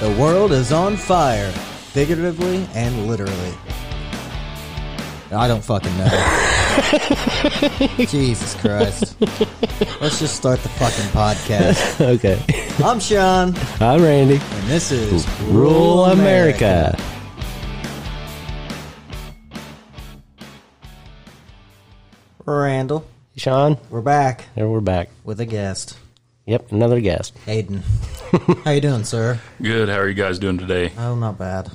The world is on fire, figuratively and literally. I don't fucking know. Jesus Christ. Let's just start the fucking podcast. Okay. I'm Sean, I'm Randy. and this is Rule America. Randall, Sean, we're back there we're back. with a guest, Yep, another guest. Aiden. How you doing, sir? Good. How are you guys doing today? Oh, not bad.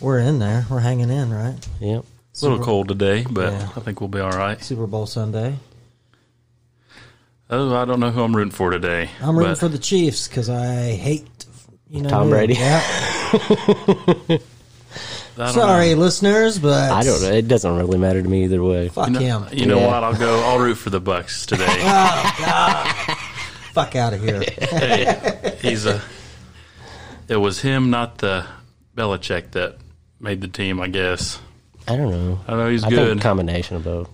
We're in there. We're hanging in, right? Yep. It's a little cold today, but Yeah. I think we'll be all right. Super Bowl Sunday. Oh, I don't know who I'm rooting for today. I'm rooting but for the Chiefs because I hate you know Tom me. Brady. Yeah. I don't Sorry, listeners, but I don't know. It doesn't really matter to me either way. Fuck know. You know, him. you know Yeah. what? I'll go. I'll root for the Bucks today. Fuck out of here. He's a. It was him, not the Belichick, that made the team. I guess. I don't know. I know Uh, he's I good. think a combination of both.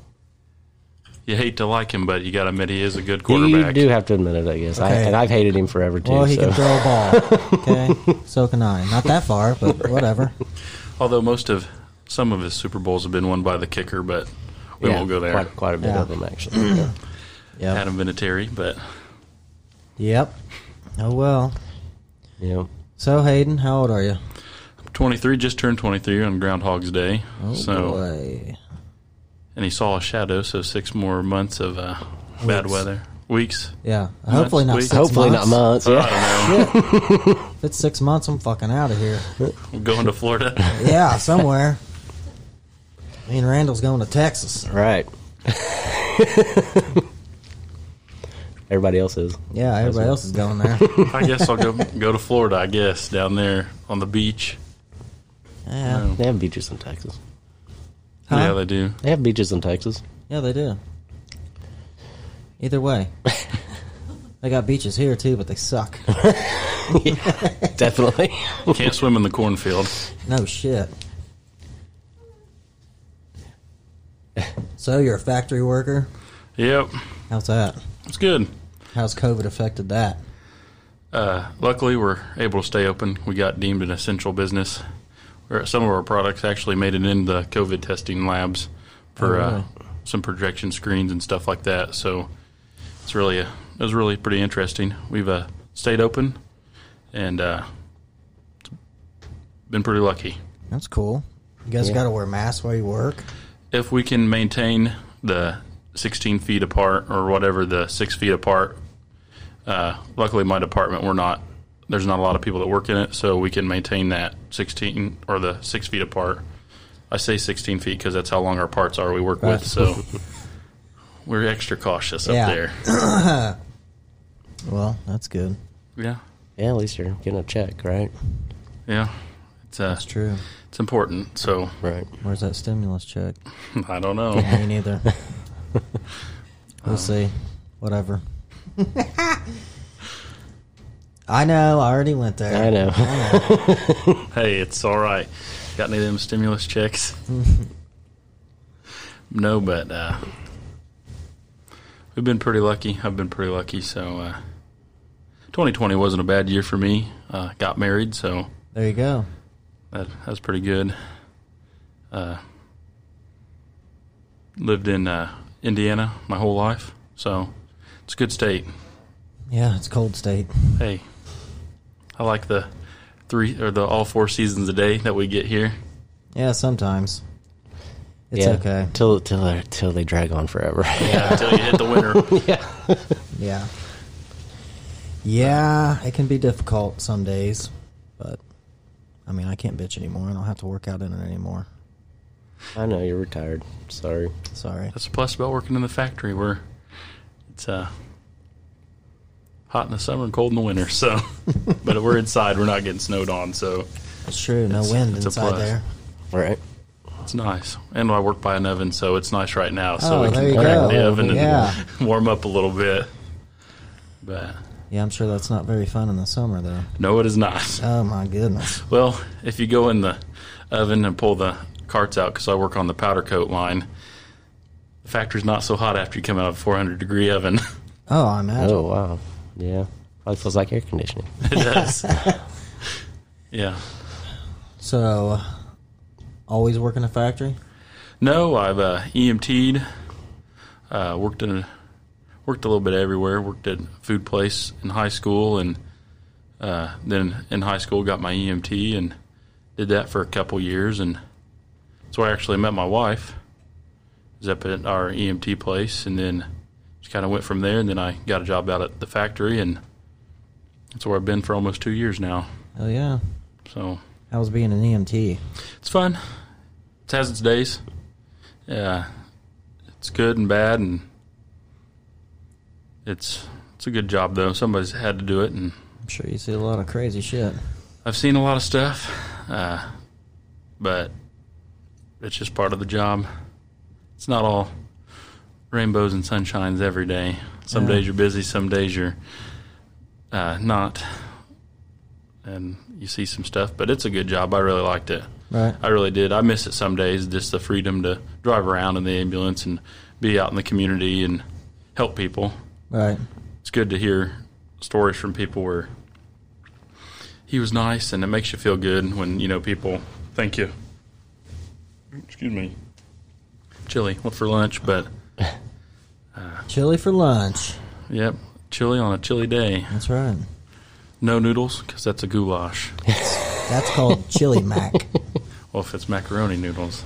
You hate to like him, but you got to admit he is a good You quarterback. do have to admit it, I guess. I, Okay. and I've hated him forever too. well, he so. can throw a ball. Okay, so can I. Not that far, but whatever. Although most of some of his Super Bowls have been won by the kicker, but we Yeah, won't go there. Quite, quite a bit Yeah. Mm. of them actually. Yeah. Yep. Adam Vinatieri, but Yep. Oh well. yeah. So Hayden, how old are you? 23 just turned 23 on Groundhog's Day. so. Oh, boy. and he saw a shadow. So six more months of uh, bad Weeks. weather, weeks. Yeah. Hopefully not. we- Six Hopefully months. not months. I Yeah. don't know. If it's six months, I'm fucking out of here. I'm going to Florida. yeah, somewhere. Me and Randall's going to Texas. Right. Everybody else is. Yeah, everybody else is going there. I guess I'll go go to Florida. I guess down there on the beach. Yeah. They have beaches in Texas. Huh? Yeah, they do. They have beaches in Texas. Yeah, they do. Either way, they got beaches here too, but they suck. Definitely. Can't swim in the cornfield. No shit. So you're a factory worker. Yep, How's that? it's good. How's COVID affected that? Uh, luckily, we're able to stay open. We got deemed an essential business. Where some of our products actually made it in the COVID testing labs for Oh, uh, some projection screens and stuff like that. So it's really a, it was really pretty interesting. We've uh, stayed open and uh, been pretty lucky. That's cool. You guys Yeah. got to wear masks while you work. If we can maintain the 16 feet apart or whatever the six feet apart, uh, luckily my department we're not there's not a lot of people that work in it, so we can maintain that 16 or the six feet apart. I say 16 feet because that's how long our parts are we work Right. with, so we're extra cautious up Yeah. there. Well, that's good. Yeah, yeah, at least you're getting a check, right? yeah, it's uh, That's true. it's important. So Right. Where's that stimulus check? I don't know. Me neither. we'll see. Whatever. I know. I already went there. I know. Hey, it's all right. Got any of them stimulus checks? no, but uh, we've been pretty lucky. I've been pretty lucky. So, uh, 2020 wasn't a bad year for me. Uh, got married, so There you go. that, that was pretty good. Uh, lived in uh, Indiana my whole life, so it's a good state. Yeah, it's cold state. Hey, I like the three or the all four seasons a day that we get here. Yeah, sometimes. It's yeah. okay. Till till they till they drag on forever. Yeah, until you hit the winter. Yeah. Yeah, it can be difficult some days, but I mean, I can't bitch anymore. I don't have to work out in it anymore. I know you're retired. Sorry. Sorry. That's a plus about working in the factory where it's uh, hot in the summer and cold in the winter. So, but we're inside, we're not getting snowed on, so It's true. No It's- wind it's a inside plus. there. Right. it's nice. And I work by an oven, so it's nice right now. So Oh, we there can you crack go. the oven and Yeah. warm up a little bit. But Yeah, I'm sure that's not very fun in the summer, though. no, it is not. Oh, my goodness. Well, if you go in the oven and pull the carts out, because I work on the powder coat line, the factory's not so hot after you come out of a 400 degree oven. Oh, I imagine. Oh wow. Yeah. Probably feels like air conditioning. it does. Yeah. So, always work in a factory? No, I've uh, EMT'd. Uh, worked in a, worked a little bit everywhere. Worked at a food place in high school, and uh, then in high school got my EMT and did that for a couple years, and that's where I actually met my wife. Is up at our EMT place, and then just kind of went from there. And then I got a job out at the factory, and that's where I've been for almost two years now. Oh, yeah. So How's being an E EMT? it's fun. It has its days. Yeah, it's good and bad, and it's it's a good job though. Somebody's had to do it, and I'm sure you see a lot of crazy shit. I've seen a lot of stuff, uh, but it's just part of the job. It's not all rainbows and sunshines every day. Some Yeah. days you're busy, some days you're uh, not, and you see some stuff. But it's a good job. I really liked it. Right. I really did. I miss it some days, just the freedom to drive around in the ambulance and be out in the community and help people. Right. It's good to hear stories from people where he was nice, and it makes you feel good when you know people thank you. Excuse me. Chili. What for lunch? But Chili for lunch. yep, chili on a chilly day. That's right. No noodles because that's a goulash. That's called chili mac. well, if it's macaroni noodles,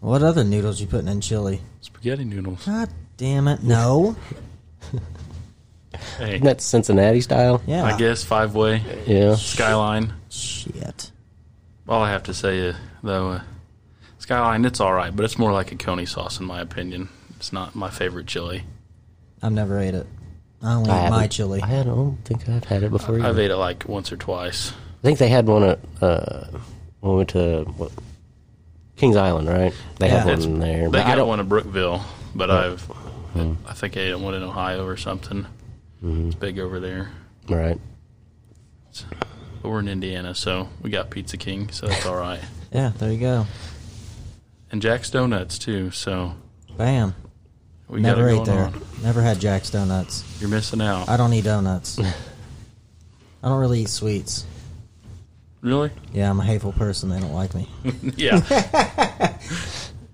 What other noodles you putting in chili? spaghetti noodles. God damn it. No. Hey, Isn't that Cincinnati style? Yeah. I guess five way Yeah. skyline. Shit. All I have to say, uh, though, uh, Skyline, it's all right, but it's more like a coney sauce, in my opinion. It's not my favorite chili. I've never ate it. I only I eat my haven't- chili. I don't think I've had it before. either. I've ate it like once or twice. I think they had one at uh, when we went to what, Kings Island, right? They Yeah. had one It's- in there, They but I got don't. one in Brookville, but I've, I think I ate one in Ohio or something. It's big over there. Right? But we're in Indiana, so we got Pizza King, so that's all right. Yeah, there you go. And Jack's Donuts, too, so Bam. we Never got it ate going there. on. Never had Jack's donuts. You're missing out. I don't eat donuts. I don't really eat sweets. really? Yeah, I'm a hateful person. They don't like me. Yeah.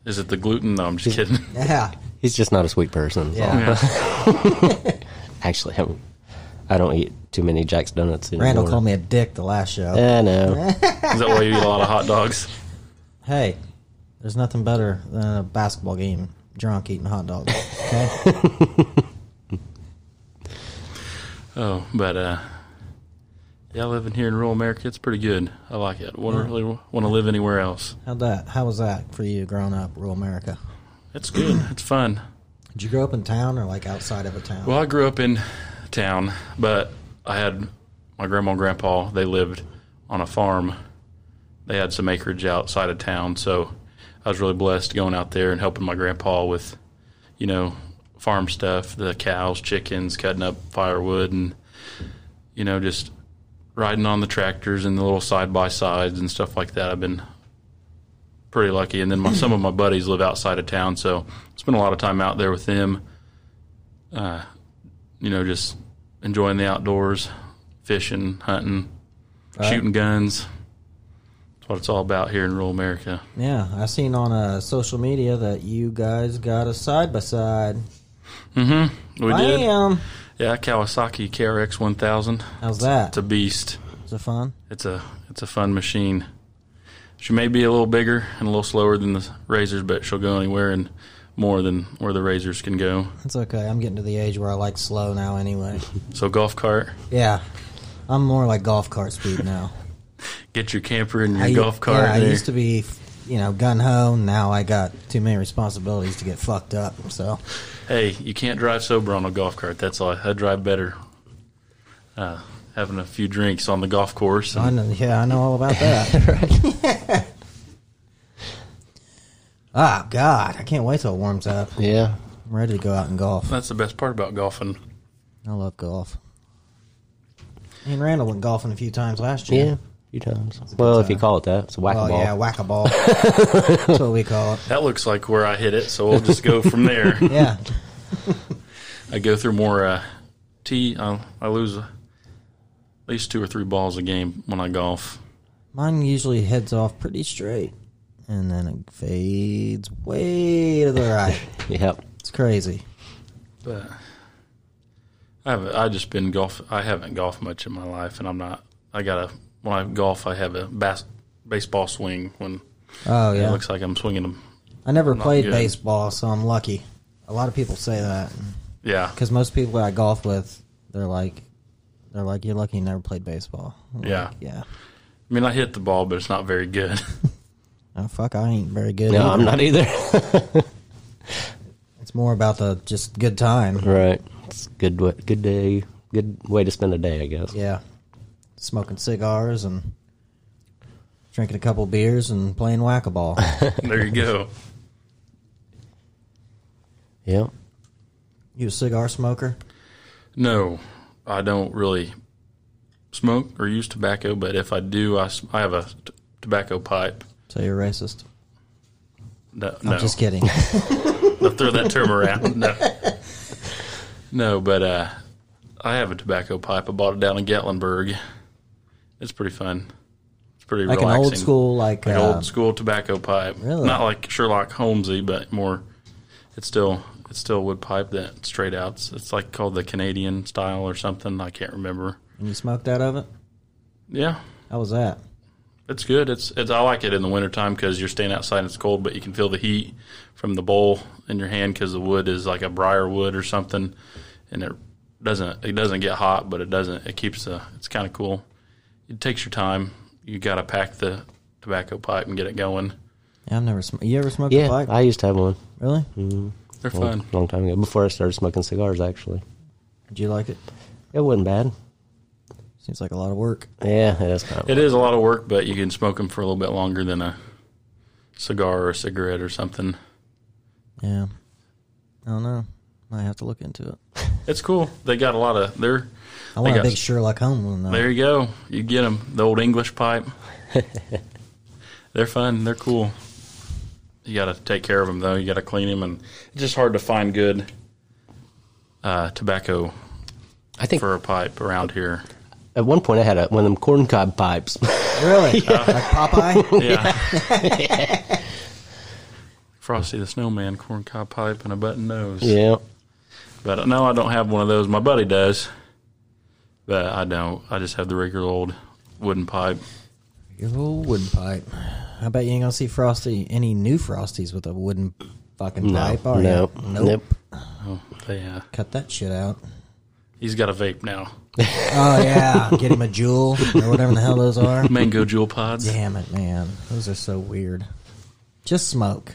Is it the gluten? No, I'm just kidding. Yeah. He's just not a sweet person. Oh, so- Yeah. Yeah. Actually, I'm, I don't eat too many Jack's donuts anymore. Randall called me a dick the last show. Yeah, no. Is that why you eat a lot of hot dogs? Hey, there's nothing better than a basketball game drunk eating hot dogs. Okay? Oh, but uh, yeah, living here in rural America, it's pretty good. I like it. Wouldn't really want to live anywhere else. How'd that? How was that for you growing up, rural America? It's good. it's fun. Did you grow up in town or like outside of a town? Well, I grew up in town, but I had my grandma and grandpa. They lived on a farm. They had some acreage outside of town, so I was really blessed going out there and helping my grandpa with, you know, farm stuff, the cows, chickens, cutting up firewood, and you know, just riding on the tractors and the little side by sides and stuff like that. I've been pretty lucky, and then my, some of my buddies live outside of town, so spent a lot of time out there with them you know, just enjoying the outdoors, fishing, hunting, shooting guns. That's what it's all about here in rural America. yeah, I seen on uh, social media that you guys got a side by side. We did. Bam! Yeah, Kawasaki KRX 1000. How's that? It's a beast. Is it fun? It's a it's a fun machine. She may be a little bigger and a little slower than the razors, but she'll go anywhere and more than where the razors can go. It's okay. I'm getting to the age where I like slow now anyway. So golf cart, Yeah. I'm more like golf cart speed now. get your camper and your I- golf cart. Yeah, I there. used to be, you know, gun ho. Now I got too many responsibilities to get fucked up. So Hey, you can't drive sober on a golf cart. That's all. I drive better uh, having a few drinks on the golf course. I and- know, yeah, I know all about that. Ah, God, I can't wait till it warms up. yeah. I'm ready to go out and golf. that's the best part about golfing. I love golf. Me and Randall went golfing a few times last year. Yeah. A few times. Well, if you time. call it that, it's a whack a Oh ball. yeah, whack a ball. That's what we call it. That looks like where I hit it, so we'll just go from there. Yeah, I go through more uh, tee. I, I lose. uh, least two or three balls a game when I golf. Mine usually heads off pretty straight, and then it fades way to the right. Yep. It's crazy. But I have I just been golf. I haven't golfed much in my life, and I'm not. I got a when I golf, I have a bas- baseball swing. When Oh it yeah, looks like I'm swinging them. I never played good. baseball, so I'm lucky. A lot of people say that Yeah, because most people I golf with, they're like, they're like, you're lucky you never played baseball. I'm like, yeah. yeah. I mean, I hit the ball, but it's not very good. Oh fuck, I ain't very good. No, I'm either. not either. It's more about the just good time. right. It's a good wa- good day. Good way to spend a day, I guess. Yeah, smoking cigars and drinking a couple beers and playing whack a ball. there you go. Yeah. you a cigar smoker? No, I don't really smoke or use tobacco, but if I do, I, s- I have a t- tobacco pipe. So you're racist. No, no. I'm just kidding. I'll throw that term around. No, no but uh, I have a tobacco pipe. I bought it down in Gatlinburg. It's pretty fun. It's pretty like an relaxing. old school, like, like uh, old school tobacco pipe. Really? Not like Sherlock Holmesy, but more. It's still it's still a wood pipe that straight out. It's, it's like called the Canadian style or something. I can't remember. And you smoked out of it? Yeah, How was that? It's good. It's, it's I like it in the wintertime because you're staying outside and it's cold, but you can feel the heat from the bowl in your hand because the wood is like a briar wood or something, and it doesn't it doesn't get hot, but it doesn't it keeps the it's kind of cool. It takes your time. You got to pack the tobacco pipe and get it going. Yeah, I've never. Sm- you ever smoked a Yeah. pipe? I used to have one really? They're a long, fun. long time ago before I started smoking cigars. Actually, Did you like it? it wasn't bad. Seems like a lot of work. Yeah, it is kind of. It is a lot of work, but you can smoke them for a little bit longer than a cigar or a cigarette or something. Yeah. I don't know. Might have to look into it. It's cool. They got a lot of they're. I want a got- big Sherlock Holmes one though. There you go. You get them. The old English pipe. They're fun. They're cool. You got to take care of them though. You got to clean them, and it's just hard to find good uh, tobacco I think for a pipe around here. at one point I had a, one of them corn cob pipes. Really? Like Popeye? Yeah. Frosty the Snowman corn cob pipe and a button nose. yeah. But uh, no, I don't have one of those. My buddy does, but I don't. I just have the regular old wooden pipe. Your old wooden pipe. I bet you ain't gonna see Frosty any new Frosties with a wooden fucking No. pipe, are no. you? Nope. Oh, they, uh, Cut that shit out. he's got a vape now. Oh yeah. Get him a jewel or whatever the hell those are. Mango jewel pods. Damn it, man. Those are so weird. Just smoke.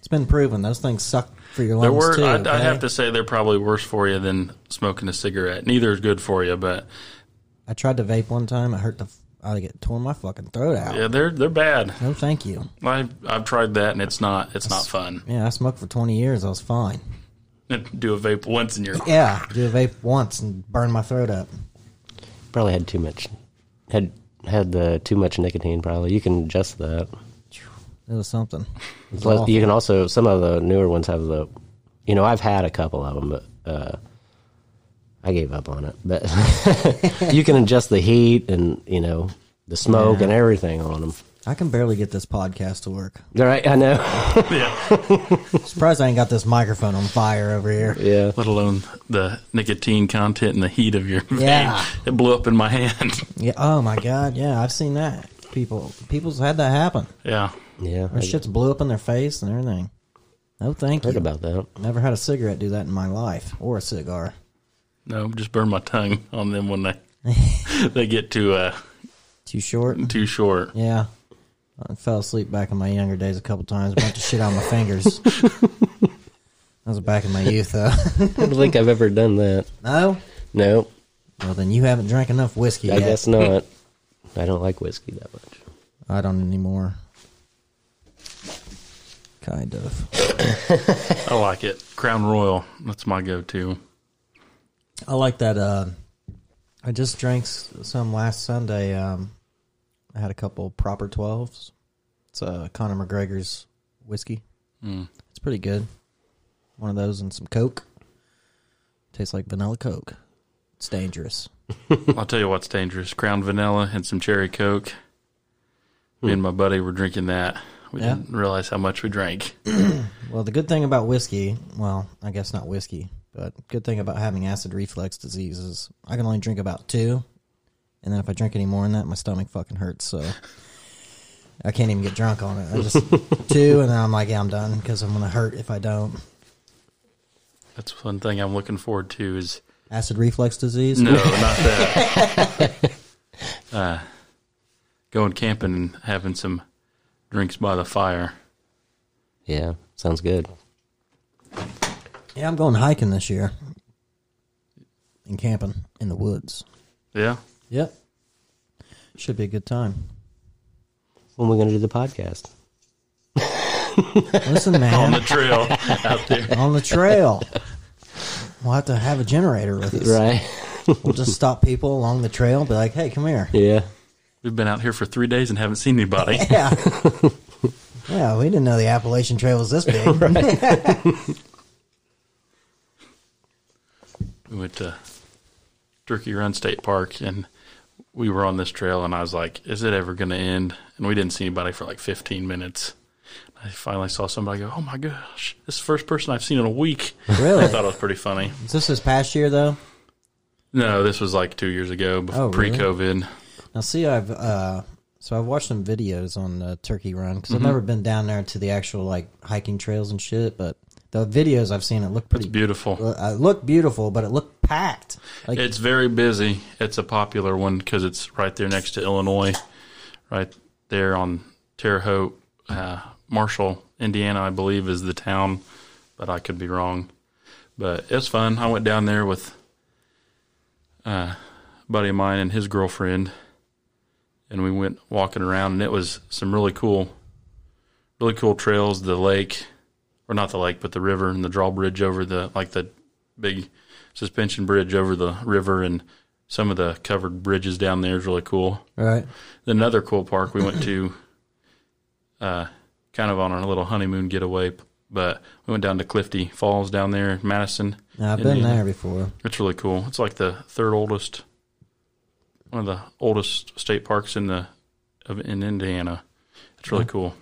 It's been proven. Those things suck for your They're lungs, wor- too. I'd, I'd okay? have to say they're probably worse for you than smoking a cigarette. Neither is good for you, but I tried to vape one time. I hurt the... f- I get tore my fucking throat out. yeah, they're they're bad. No, thank you. I've I've tried that and it's not it's not fun. Yeah, I smoked for 20 years. I was fine. Do a vape once and you're Yeah, do a vape once and burn my throat up. Probably had too much. Had had the too much nicotine. Probably you can adjust that. It was something. It was Plus, awful. you can also some of the newer ones have the. You know, I've had a couple of them, but uh, I gave up on it. But you can adjust the heat and you know the smoke and everything on them. I can barely get this podcast to work. All right, I know. yeah. Surprised I ain't got this microphone on fire over here. Yeah, Let alone the nicotine content and the heat of your Yeah. vape. It blew up in my hand. Yeah. Oh my god. Yeah, I've seen that. People, people's had that happen. yeah. yeah. I Their shit's blew up in their face and everything. No, thank heard you. about that. Never had a cigarette do that in my life, or a cigar. No, just burn my tongue on them when they they get too uh Too short. Mm. too short. Yeah. I fell asleep back in my younger days a couple times. Bunch of shit on my fingers. that was back in my youth, though. I don't think I've ever done that. no? No, Well, then you haven't drank enough whiskey I yet. guess not. I don't like whiskey that much. I don't anymore. Kind of. I like it. Crown Royal. That's my go to. I like that. Uh, I just drank s- some last Sunday. Um, I had a couple proper 12s. It's uh, Conor McGregor's whiskey. It's pretty good. One of those and some Coke. Tastes like vanilla Coke. It's dangerous. I'll tell you what's dangerous: Crown Vanilla and some Cherry Coke. Me and my buddy were drinking that. We Yeah. didn't realize how much we drank. Well, the good thing about whiskey, well, I guess not whiskey, but good thing about having acid reflux disease is I can only drink about two, and then if I drink any more than that, my stomach fucking hurts. So I can't even get drunk on it. I just two, and then I'm like, yeah, I'm done because I'm gonna hurt if I don't. That's one thing I'm looking forward to. Is Acid reflux disease. no, not that. uh, going camping and having some drinks by the fire. Yeah, sounds good. Yeah, I'm going hiking this year and camping in the woods. Yeah, Yep, should be a good time. When we going to do the podcast? Listen, on man, the trail out there. on the trail. We'll have to have a generator with us. Right. We'll just stop people along the trail and be like, hey, come here. Yeah. We've been out here for three days and haven't seen anybody. Yeah. yeah, we didn't know the Appalachian Trail was this big. we went to Turkey Run State Park and we were on this trail and I was like, is it ever going to end? And we didn't see anybody for like 15 minutes. I finally saw somebody go, oh my gosh, this is the first person I've seen in a week. Really? I thought it was pretty funny. Is this this past year, though? No, this was like two years ago, before, Oh, really? pre-COVID. Now, see, I've. Uh, so I've watched some videos on uh, Turkey Run because I've never been down there to the actual like hiking trails and shit, but the videos I've seen it look It's pretty. beautiful. uh, it looked beautiful, but it looked packed. Like It's very busy. It's a popular one because it's right there next to Illinois, right there on Terre Haute, uh, Marshall, Indiana, I believe is the town, but I could be wrong. But it's fun. I went down there with uh, a buddy of mine and his girlfriend, and we went walking around, and it was some really cool, really cool trails. The lake, or not the lake, but the river and the drawbridge over the like the big suspension bridge over the river and some of the covered bridges down there is really cool. right, Then another cool park we went to, uh, kind of on our little honeymoon getaway, but we went down to Clifty Falls down there in Madison. now, I've been Indiana. there before. It's really cool. It's like the third oldest, one of the oldest state parks in the of in Indiana. It's really cool.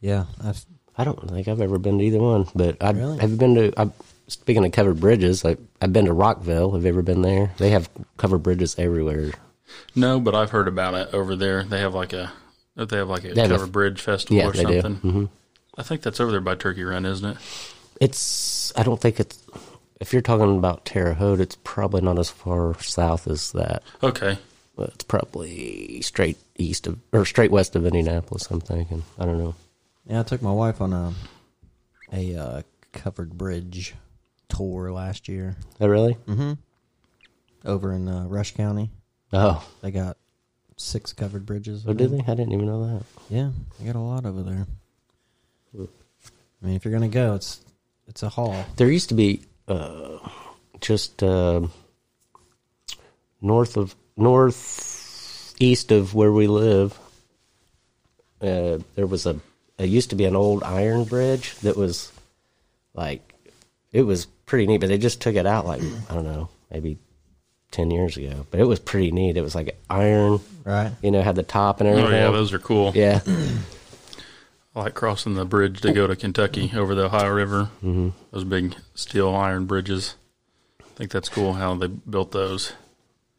Yeah, I've, I don't think I've ever been to either one, but I Really? have you been to. I, speaking of covered bridges, like I've been to Rockville. Have you ever been there? They have covered bridges everywhere. No, but I've heard about it over there. They have like a they have like a They have a- cover bridge festival Yeah, or they do. Mm-hmm. something. I think that's over there by Turkey Run, isn't it? It's. I don't think it's. If you're talking about Terre Haute, it's probably not as far south as that. Okay. Well, it's probably straight east of or straight west of Indianapolis. I'm thinking. I don't know. yeah, I took my wife on a a uh, covered bridge tour last year. Oh, really? over in uh, Rush County. Oh, They got six covered bridges. oh, did they? I didn't even know that. Yeah, they got a lot over there. I mean, if you're gonna go, it's it's a haul. There used to be uh, just uh, north of north east of where we live. Uh, there was a it used to be an old iron bridge that was like it was pretty neat, but they just took it out like I don't know maybe ten years ago. But it was pretty neat. It was like iron, Right. you know, had the top and Oh everything. yeah, those are cool. Uh-huh. yeah. I like crossing the bridge to go to Kentucky over the Ohio River. Mm-hmm. Those big steel iron bridges. I think that's cool how they built those.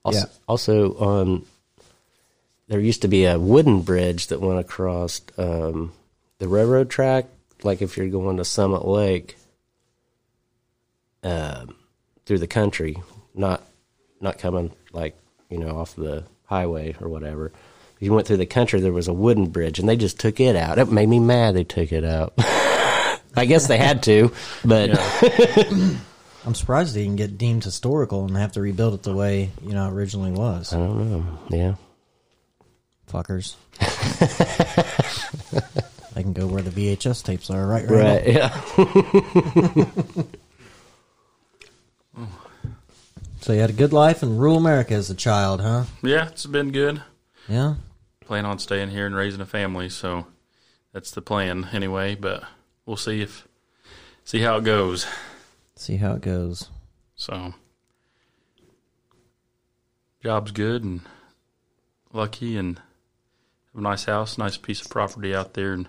Also, Yeah. also um, there used to be a wooden bridge that went across um, the railroad track. Like if you're going to Summit Lake, um through the country, not not coming like you know off the highway or whatever. If you went through the country, there was a wooden bridge, and they just took it out. It made me mad. They took it out. I guess they had to, but I'm surprised they can get deemed historical and have to rebuild it the way you know it originally was. I don't know. Yeah, Fuckers. I can go where the VHS tapes are. Right. Right. right. Yeah. So you had a good life in rural America as a child, huh? Yeah, it's been good. Yeah. Plan on staying here and raising a family, so that's the plan anyway. But we'll see if see how it goes. See how it goes. So job's good and lucky and have a nice house, nice piece of property out there in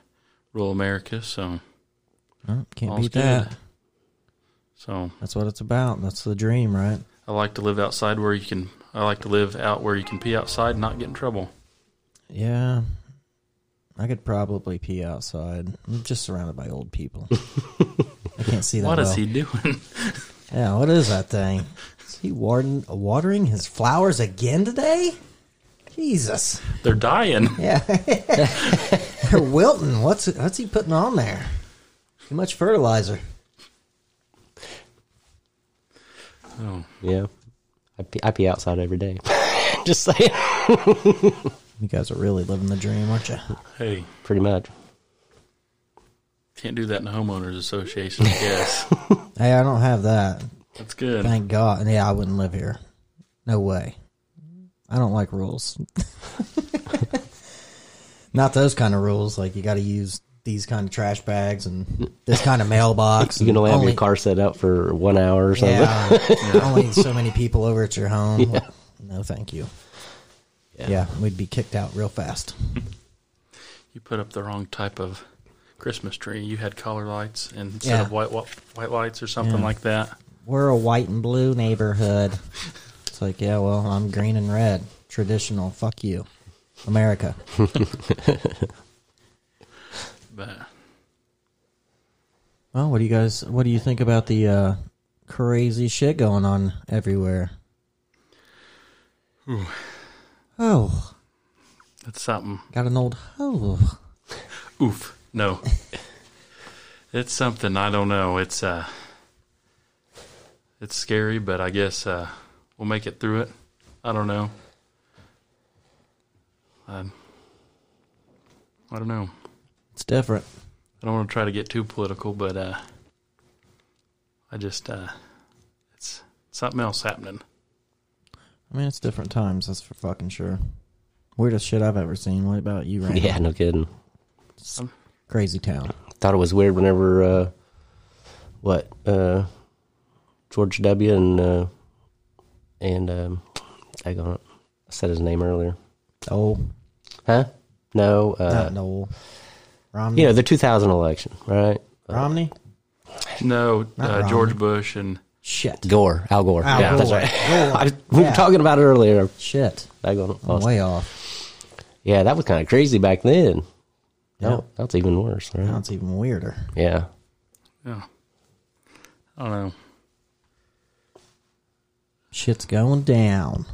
rural America. So Oh, can't all's beat good. that. So That's what it's about. That's the dream, right? I like to live outside where you can. I like to live out where you can pee outside and not get in trouble. Yeah. I could probably pee outside. I'm just surrounded by old people. I can't see that. What is well. he doing? Yeah, what is that thing? Is he warden, watering his flowers again today? Jesus. They're dying. Yeah. They're wilting. What's what's he putting on there? Too much fertilizer. Yeah. I pee, I pee outside every day. Just saying. You guys are really living the dream, aren't you? Hey, Pretty much. can't do that in the homeowners association. I guess Hey, I don't have that. that's good. Thank God. Yeah, I wouldn't live here. No way. I don't like rules. Not those kind of rules. Like you got to use these kind of trash bags and this kind of mailbox. You can and only have your car set up for one hour or something. Yeah, only so many people over at your home. No, thank you. Yeah. we'd be kicked out real fast. You put up the wrong type of Christmas tree. You had color lights instead Yeah. of white wa- white lights or something Yeah. like that. We're a white and blue neighborhood. It's like, yeah, well, I'm green and red. Traditional. Fuck you, America. But Well, what do you guys? What do you think about the uh, crazy shit going on everywhere? Oh, that's something. got an old oh. Oof. No. it's something I don't know. It's uh it's scary, but I guess uh we'll make it through it. I don't know. I I don't know. It's different. I don't want to try to get too political, but uh I just uh it's something else happening. I mean, it's different times. That's for fucking sure. Weirdest shit I've ever seen. What about you, Randall? Yeah, no kidding. Crazy town. Thought it was weird whenever, uh, what, uh, George W. and, uh, and, um, I got it. I said his name earlier. Oh, Huh? No, uh, not Noel. Romney. you know, uh, the 2000 election, right? Romney. No, uh, wrong. George Bush and Shit. Gore, Al Gore. Al yeah, Gore. that's right. Gore. I, we Yeah. were talking about it earlier. Oh, Shit. I got it. I'm way off. Yeah, that was kind of crazy back then. Yeah. No, that's even worse, right? Now it's even weirder. Yeah. yeah. I don't know. Shit's going down.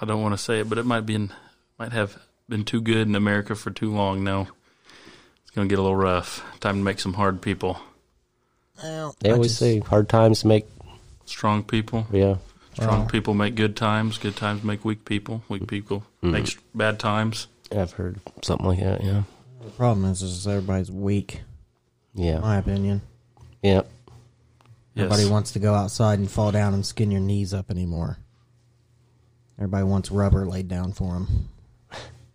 I don't want to say it, but it might be in, might have been too good in America for too long. No, it's going to get a little rough. Time to make some hard people, Well, They I always just- say hard times make, strong people. yeah. Strong people make good times. Good times make weak people. Weak people make s- bad times. I've heard something like that, yeah. the problem is, is everybody's weak. Yeah. In my opinion. Yeah. Yes. Nobody wants to go outside and fall down and skin your knees up anymore. Everybody wants rubber laid down for them.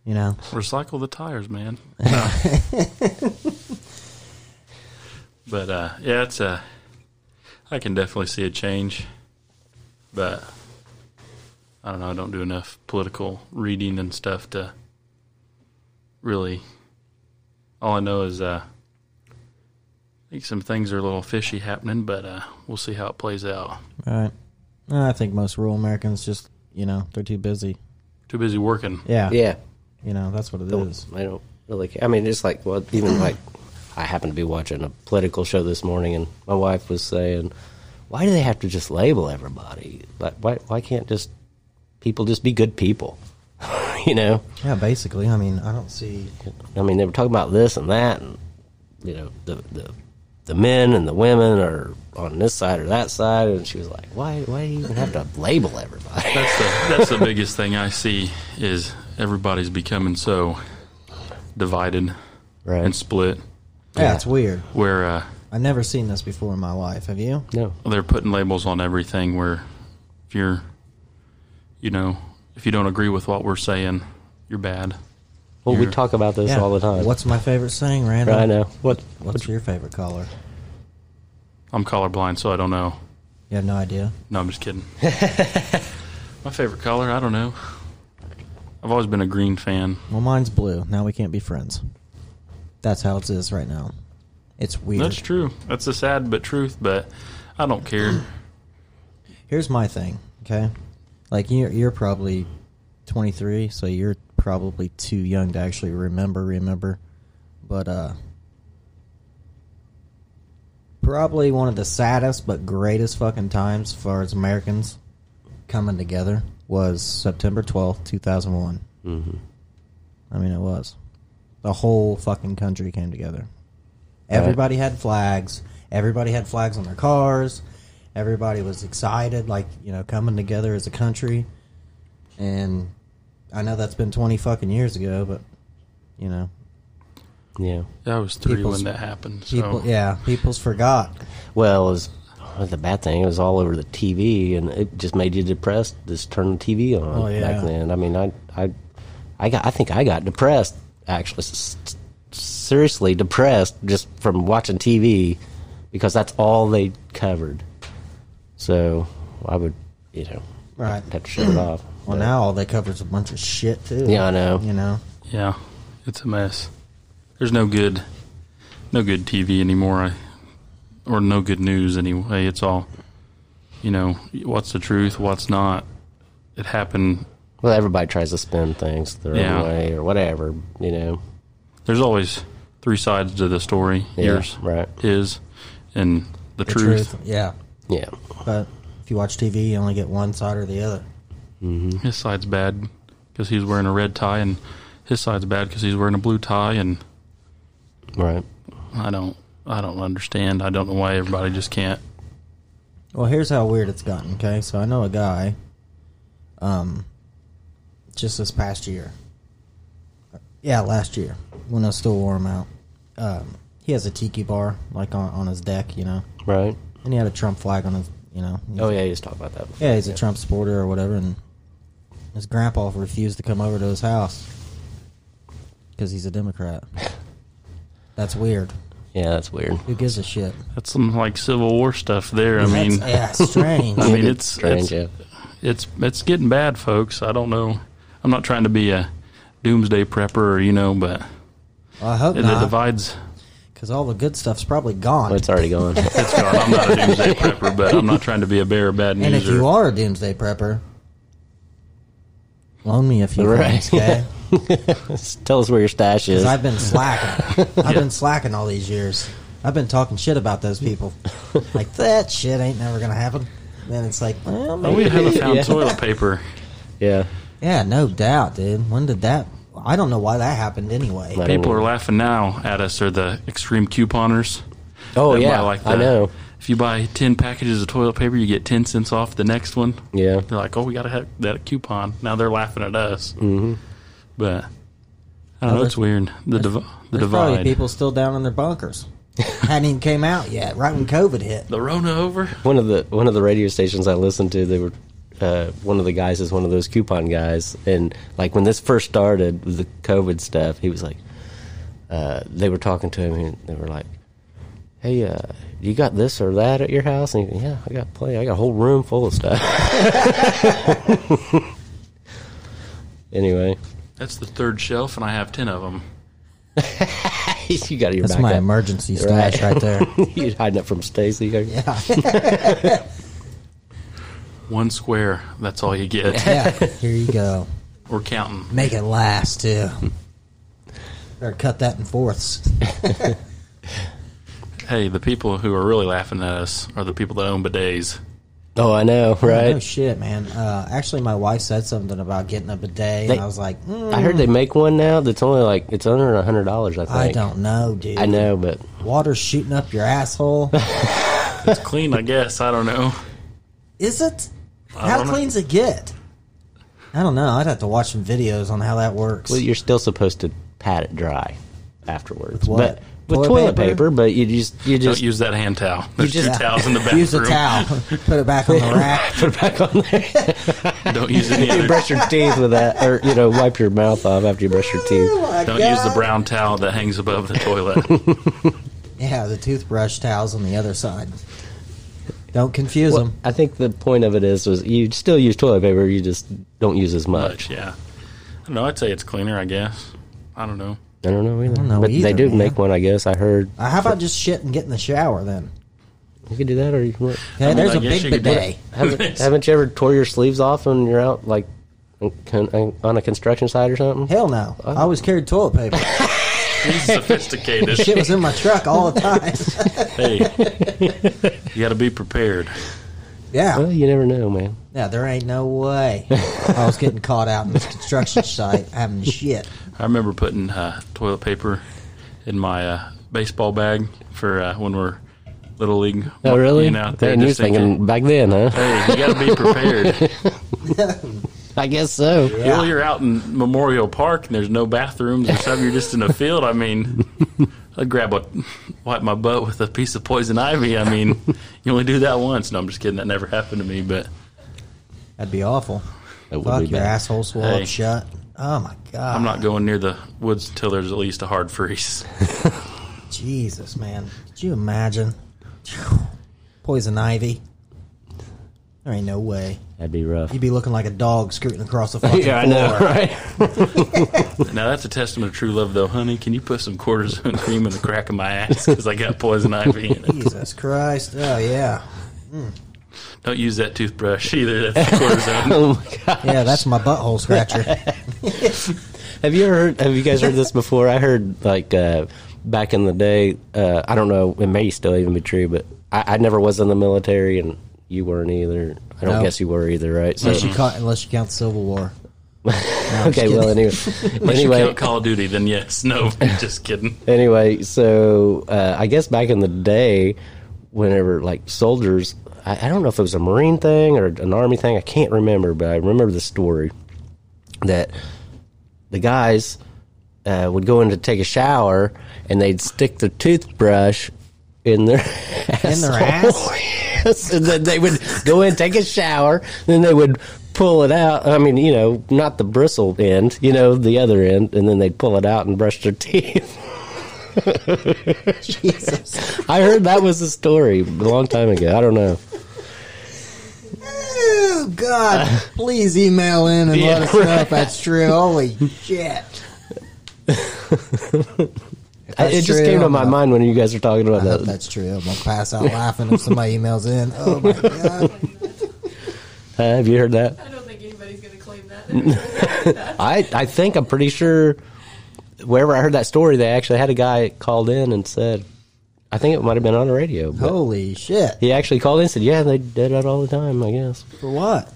You know, Recycle the tires, man. No. but uh, yeah, it's a. I can definitely see a change, but I don't know. I don't do enough political reading and stuff to really. All I know is uh, I think some things are a little fishy happening, but uh, we'll see how it plays out. right? Uh, I think most rural Americans just, you know, they're too busy. Too busy working. Yeah, Yeah. You know, that's what it Don't- is. I don't really care. I mean, it's like, well, even like, I happened to be watching a political show this morning, and my wife was saying, why do they have to just label everybody? Like, why, why can't just people just be good people? you know? Yeah, basically. I mean, I don't see. I mean, they were talking about this and that, and you know, the the the men and the women are on this side or that side, and she was like, "Why? Why do you even have to label everybody?" That's the that's the biggest thing I see is everybody's becoming so divided Right. and split. Yeah, it's weird. Where uh, I've never seen this before in my life. Have you? No, they're putting labels on everything. Where if you're, you know, if you don't agree with what we're saying, you're bad. well, we You're- talk about this all the time. What's my favorite saying, Randall? I know what? What's your favorite color? I'm colorblind, so I don't know. You have no idea. No, I'm just kidding. My favorite color? I don't know. I've always been a green fan. Well, mine's blue. Now we can't be friends. That's how it is right now. It's weird. That's true. That's a sad but truth, but I don't care. Here's my thing, okay? Like you're you're probably 23, so you're probably too young to actually remember remember. But uh probably one of the saddest but greatest fucking times as far as Americans coming together was September 12th, 2001. hmm I mean, it was. The whole fucking country came together. Everybody had flags. Everybody had flags on their cars. Everybody was excited, like, you know, coming together as a country. And I know that's been 20 fucking years ago, but, you know, Yeah. I was three People's- when that happened. So. people, yeah, people's forgot. Well, it was well, the bad thing. It was all over the TV, and it just made you depressed. Just turn the TV on Oh, yeah. back then. I mean, I, I, I got. I think I got depressed. Actually, s- s- seriously depressed just from watching TV because that's all they covered. So I would, you know, Right. have to shut it off. Well, But- now all they cover is a bunch of shit, too. Yeah, I know. You know? Yeah, it's a mess. There's no good, no good TV anymore, I, or no good news anyway. It's all, you know, what's the truth, what's not. It happened. Well, everybody tries to spin things their Yeah. own way or whatever, you know. There's always three sides to the story. Yeah, Yours, right. His, and the, The truth. Yeah. Yeah. But if you watch TV, you only get one side or the other. His side's bad because he's wearing a red tie, and his side's bad because he's wearing a blue tie. And Right. I don't, I don't understand. I don't know why everybody just can't. Well, here's how weird it's gotten. Okay, so I know a guy, um, just this past year. Yeah, last year when it was still warm out. Um, he has a tiki bar like on, on his deck, you know, Right. and he had a Trump flag on his, you know. Oh yeah, you just talked about that. Before. Yeah, he's a Trump supporter or whatever, and his grandpa refused to come over to his house because he's a Democrat. That's weird. Yeah, that's weird. Who gives a shit? That's some like Civil War stuff there. I mean, That's- yeah, strange. I mean, it's Strange. it's, it's it's getting bad, folks. I don't know. I'm not trying to be a doomsday prepper, or, you know, but Well, I hope it, it not, divides. because all the good stuff's probably gone. Well, it's already gone. It's gone. I'm not a doomsday prepper, but I'm not trying to be a bearer of bad And if news. you Or, are a doomsday prepper, loan me a few Right. things, okay? Tell us where your stash is. Because I've been slacking. I've been slacking all these years. I've been talking shit about those people. Like, that shit ain't never going to happen. Then it's like, well, oh, maybe. we haven't found Yeah. toilet paper. yeah. Yeah, no doubt, dude. When did that... I don't know why that happened anyway. Right. People are laughing now at us. Are the extreme couponers? Oh that buy yeah, I the- know. If you buy ten packages of toilet paper, you get ten cents off the next one. Yeah. They're like, "Oh, we got to have that coupon." Now they're laughing at us. Mm-hmm. But I don't know. there's- It's weird. The div- the There's probably divide. people still down in their bunkers. Hadn't even came out yet, right when COVID hit. The Rona over. One of the one of the radio stations I listened to, they were uh, one of the guys is one of those coupon guys, and like when this first started with the COVID stuff, he was like, uh, they were talking to him, and they were like, "Hey, uh, you got this or that at your house?" And he, yeah, I got plenty. I got a whole room full of stuff. anyway, That's the third shelf, and I have ten of them. you got your That's back my up. emergency stash right there. You're hiding it from Stacy. Yeah. One square. That's all you get. Yeah, here you go. We're counting. Make it last too. Better cut that in fourths. Hey, the people who are really laughing at us are the people that own bidets. Oh, I know, right? Oh shit, man. Uh, actually, my wife said something about getting a bidet, They- and I was like, mm, I heard they make one now that's only like it's under a hundred dollars. I think. I don't know, dude. I know, but Water's shooting up your asshole. It's clean, I guess. I don't know. Is it? How don't know. clean's it get? I don't know. I'd have to watch some videos on how that works. well, you're still supposed to pat it dry afterwards. what? But Toilet with toilet paper? paper? but you just you Don't just use that hand towel. There's just- two towels in the bathroom. Use a towel. Put it back on the rack. put it back on there. Don't use any you other. brush your teeth with that, or you know, wipe your mouth off after you brush your Oh, teeth. my Don't use the God. brown towel that hangs above the toilet. Yeah, the toothbrush towels on the other side. Don't confuse Well, them. I think the point of it is, was you still use toilet paper, you just don't use as much. much. Yeah, I don't know. I'd say it's cleaner. I guess. I don't know. I don't know either. know but they either, do man. make one, I guess. I heard Uh, How about just shit and get in the shower then? you could do that, or you can look. Hey, mean, there's I a guess big you could do bidet. haven't, haven't you ever tore your sleeves off when you're out like on con- on a construction site or something? Hell no. I always carried toilet paper. He's sophisticated. Shit was in my truck all the time. hey, you got to be prepared. yeah. Well, you never know, man. Yeah, there ain't no way. I was getting caught out in this construction site having shit. I remember putting uh, toilet paper in my uh, baseball bag for uh, when we're little league. Oh, really? You know, out there Man, you was just thinking thinking, back then, huh? hey, you got to be prepared. I guess so. Yeah. Well, you're out in Memorial Park and there's no bathrooms or something. You're just in a field. I mean, I'd grab a wipe my butt with a piece of poison ivy. I mean, you only do that once. No, I'm just kidding. That never happened to me. But That'd be awful. That would Fuck be your bad. asshole swole Hey. up shut. Oh my god. I'm not going near the woods until there's at least a hard freeze. Jesus, man. Could you imagine? Poison ivy. There ain't no way. That'd be rough. You'd be looking like a dog scooting across the fucking Yeah, I floor. know, right? Now that's a testament of true love, though, honey. Can you put some cortisone cream in the crack of my ass because I got poison ivy in it? Jesus Christ. Oh yeah. Don't use that toothbrush either. That's cortisone. Oh my god! Yeah, that's my butthole scratcher. Have you ever heard? Have you guys heard this before? I heard like uh, back in the day. Uh, I don't know. It may still even be true, but I, I never was in the military, and you weren't either. I don't No. guess you were either, right? So, unless you count, unless you count Civil War. okay. kidding. Well, anyway, If you anyway, count Call of Duty, then yes. No, just kidding. anyway. So uh, I guess back in the day, whenever like soldiers, I, I don't know if it was a Marine thing or an Army thing. I can't remember, but I remember the story that the guys uh, would go in to take a shower and they'd stick the toothbrush in their In their asshole. ass? yes, and then they would go in take a shower, then they would pull it out. I mean, you know, not the bristle end, you know, the other end, and then they'd pull it out and brush their teeth. Jesus. I heard that was the story a long time ago. I don't know. Oh God! Please email in and let us know if that's true. Holy shit! If that's it just true, came to I'm my gonna- mind when you guys were talking about I hope that. that's true. I'm gonna pass out laughing if somebody emails in. Oh my god! Uh, have you heard that? I don't think anybody's going to claim that. I, I think I'm pretty sure wherever I heard that story, they actually had a guy called in and said, I think it might have been on the radio. But Holy shit! He actually called in and said, Yeah, they did it all the time, I guess. For what?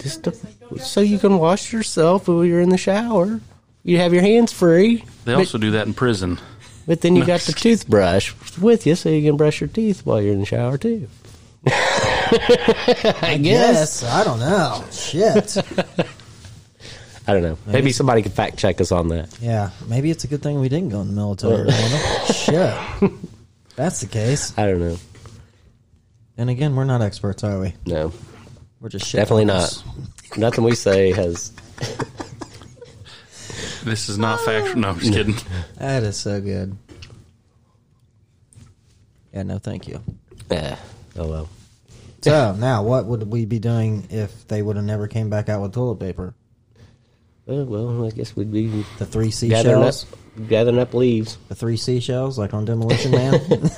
Just to- so you can wash yourself while you're in the shower. You have your hands free, They also do that in prison. but then you got the toothbrush with you so you can brush your teeth while you're in the shower, too. I guess. Yes. I don't know. Shit. I don't know. Maybe somebody could fact check us on that. yeah. Maybe it's a good thing we didn't go in the military. Ramona. shit. If That's the case. I don't know. And again, we're not experts, are we? No, We're just shit. definitely talkers. not. Nothing we say has This is not factual. No, I'm just kidding. That is so good. Yeah, no, thank you. Yeah. Oh well. So now, what would we be doing if they would have never came back out with toilet paper? Well, Oh, well I guess we'd be The three gathering up, seashells, gathering up leaves. the three seashells, like on Demolition Man.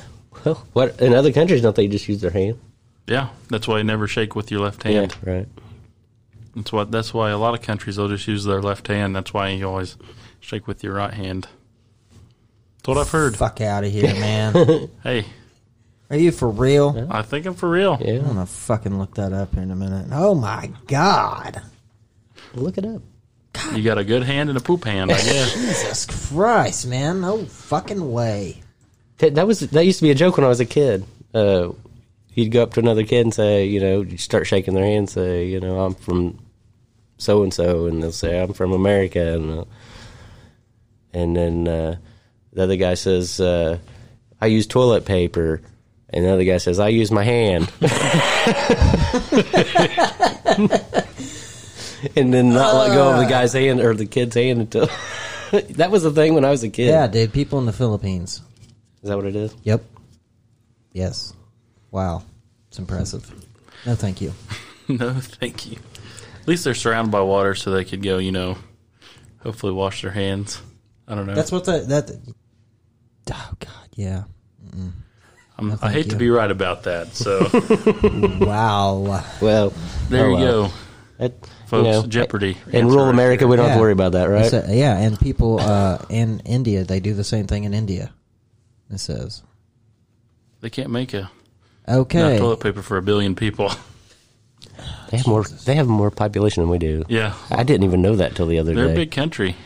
Well, what in other countries don't they just use their hand? Yeah, that's why you never shake with your left hand. Right. That's what. That's why a lot of countries they'll just use their left hand. That's why you always shake with your right hand. That's what I've heard. Fuck out of here, man! Hey, Are you for real? I think I'm for real. I'm Yeah. gonna fucking look that up here in a minute. Oh my god, Look it up. You got a good hand and a poop hand, I guess. Jesus Christ, man! No fucking way. That that was that used to be a joke when I was a kid. Uh, you'd go up to another kid and say, you know, you start shaking their hand, say, you know, I'm from so and so, and they'll say, I'm from America, and uh, and then uh, the other guy says, uh, I use toilet paper, and the other guy says, I use my hand. And then not let go of the guy's hand or the kid's hand until that was the thing when I was a kid. Yeah, dude. People in the Philippines. Is that what it is? Yep. Yes. Wow. It's impressive. No, thank you. no, thank you. At least they're surrounded by water, so they could go. You know, hopefully wash their hands. I don't know. That's what the that. Oh God, yeah. I'm, I thank hate to you. be right about that. So Wow. Well, there oh, you well. go, That- you folks. know, Jeopardy. in rural America, we don't have Yeah. to worry about that, right? So, yeah, and people uh, in India they do the same thing in India. It says they can't make a enough okay. toilet paper for a billion people. They have more. They have more population than we do. yeah, I didn't even know that till the other they're a day. big country.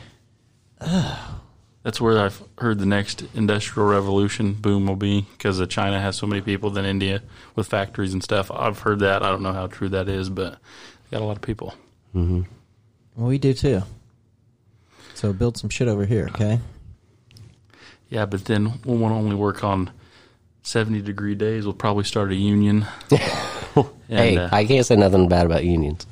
That's where I've heard the next industrial revolution boom will be because China has so many people than India with factories and stuff. I've heard that. I don't know how true that is, but they got a lot of people. we do too. So build some shit over here, okay? Yeah, but then we won't only work on 70 degree days. We'll probably start a union. And, hey, uh, I can't say nothing bad about unions.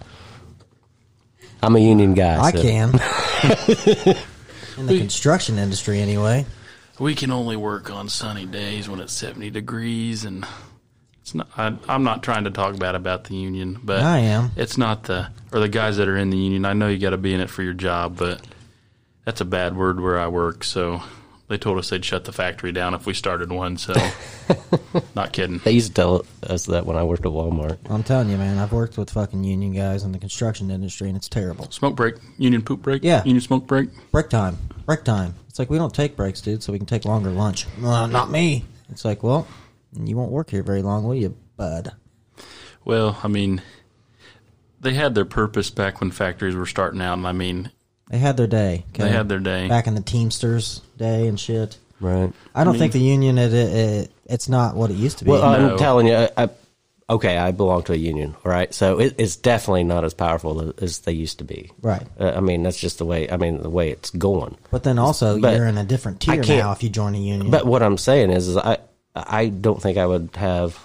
I'm a union guy. I so- can. in the construction industry, anyway. we can only work on sunny days when it's 70 degrees. And it's not, I, I'm not trying to talk bad about the union, but I am. it's not the, or the guys that are in the union. I know you got to be in it for your job, but that's a bad word where I work. So they told us they'd shut the factory down if we started one. So not kidding. They used to tell us that when I worked at Walmart. I'm telling you, man. I've worked with fucking union guys in the construction industry, and it's terrible. Smoke break, union poop break, Yeah. union smoke break. Break time. Break time. It's like we don't take breaks, dude, so we can take longer lunch. Well, not me. It's like, well, you won't work here very long, will you, bud? Well, I mean, they had their purpose back when factories were starting out, and I mean, They had their day. okay? They had their day. back in the Teamsters day and shit. Right. I don't think the union it, it, it it's not what it used to be. Well, No. Uh, I'm telling you, I, I, okay, I belong to a union, all right? So it, it's definitely not as powerful as they used to be. Right. Uh, I mean, that's just the way, I mean, the way it's going. but then also but you're in a different tier can't- now if you join a union. But what I'm saying is, is I, I don't think I would have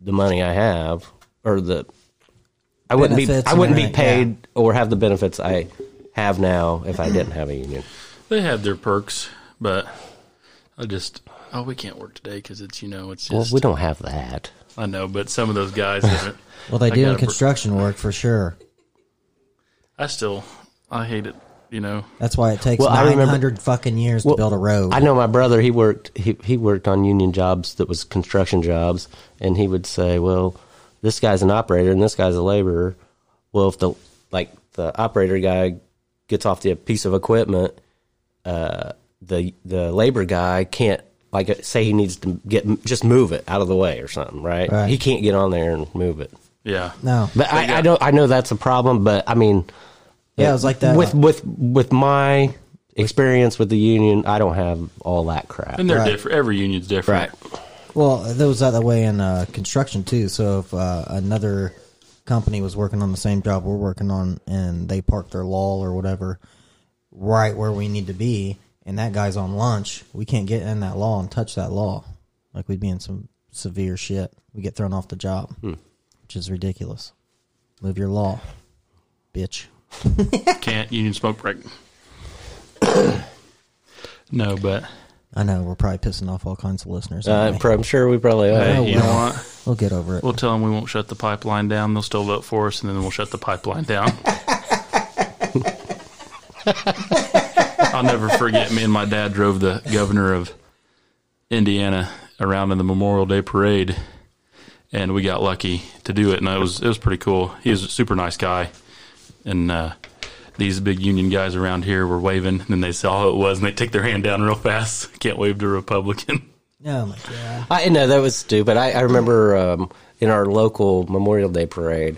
the money I have or the, I wouldn't Benefits be, I and wouldn't be everything, yeah. paid or have the benefits I have now if I didn't have a union. they had their perks, but I just, oh, we can't work today because it's, you know, it's Well, just, we don't have that. I know, but some of those guys haven't. well, they I do got in a- construction work for sure. I still, I hate it, you know. That's why it takes Well, I remember- 900 fucking years to Well, build a road. I know my brother. He worked. He he worked on union jobs that was construction jobs, and he would say, "Well, this guy's an operator and this guy's a laborer. Well, if the like the operator guy gets off the piece of equipment, uh, the the labor guy can't like say he needs to get just move it out of the way or something, right? Right. He can't get on there and move it. Yeah. No, But I, I don't. I know that's a problem. But I mean, yeah, it was like that. with with with my experience with the union, I don't have all that crap. And they're Right. different. Every union's different. Well, that was that way in uh, construction too. So if uh, another company was working on the same job we're working on, and they parked their lull or whatever right where we need to be, and that guy's on lunch, we can't get in that law and touch that law. Like we'd be in some severe shit. We get thrown off the job, Hmm. which is ridiculous. Move your law, bitch. Can't union smoke break. no, but I know we're probably pissing off all kinds of listeners. Uh, aren't we? pro- I'm sure we probably are. hey, you know well. what? we'll get over it. We'll tell them we won't shut the pipeline down. They'll still vote for us, and then we'll shut the pipeline down. I'll never forget. Me and my dad drove the governor of Indiana around in the Memorial Day parade, and we got lucky to do it. And it was it was pretty cool. He was a super nice guy, and uh, these big union guys around here were waving, and then they saw who it was, and they take their hand down real fast. Can't wave to a Republican. oh my god! I know that was stupid. I, I remember um, in our local Memorial Day parade,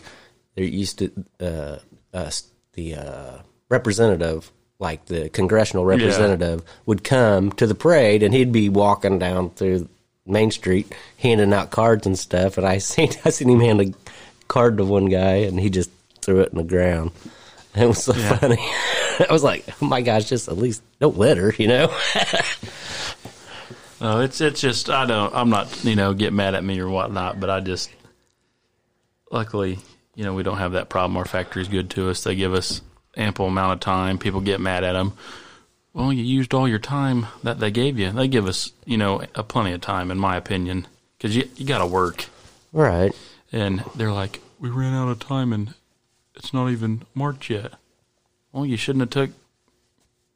there used to uh, uh, the uh, representative, like the congressional representative, would come to the parade, and he'd be walking down through Main Street handing out cards and stuff. And I seen I seen him hand a card to one guy, and he just threw it in the ground. It was so funny. I was like, "Oh my gosh! Just at least don't let her," you know. No, it's it's just I don't. I'm not you know get mad at me or whatnot, but I just luckily you know we don't have that problem. Our factory's good to us. They give us ample amount of time. People get mad at them. Well, you used all your time that they gave you. They give us you know a plenty of time, in my opinion, because you you got to work. Right. And they're like, we ran out of time and it's not even March yet. Well, you shouldn't have took,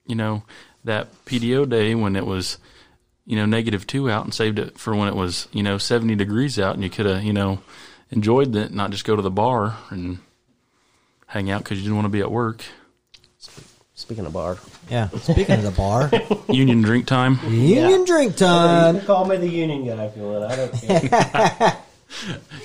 you know, that PDO day when it was, you know, negative two out and saved it for when it was, you know, 70 degrees out and you could have, you know, enjoyed it, not just go to the bar and hang out because you didn't want to be at work. Speaking of bar, Yeah. Speaking of the bar, Union drink time. union drink time. Um, call me the union guy if you want. I don't care.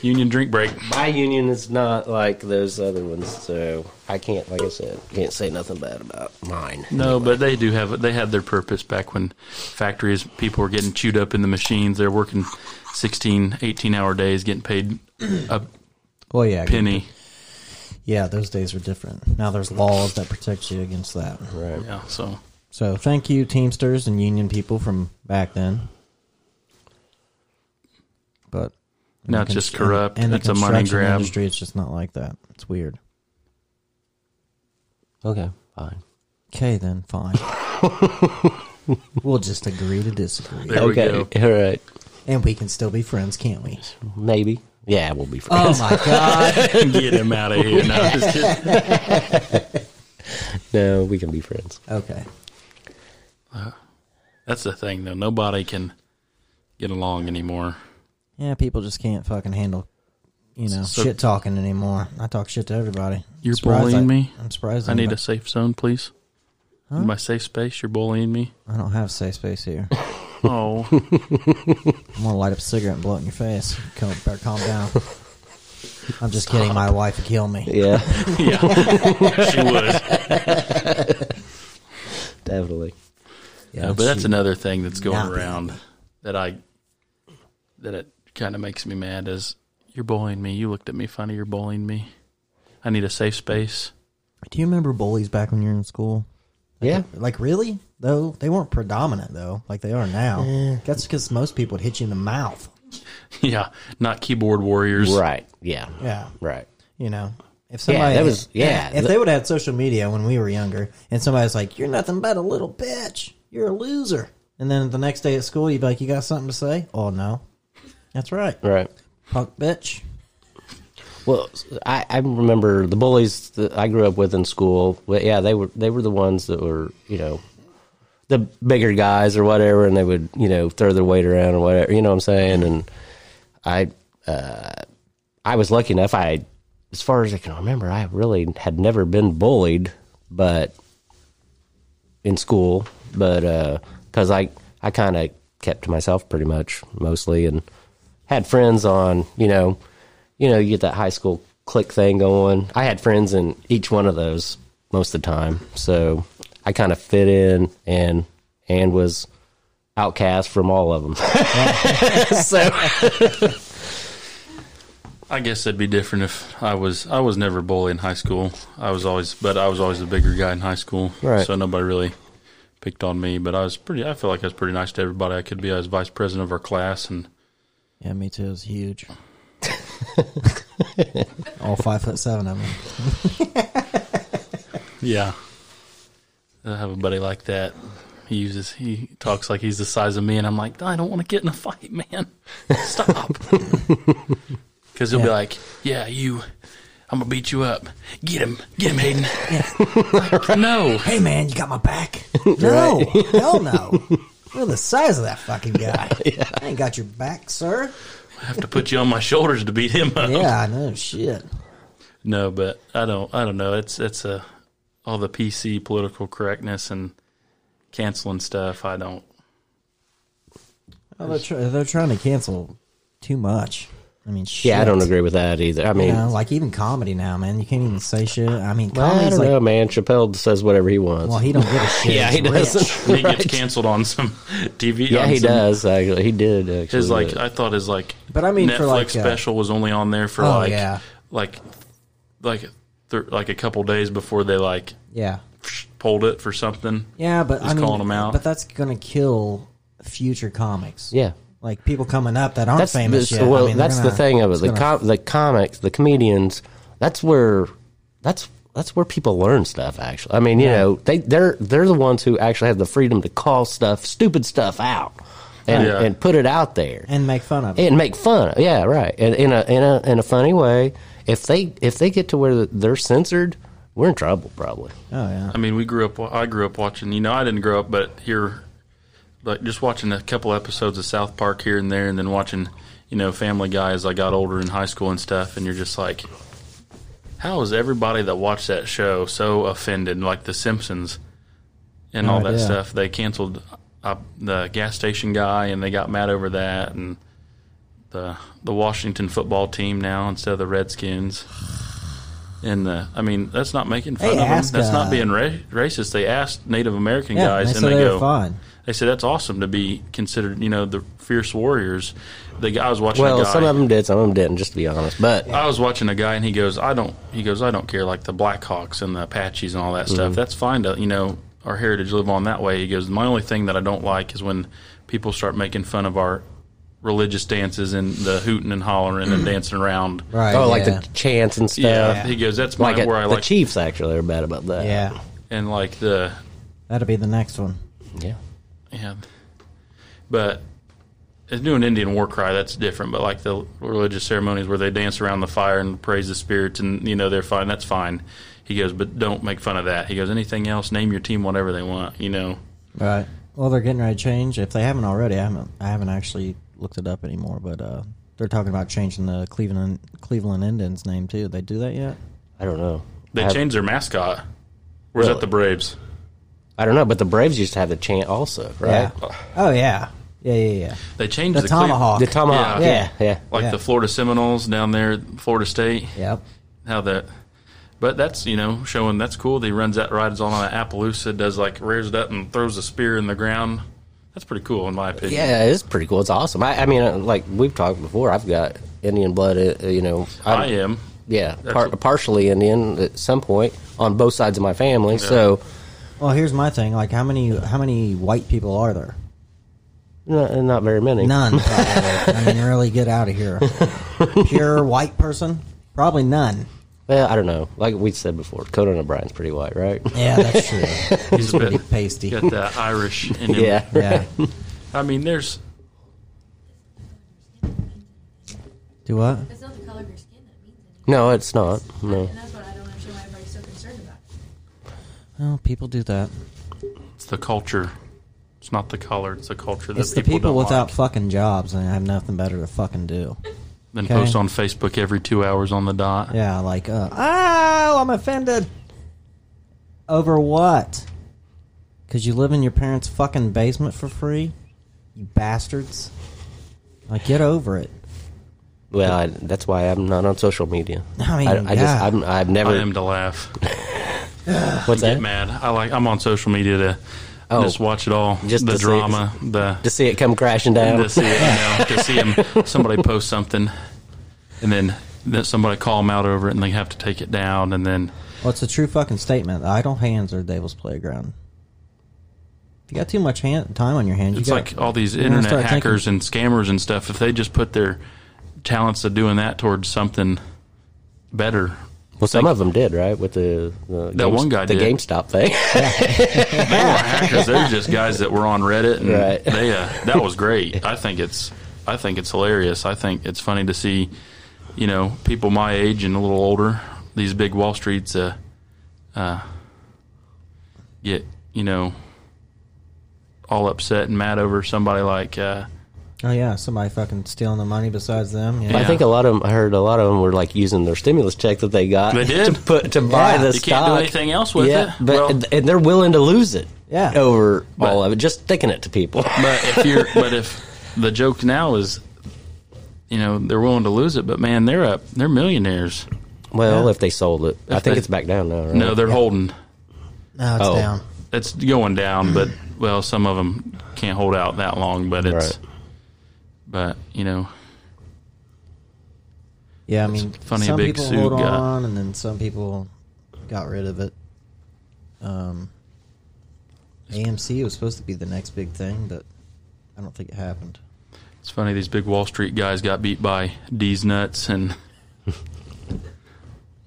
Union drink break. My union is not like those other ones, so I can't, like I said, can't say nothing bad about mine. No, but they do have they had their purpose back when factories people were getting chewed up in the machines. They're working 16, 18 hour days, getting paid a Well, yeah. penny. Yeah, those days were different. Now there's laws that protect you against that. Right. Yeah, so So thank you, Teamsters and union people from back then. But Now it's just corrupt. It's a money grab. Industry, it's just not like that. It's weird. Okay. Fine. Okay, then fine. we'll just agree to disagree, There we okay. go. All right. and we can still be friends, can't we? Maybe. Yeah, we'll be friends. Oh my god! Get him out of here. No, I'm just kidding. No, we can be friends. Okay, That's the thing though. Nobody can get along anymore. yeah, people just can't fucking handle, you know, So- shit talking anymore. I talk shit to everybody. You're Surprised bullying I- me? I'm surprised. I need anybody- a safe zone, please. In my safe space, you're bullying me. I don't have safe space here. Oh, I'm gonna light up a cigarette and blow it in your face. Come, better calm down. I'm just kidding. My wife would kill me. Yeah, yeah, she would. definitely. Yeah, No, but that's she- another thing that's going Not around that I that it kind of makes me mad is you're bullying me. You looked at me funny. You're bullying me. I need a safe space. Do you remember bullies back when you were in school? Yeah. Like really? Though they weren't predominant though, like they are now. Eh. That's because most people would hit you in the mouth. yeah, not keyboard warriors. Right. Yeah. Yeah. Right. You know, if Yeah, somebody that was- yeah. if they would have had social media when we were younger, and somebody's like, "You're nothing but a little bitch. You're a loser," and then the next day at school, you'd be like, "You got something to say?" Oh no, that's right, Right. punk bitch. Well, I, I remember the bullies that I grew up with in school. But yeah, they were they were the ones that were you know the bigger guys or whatever, and they would you know throw their weight around or whatever. You know what I'm saying? And I uh, I was lucky enough. I as far as I can remember, I really had never been bullied, but in school, but because I I kind of kept to myself pretty much mostly, and had friends on you know, you know you get that high school clique thing going. I had friends in each one of those most of the time, so I kind of fit in and and was outcast from all of them. so I guess that'd be different if I was. I was never bullied in high school. I was always, but I was always the bigger guy in high school. Right. So nobody really picked on me. But I was pretty. I feel like I was pretty nice to everybody I could be. I was vice president of our class, and Yeah, me too. It was huge. All five foot seven of them. Yeah. I have a buddy like that. He uses he talks like he's the size of me, and I'm like, I don't want to get in a fight, man. Stop. Because he'll be Yeah. like, Yeah, you. I'm gonna beat you up. Get him, get him, Hayden. Like, no, Hey man, you got my back? No, hell no. You're the size of that fucking guy. I ain't got your back, sir. Oh. I have to put you on my shoulders to beat him up. Yeah, I know. Shit. No, but I don't. I don't know. It's it's a all the PC political correctness and canceling stuff. I don't. Well, they're, try they're trying to cancel too much. I mean, shit. yeah, I don't agree with that either. I mean. You know, like even comedy now, man. You can't even say shit. I mean, I comedy's don't like, know, man. Chappelle says whatever he wants. well, he don't give a shit. yeah, he He's rich. does. He gets canceled on some TV. Yeah, on he some- does. Actually, he did. Actually, His like I thought his like But I mean Netflix for, like, uh, special was only on there for Oh, like yeah. like like thir- like a couple days before they like Yeah. pulled it for something. Yeah, but Just I mean, calling 'em out. but that's gonna kill future comics. yeah. like people coming up that aren't That's famous this- yet. well, I mean, they're that's the gonna- thing of it. it's The gonna- com- the comics, the comedians. That's where that's that's where people learn stuff. Actually, I mean, you know, they they're they're the ones who actually have the freedom to call stuff, stupid stuff out. and, Yeah. and put it out there and make fun of it. and make fun. of Yeah, right. In, in a in a in a funny way. If they if they get to where they're censored, we're in trouble probably. Oh yeah. I mean, we grew up. I grew up watching. You know, I didn't grow up, but here, like just watching a couple episodes of South Park here and there, and then watching, you know, Family Guy as I got older in high school and stuff. And you're just like, how is everybody that watched that show so offended? Like The Simpsons and all No that idea. stuff. They canceled uh, the gas station guy, and they got mad over that, and the the Washington football team now instead of the Redskins. And the, I mean, that's not making fun They of them. asked, That's uh, not being ra- racist. They asked Native American Yeah, guys, they and said they, they were go, fine. they said that's awesome to be considered. You know, the fierce warriors. The guy I was watching. a Well, guy, some of them did, some of them didn't. Just to be honest, but I was watching a guy, and he goes, "I don't." He goes, "I don't care." Like the Blackhawks and the Apaches and all that Mm-hmm. stuff. That's fine to you know our heritage live on that way. He goes, "My only thing that I don't like is when people start making fun of our religious dances and the hooting and hollering Mm. and dancing around." Right. oh, like yeah. the chants and stuff. Yeah, Yeah. he goes, "That's my, Like at- where I the like." Chiefs actually are bad about that. Yeah. and like the That'll be the next one. yeah. Yeah. But it's doing Indian war cry, that's different. But like the religious ceremonies where they dance around the fire and praise the spirits and, you know, they're fine, that's fine. He goes, but don't make fun of that. He goes, anything else, name your team whatever they want, you know. Right. Well, they're getting ready to change. If they haven't already, I haven't. I haven't actually looked it up anymore. But uh, they're talking about changing the Cleveland Cleveland Indians name too. They do that yet? I don't know. They I, have- changed their mascot. Where's that Really? the Braves? I don't know, but the Braves used to have the chant also, right? Yeah. Oh yeah. Yeah yeah yeah. They changed The the, Cle- tomahawk. The tomahawk. Yeah. Yeah, yeah. like Yeah. the Florida Seminoles down there, Florida State. Yep. how that but that's you know showing that's cool that he runs that rides on an appaloosa does like rears it up and throws a spear in the ground that's pretty cool in my opinion Yeah, it's pretty cool. It's awesome. I, I mean, uh, like we've talked before, I've got Indian blood. uh, You know, I'm- i am Yeah, par- Oh, That's- partially Indian at some point on both sides of my family. So Well, here's my thing. Like, how many how many white people are there? not, not very many. None. Probably. I mean, really, get out of here. Pure white person? Probably none. Well, I don't know. Like we said before, Conan O'Brien's pretty white, right? Yeah, that's true. he's a bit Pasty. got that irish in him. yeah. Yeah. i mean there's Do what? It's not the color of your skin that means anything. No, it's not. No. And that's what I don't understand why everybody's so concerned about. Oh, people do that. it's the culture it's not the color it's the culture that It's the people, people don't without like. fucking jobs and have nothing better to fucking do. then okay. post on facebook every two hours on the dot Yeah, like, uh, oh, I'm offended. Over what? Because you live in your parents' fucking basement for free? You bastards. Like, get over it. Well, I, that's why I'm not on social media. I mean, I, just God. I'm, I've never. i am to laugh what's get that? mad i like i'm on social media to Oh. just watch it all Just the to see- drama the To see it come crashing down. to see it, you know, to see him somebody post something, and then that somebody call them out over it, and they have to take it down, and then Well, it's a true fucking statement. Idle hands are devil's playground. If you got too much hand, time on your hands, it's you got, like all these gotta internet start hackers and scammers and stuff. If they just put their talents of doing that towards something better, well, some of them did, right? With the, the That one guy the did. GameStop thing. they weren't hackers. They're just guys that were on Reddit, and Right. they uh, that was great. I think it's I think it's hilarious. I think it's funny to see, you know, people my age and a little older, these big Wall Streets, uh, uh, get you know, all upset and mad over somebody like uh, oh yeah, somebody fucking stealing the money besides them. Yeah. I Yeah. think a lot of them. I heard a lot of them were like using their stimulus check that they got. They did. to put to buy Yeah. the You stock. you can't do anything else with yeah, it. but Well- and- and they're willing to lose it. Yeah. over But- all of it, just sticking it to people. But if you're, but if the joke now is, you know, they're willing to lose it, but man, they're up, they're millionaires. well, Yeah. if they sold it, I think they- it's back down now. Right? No, they're holding. No, it's Oh. down. it's going down, but well, some of them can't hold out that long. But it's, Right. but you know, Yeah, I mean, funny, some big people Sue hold got- on, and then some people got rid of it. Um, AMC was supposed to be the next big thing, but I don't think it happened. it's funny these big Wall Street guys got beat by D's nuts and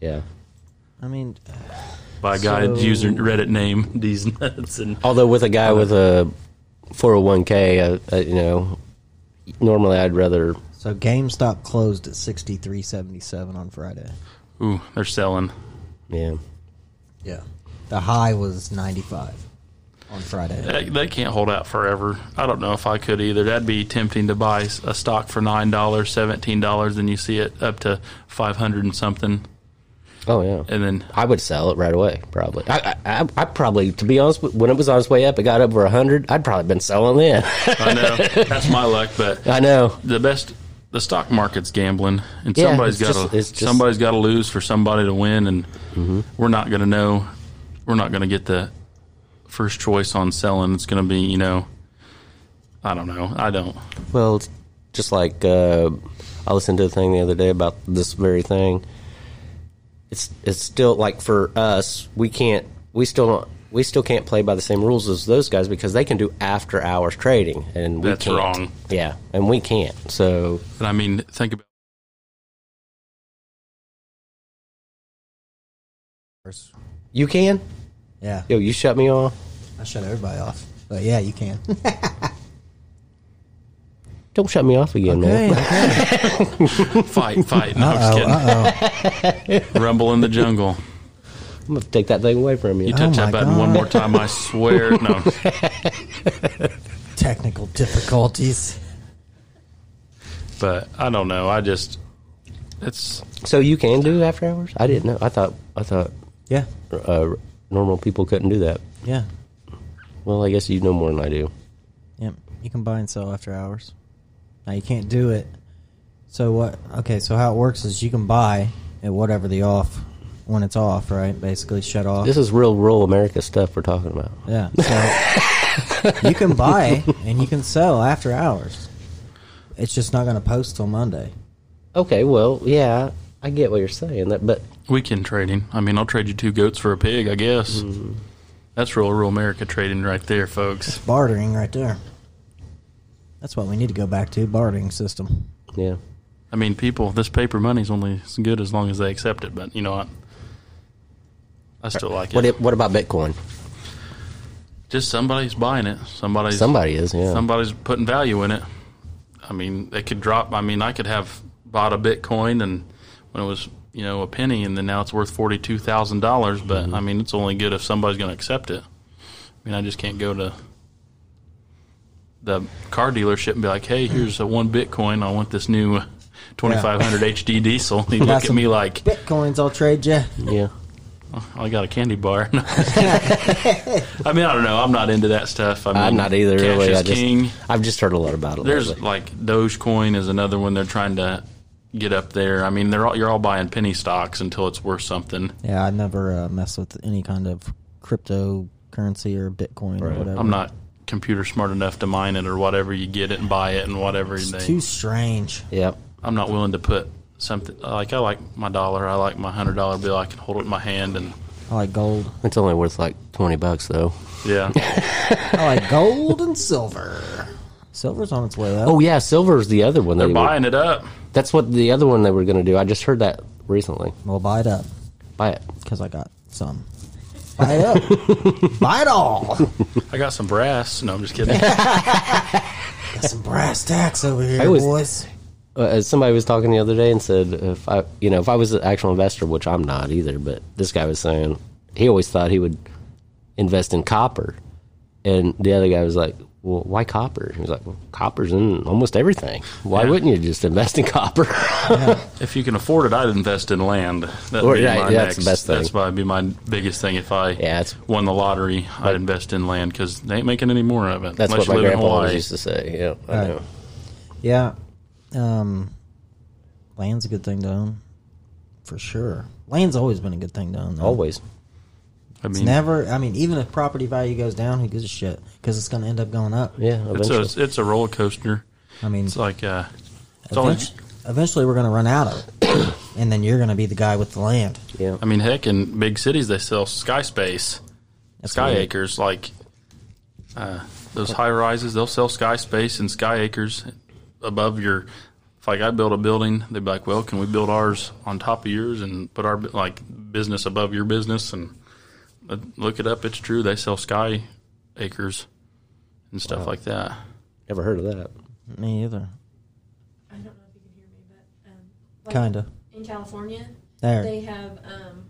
yeah. I mean, by a guy So- user Reddit name D's nuts and Although with a guy with a 401k, uh, uh, you know, normally I'd rather So GameStop closed at 63.77 on Friday. Ooh, they're selling. yeah. Yeah. The high was 95 on Friday. They, they can't hold out forever. I don't know if I could either. That'd be tempting to buy s- a stock for nine dollars, seventeen dollars, and you see it up to five hundred and something, Oh yeah. and then I would sell it right away, probably. I, I, I- I probably, to be honest, when it was on its way up, it got over hundred. I'd probably been selling then. I know that's my luck, but I know. the best the stock market's gambling and Yeah, somebody's it's got just- it's just- Mm-hmm. to somebody's got to lose for somebody to win and we're not going to know we're not going to get the first choice on selling it's going to be you know I don't know I don't Well, it's just like uh, I listened to a thing the other day about this very thing. It's it's still like for us, we can't, we still don't. We still can't play by the same rules as those guys because they can do after hours trading, and we That's can't. wrong. Yeah, and we can't. So but I mean think about you can. Yeah. Yo, you shut me off. I shut everybody off. But yeah, you can. Don't shut me off again, man. fight fight no, I'm just kidding rumble in the jungle I'm gonna take that thing away from you. you touch my that button one God. more time I swear no Technical difficulties. but I don't know I just it's So you can do after hours? I didn't know. I thought I thought Yeah. uh, normal people couldn't do that. Yeah. Well, I guess you know more than I do. Yep. You can buy and sell after hours. Now you can't do it. So what? Okay. So how it works is you can buy at whatever the off when it's off, right? Basically, shut off. This is real rural America stuff we're talking about. yeah. So you can buy and you can sell after hours. It's just not going to post till Monday. Okay, well, yeah, I get what you're saying. That, but weekend trading I mean I'll trade you two goats for a pig I guess that's real rural America trading right there folks. Bartering right there. That's what we need to go back to bartering system. yeah, I mean, people, this paper money's only as good as long as they accept it. But you know what? I still like what it. it, what about Bitcoin? Just somebody's buying it. Somebody's Somebody is, yeah. somebody's putting value in it. I mean, it could drop. I mean, I could have bought a Bitcoin and when it was you know a penny, and then now it's worth forty two thousand dollars. But Mm-hmm. I mean, it's only good if somebody's going to accept it. I mean, I just can't go to the car dealership and be like, "Hey, here's a one Bitcoin. I want this new." 2500 HD diesel. He'd Got look at some me like, "Oh, Bitcoins, I'll trade you. yeah, I got a candy bar. I mean, I don't know. I'm not into that stuff. I mean, I'm not either. Cash really, is I just, king. I've just heard a lot about it. There's lately. like Dogecoin is another one they're trying to get up there. I mean, they're all you're all buying penny stocks until it's worth something. Yeah, I never uh, mess with any kind of cryptocurrency or Bitcoin or whatever. I'm not computer smart enough to mine it or whatever. You get it and buy it and whatever. It's They, too strange. yep. I'm not willing to put something like I like my dollar. I like my hundred dollar bill. I can hold it in my hand and I like gold. It's only worth like twenty bucks though. yeah. I like gold and silver. Silver's on its way up. Oh yeah, silver is the other one. they're they were- buying it up. That's what the other one they were going to do. I just heard that recently. Well, buy it up Buy it. because I got some. Buy it up. buy it all. I got some brass. No, I'm just kidding. Got some brass tacks over here, I was- boys. Uh, as somebody was talking the other day and said, if I, you know, if I was an actual investor, which I'm not either, but this guy was saying he always thought he would invest in copper, and the other guy was like, "Well, why copper?" He was like, "Well, copper's in almost everything. Why Yeah. wouldn't you just invest in copper?" If you can afford it, I'd invest in land. That'd Or- be yeah, my yeah, that's next, the best thing. That's probably be my biggest thing. If I Yeah, it's- won the lottery, I'd invest in land because they ain't making any more of it. That's unless what my you live in grandpa always Hawaii. used to say. Yeah, I Right. know. Yeah. Um, land's a good thing to own, for sure. Land's always been a good thing to own. Though. Always. I It's mean, never. I mean, even if property value goes down, who gives a shit? Because it's going to end up going up. Yeah, it's eventually. a it's a roller coaster. I mean, It's like uh, it's always. event- eventually we're going to run out of it, and then you're going to be the guy with the land. yeah. I mean, heck, in big cities they sell sky space, That's sky weird. acres, like uh, those high rises. They'll sell sky space and sky acres above your. If like I build a building, they'd be like, "Well, can we build ours on top of yours and put our bu- like business above your business?" And uh, look it up; it's true. They sell sky acres, and and stuff like that. Never heard of that. Me either. I don't know if you can hear me, but um, like Kinda. in California, There. they have um,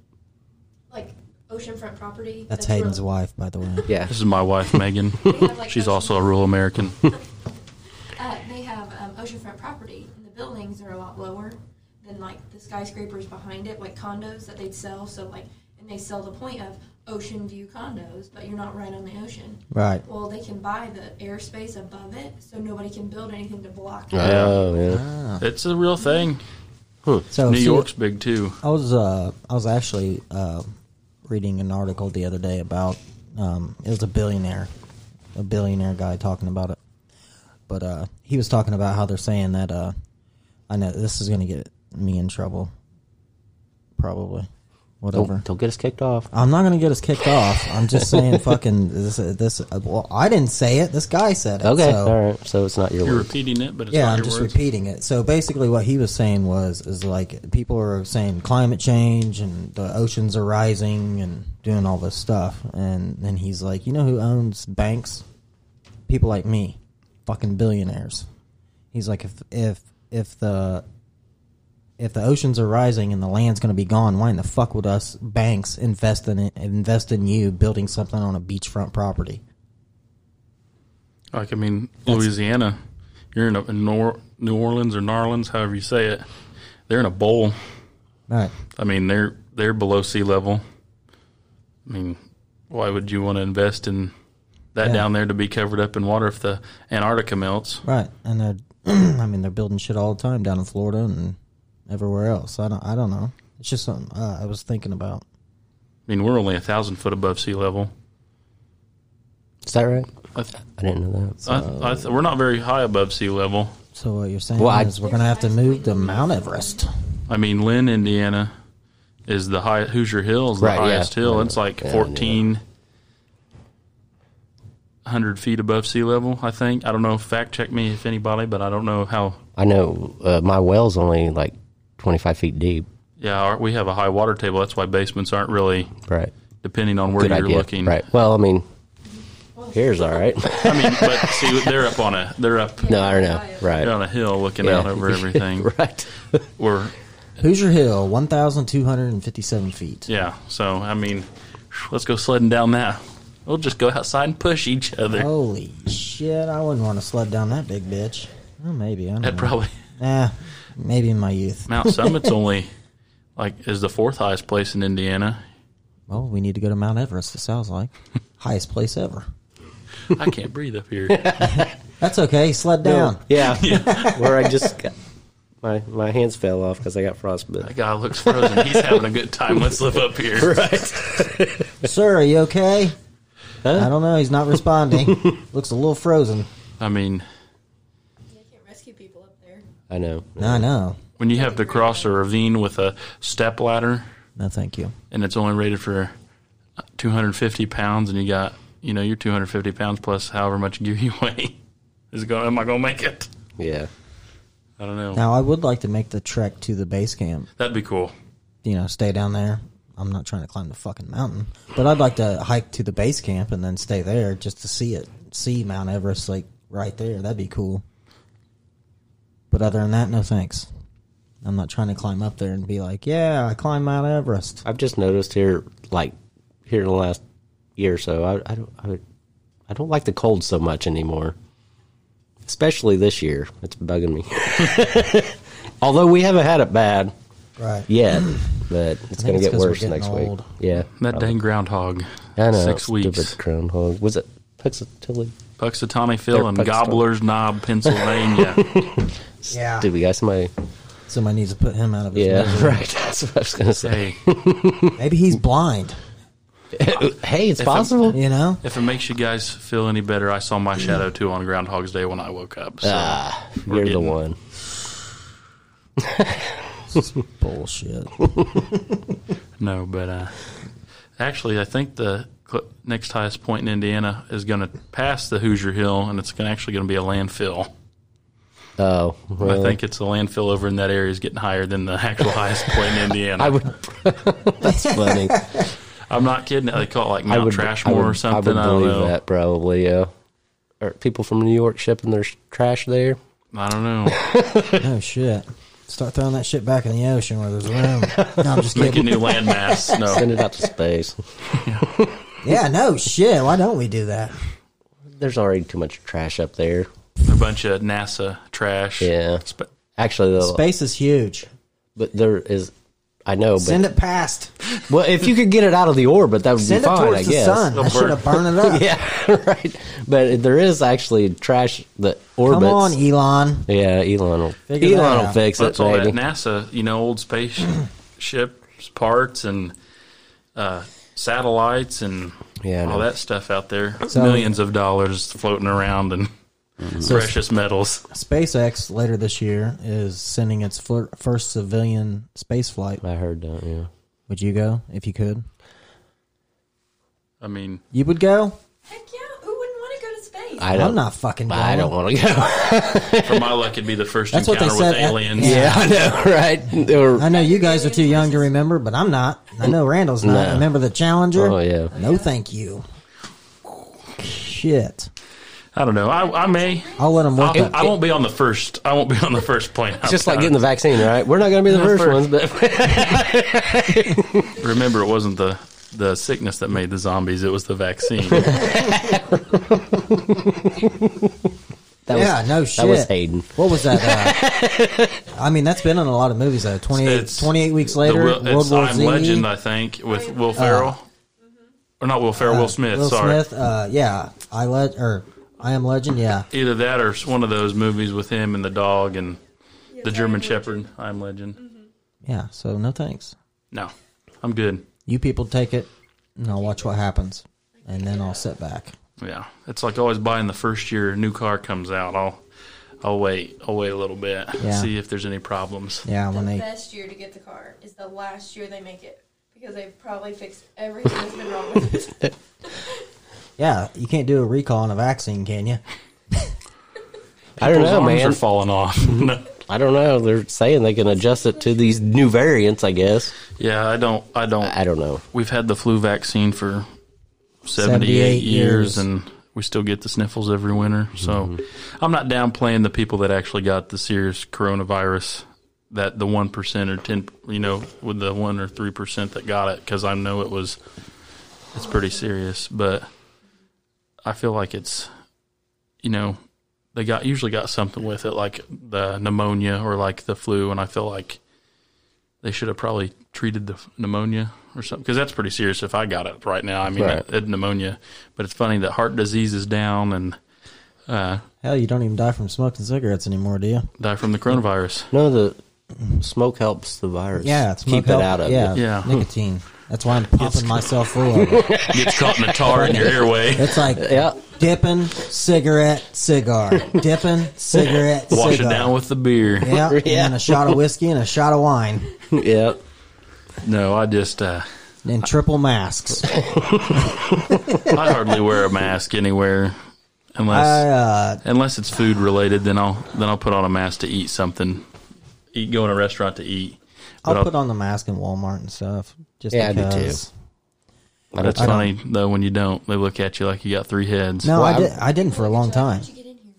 like oceanfront property. That's real- Hayden's wife, by the way. Yeah. This is my wife Megan. They have, like, She's ocean- also a rural American. Uh, they have um, oceanfront property, and the buildings are a lot lower than like the skyscrapers behind it, like condos that they'd sell. So like, and they sell the point of ocean view condos, but you're not right on the ocean. Right. Well, they can buy the airspace above it, so nobody can build anything to block it. Oh yeah. Ah. It's a real thing. So New Oh, see, York's big too. I was uh, I was actually uh, reading an article the other day about um, it was a billionaire, a billionaire guy talking about it, but uh, he was talking about how they're saying that uh, I know this is going to get me in trouble, probably, whatever. Don't, don't get us kicked off. I'm not going to get us kicked off. I'm just saying, fucking this. This. uh, Well, I didn't say it. This guy said it. Okay. so- All right. So it's not your You're word. repeating it, but it's yeah, not I'm your just words. repeating it. So basically, what he was saying was, is like people are saying climate change and the oceans are rising and doing all this stuff, and then he's like, you know who owns banks? People like me, fucking billionaires. He's like, if if if the if the oceans are rising and the land's going to be gone, why in the fuck would us banks invest in it, invest in you building something on a beachfront property? Like I mean, Louisiana. You're in, a, in Nor- New Orleans or Narlands, however you say it. They're in a bowl. All right. I mean, they're they're below sea level. I mean, why would you want to invest in that Yeah. down there to be covered up in water if the Antarctica melts? Right, and they're, I mean, they're building shit all the time down in Florida and everywhere else. I don't, I don't know. It's just something uh, I was thinking about. I mean, we're only a thousand foot above sea level. Is that right? I th- I didn't know that. I, I th- we're not very high above sea level. So what you're saying Well, I- is we're gonna have to move to Mount Everest. I mean, Lynn, Indiana, is the high Hoosier Hills, the Right, yeah. highest hill. It's like Yeah, I knew fourteen hundred feet above sea level. I think. I don't know. Fact check me if anybody, but I don't know how. I know uh, my well's only like 25 feet deep. Yeah, our, we have a high water table. That's why basements aren't really Right. depending on where Good you're idea. looking. Right. Well, I mean, here's all right. I mean, but see, they're up on a they're up no, I don't know. Right. they're on a hill looking Yeah. out over everything. right. We're Hoosier Hill, one thousand two hundred and fifty-seven feet. yeah. So I mean, let's go sledding down that. We'll just go outside and push each other. Oh. Holy shit! I wouldn't want to sled down that big bitch. Well, maybe I don't That know. probably Nah, maybe in my youth. Mount Summit's only like is the fourth highest place in Indiana. Well, we need to go to Mount Everest. It sounds like highest place ever. I can't breathe up here. I That's okay. Sled down. Yeah. Where I just got, my my hands fell off because I got frostbite. guy looks frozen. He's having a good time. Let's live up here. Right. Sir, are you okay? I don't know. He's not responding. Looks a little frozen. I mean, You can't rescue people up there. I know. I know. when you have to cross a ravine with a step ladder No, thank you. and it's only rated for 250 pounds, and you got you know your 250 pounds plus however much gear you weigh. Is it going? Am I going to make it? Yeah. I don't know. Now, I would like to make the trek to the base camp. That'd be cool. You know, stay down there. I'm not trying to climb the fucking mountain, but I'd like to hike to the base camp and then stay there just to see it, see Mount Everest like right there. That'd be cool. But other than that, no thanks. I'm not trying to climb up there and be like, yeah, I climbed Mount Everest. I've just noticed here, like here in the last year or so, I, I don't, I, I don't like the cold so much anymore. Especially this year, it's bugging me. Although we haven't had it bad Right. yet, but it's going it's to get 'cause we're worse getting next old. week. Yeah, That dang groundhog. I know. Six stupid weeks. groundhog. Was it Puxatilly? Puxatawny Phil They're in Puxataw- Gobbler's Knob, Pennsylvania. Yeah. Did we got somebody? Somebody needs to put him out of his Yeah, misery. right. That's what I was going to say. hey, Maybe he's blind. Hey, it's I'm- possible. You know. if it makes you guys feel any better, I saw my shadow too on Groundhog's Day when I woke up. So Ah, We're you're the getting- one. Bullshit. no, but uh, actually, I think the cl- next highest point in Indiana is going to pass the Hoosier Hill, and it's gonna, actually going to be a landfill. Oh, I well, think it's the landfill over in that area is getting higher than the actual highest point in Indiana. I would. that's funny. I'm not kidding. They call it like I Mount would, I Trashmore would- or something. I, I would don't believe know. that probably. Yeah, or people from New York shipping their sh- trash there? I don't know. Oh shit! Start throwing that shit back in the ocean where there's room. No, I'm just Make a kidding. new landmass. No, Send it out to space. Yeah, no shit. Why don't we do that? There's already too much trash up there. a bunch of NASA trash. Yeah. Sp- Actually, though, Space is huge. but there is. I know, but Send it past. well, if you could get it out of the orbit, that would Send be it fine. towards I the guess. sun. It'll I should have burned it up. Yeah, right. But there is actually trash that orbits. Come on, Elon. Yeah, Elon will. Figure that Elon will out. fix That's it. all Maybe. that NASA, you know, old spaceships parts and uh, satellites and Yeah, I all know. that stuff out there. So- Millions of dollars floating around and Mm-hmm. precious metals. SpaceX later this year is sending its fir- first civilian space flight. I heard that. Yeah. Would you go if you could? I mean, You would go. Heck yeah, who wouldn't want to go to space? I don't. I'm not fucking going. I don't want to go. for my luck, it'd be the first That's what they encounter with said at- aliens. yeah. Yeah, I know, right? Or- I know you guys are too young to remember, but I'm not. I know Randall's not. No. Remember the Challenger? oh yeah. No, thank you. Shit. I don't know. I, I may. I'll let him work Oh, I'll, it. I won't be on the first. I won't be on the first plane. It's just like getting the vaccine, right? We're not going to be the first, first. ones, but Remember, it wasn't the the sickness that made the zombies. It was the vaccine. that yeah, was no shit. that was Hayden. What was that? Uh, I mean, that's been in a lot of movies though. 28, It's 28 weeks The later, Will- World it's War I'm Z. Oh. Legend, I think, with Will Ferrell. Or not Will Ferrell, Will Smith. Uh, Will sorry. Smith. Uh, yeah, I let or I am Legend. Yeah, Either that or one of those movies with him and the dog and the German Shepherd. I'm Legend. yeah. So no thanks. No, I'm good. You people take it, and I'll watch what happens, and then I'll sit back. Yeah, it's like always buying the first year a new car comes out. I'll I'll wait. I'll wait a little bit. Yeah. See if there's any problems. Yeah, when the they best year to get the car is the last year they make it because they've probably fixed everything that's been wrong with it. yeah, you can't do a recall on a vaccine, can you? I don't People's know, arms man. are falling off. No. Mm-hmm. I don't know. They're saying they can adjust it to these new variants. I guess. Yeah, I don't. I don't. I don't know. We've had the flu vaccine for 78 78 years. years and we still get the sniffles every winter. So I'm not downplaying the people that actually got the serious coronavirus, that the 1% or 10, you know, with the 1 or 3% that got it cuz I know it was it's pretty serious, but I feel like it's you know, they got usually got something with it like the pneumonia or like the flu and I feel like they should have probably treated the f- pneumonia or something because that's pretty serious if I got it right now. I mean, Right. it- it pneumonia, but it's funny that heart disease is down and uh, Hell, you don't even die from smoking cigarettes anymore, do you? die from the coronavirus. No, the smoke helps the virus. Yeah, it's keep smoke it help- out of yeah, you. Yeah. nicotine. That's why I'm pumping myself full of it. Gets caught in the tar in your airway. It's like Yeah, dipping cigarette cigar, dipping cigarette cigar. Wash it down with the beer. yeah, and then a shot of whiskey and a shot of wine yeah. No, I just uh, and triple masks. I hardly wear a mask anywhere I unless uh, unless it's food related. Then I'll then I'll put on a mask to eat something. Eat go in a restaurant to eat. I'll I'll- put on the mask in Walmart and stuff. Just Yeah, I do because. too. That's I don't- funny though when you don't. They look at you like you got three heads. No, Well, I I- did. I didn't for a long time. How'd you get in here?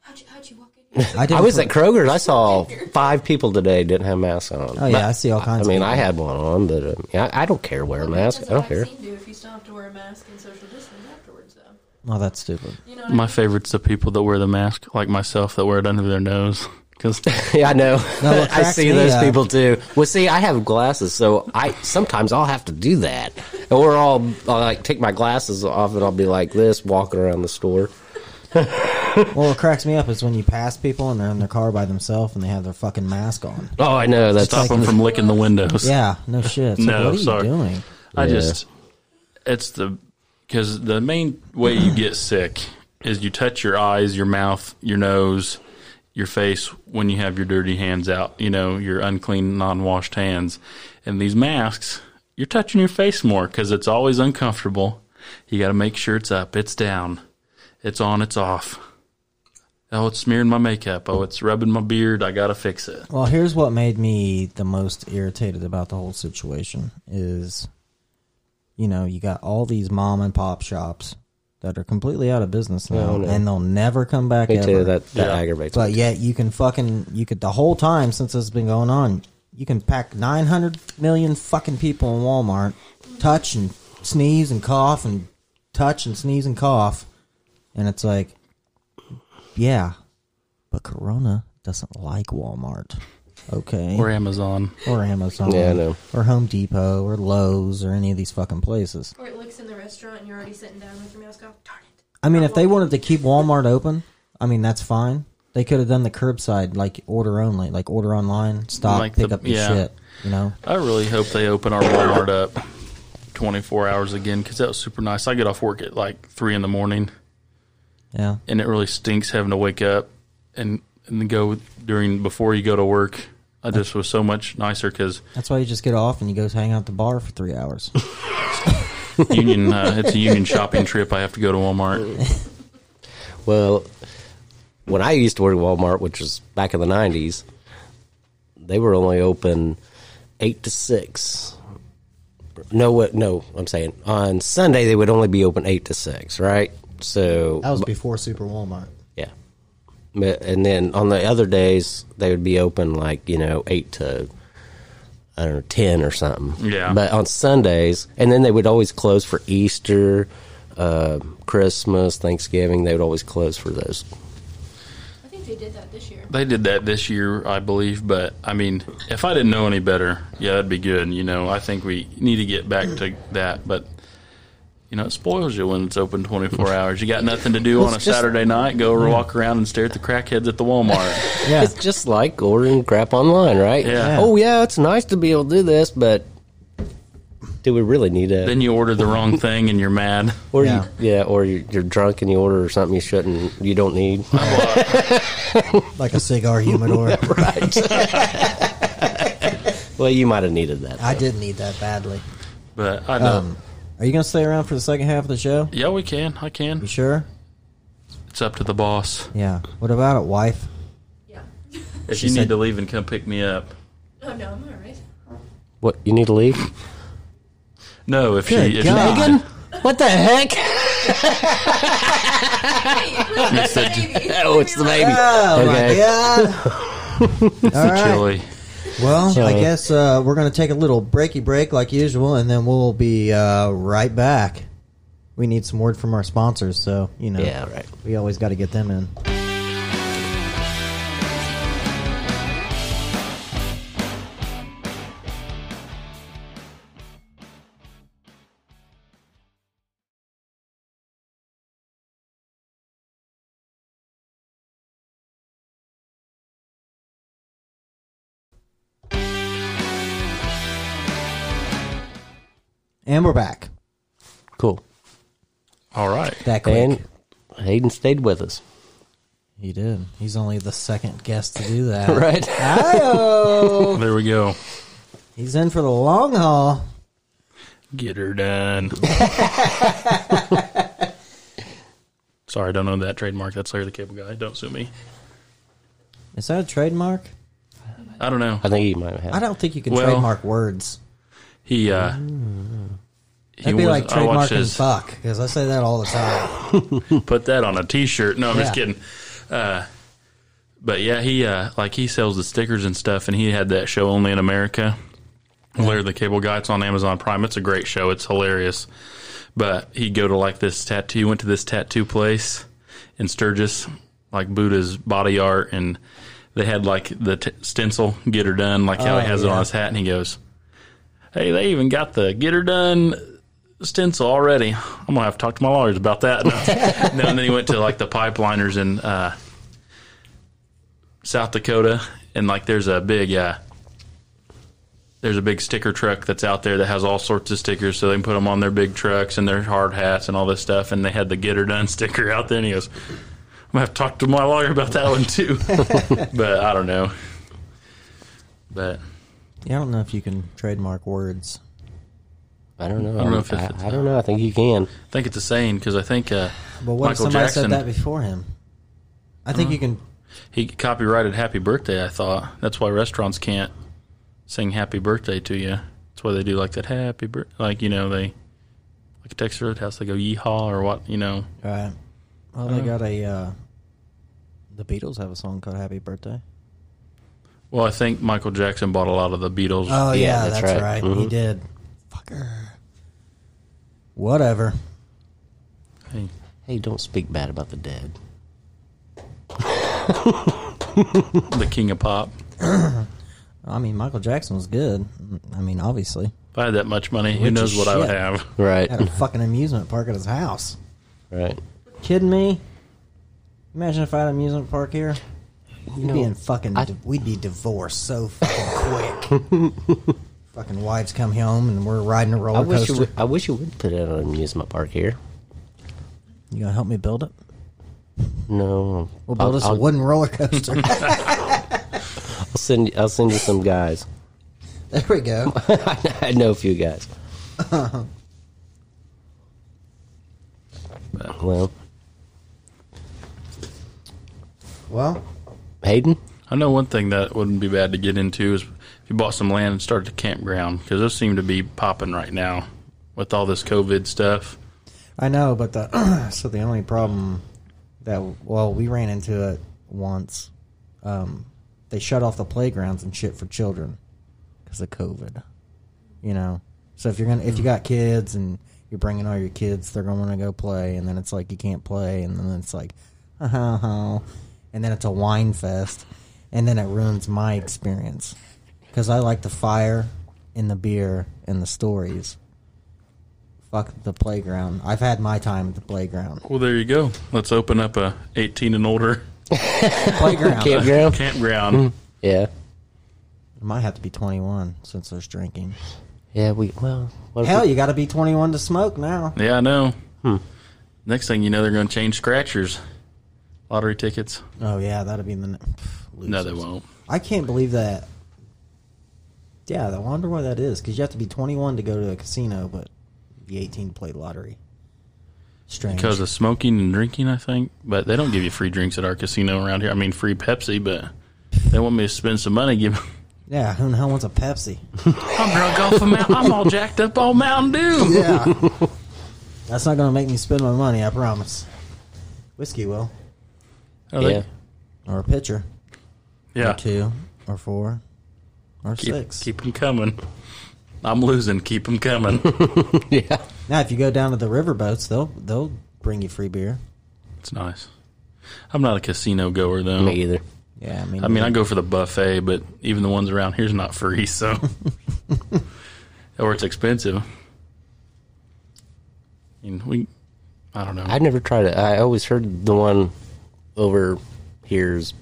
How'd you, how'd you walk in here? I, didn't I was for, at Kroger's. I saw five people today didn't have masks on. Oh yeah, I see all kinds. I mean, of I people. had one on, but um, yeah, I don't care wear a mask. I don't care. What does a vaccine do if you still have to wear a mask and social distance afterwards, though? Oh, that's stupid. You know what My favorite's the people that wear the mask, like myself, that wear it under their nose. Because Yeah, I know. No, what I cracks see me those up- people too. Well, see, I have glasses, so I sometimes I'll have to do that, or I'll, I'll like take my glasses off and I'll be like this, walking around the store. Well, what cracks me up is when you pass people and they're in their car by themselves and they have their fucking mask on. Oh, I know. That's stop them from licking the windows. Yeah, no shit. It's like, No, what are sorry. you doing? I Yeah. just, it's the, because the main way you get sick is you touch your eyes, your mouth, your nose, your face when you have your dirty hands out, you know, your unclean, non washed hands. And these masks, you're touching your face more because it's always uncomfortable. You got to make sure it's up, it's down, it's on, it's off. Oh, it's smearing my makeup. Oh, it's rubbing my beard. I got to fix it. Well, here's what made me the most irritated about the whole situation is, you know, you got all these mom and pop shops that are completely out of business now, I know. and they'll never come back. Me ever. too. That that Yeah. aggravates But me. yet you can fucking you could the whole time since this has been going on, you can pack nine hundred million fucking people in Walmart, touch and sneeze and cough and touch and sneeze and cough, and it's like, yeah, but Corona doesn't like Walmart, okay, or or, Amazon. Amazon, Yeah, I know. or Home Depot, or Lowe's, or any of these fucking places. Or it looks in the restaurant and you're already sitting down with your mask off. Darn it. I mean, if they wanted to keep Walmart open, I mean that's fine. They could have done the curbside, like order only, like order online, stop, Like pick the- up your yeah. shit. You know, I really hope they open our Walmart up 24 hours again because that was super nice. I get off work at like 3 in the morning, yeah, and it really stinks having to wake up and, and go during before you go to work. I just was so much nicer because that's why you just get off and you go hang out at the bar for three hours. union. Uh, it's a union shopping trip. I have to go to Walmart. Well, when I used to work at Walmart, which was back in the '90s, they were only open eight to six. No, what? No, I'm saying on Sunday they would only be open eight to six, right? So That was before Super Walmart. yeah, But- and then on the other days they would be open like you know eight to I don't know ten or something. Yeah. but on Sundays, and then they would always close for Easter. Uh, Christmas, Thanksgiving, they would always close for those. I think they did that this year. They did that this year, I believe. But I mean, if I didn't know any better, yeah, that'd be good. You know, I think we need to get back to that. But you know, it spoils you when it's open 24 hours. You got nothing to do on a It's just- Saturday night. Go walk around and stare at the crackheads at the Walmart. Yeah, It's just like ordering crap online, right? Yeah. Oh yeah, it's nice to be able to do this, but do we really need to? then you order the wrong thing and you're mad. or Yeah. You, yeah, or you're, you're drunk and you order something you shouldn't, you don't need. like a cigar humidor. well, you might have needed that. I did need that badly. Um, But I know. Are you gonna stay around for the second half of the show? yeah, we can. I can. You sure? It's up to the boss. Yeah. What about it, wife? Yeah. If you said- need to leave and come pick me up. Oh no, I'm all right. What you need to leave? No, if Good she if God. she- Megan, what the heck? Hey, it's said- the baby. Oh, it's the baby. Oh Okay. my god! All right. chili. Well, I So- guess uh, we're going to take a little breaky break like usual, and then we'll be uh, right back. We need some word from our sponsors, so, you know, Yeah, right. we always got to get them in. And we're back Cool. All right. that quick. And Hayden stayed with us, he did. He's only the second guest to do that. right? Hi-oh! There we go. He's in for the long haul. Get her done. Sorry, I don't own that trademark. That's Larry the Cable Guy. Don't sue me. Is that a trademark? I don't know. I think he might I have. don't think you can Well, trademark words. He uh he Mm. That'd be like I watched trademarking his fuck, because I say that all the time. put that on a t-shirt. No, I'm just Yeah. kidding. Uh but yeah, he uh like he sells the stickers and stuff and he had that show only in America. Larry the Cable Guy. It's on Amazon Prime. It's a great show. It's hilarious. But he'd go to like this tattoo. He went to this tattoo place in Sturgis, like Buddha's body art, and they had like the t- stencil "Get Her Done," like how he Oh, has it yeah. on his hat, and he goes, "Hey, they even got the Get Her Done." Stencil already. I'm gonna have to talk to my lawyers about that. No, and then he went to like the pipeliners in uh, South Dakota, and like there's a big uh, there's a big sticker truck that's out there that has all sorts of stickers, so they can put them on their big trucks and their hard hats and all this stuff. And they had the "Get Her Done" sticker out there, and he goes, "I'm gonna have to talk to my lawyer about that one too." but I don't know. But yeah, I don't know if you can trademark words. I don't know. I don't don't know. know if I, it's- I don't know. I think you can. I think it's a saying because I think uh, But what if Michael somebody Jackson said that before him? I think you can. he copyrighted "Happy Birthday." I thought that's why restaurants can't sing "Happy Birthday" to you. That's why they do like that "Happy Birthday," like you know they like a Texas Roadhouse, they go yeehaw or what, you know. All right. Well, they got a. Uh, the Beatles have a song called "Happy Birthday." Well, I think Michael Jackson bought a lot of the Beatles. Oh yeah, Yeah, that's, that's right. right. He Mm-hmm. Mhm. did. Fucker. Whatever. Hey, Hey, don't speak bad about the dead. the king of pop. I mean, Michael Jackson was good. I mean, obviously, If I had that much money, who Rich knows as what I would shit. have? Right. had a fucking amusement park at his house. right. Kidding me? Imagine if I had an amusement park here. We'd know, be in fucking. I- di- we'd be divorced so fucking quick. fucking wives come home and we're riding a roller I wish coaster. you You, would, I wish you would put in an amusement park here. gonna help me build it? No. We'll build us a I'll, wooden roller coaster. I'll send you, I'll send you some guys. there we go. I know a few guys. well, Well, Hayden, I know one thing that wouldn't be bad to get into is if you bought some land and started a campground because those seem to be popping right now with all this COVID stuff. I know, but the so the only problem that well we ran into it once. Um, they shut off the playgrounds and shit for children because of COVID. You know, so if you're gonna if you got kids and you're bringing all your kids, they're gonna want to go play, and then it's like you can't play, and then it's like, and then it's a wine fest, and then it ruins my experience because I like the fire and the beer and the stories. Fuck the playground. I've had my time at the playground. Well, there you go. Let's open up a 18 and older Playground. campground. campground. Hmm. Yeah, It might have to be 21 since there's drinking. yeah. We well, what if Hell, we- you got to be 21 to smoke now. Yeah, I know. Hmm. Next thing you know, they're going to change scratchers, lottery tickets. Oh yeah, that'll be in the. ne- Pff, No, they losers. won't. I can't believe that. Yeah, I wonder why that is because you have to be 21 to go to a casino, but be 18 to play lottery. Strange. Because of smoking and drinking, I think. But they don't give you free drinks at our casino around here. I mean, free Pepsi, but they want me to spend some money. Give. yeah, who the hell wants a Pepsi? I'm drunk off of Mount. I'm all jacked up on Mountain Dew. Yeah, that's not gonna make me spend my money. I promise. Whiskey will, Are they- yeah. or a pitcher, yeah. or two, or four, or Keep, six. keep them coming. I'm losing. Keep them coming. yeah, Now, if you go down to the river boats, they'll they'll bring you free beer. it's nice. I'm not a casino goer though. Me either. Yeah, I mean, I mean, I go for the buffet, but even the ones around here's not free, so or it's expensive. And we, I don't know. I never tried it. I always heard the one over here's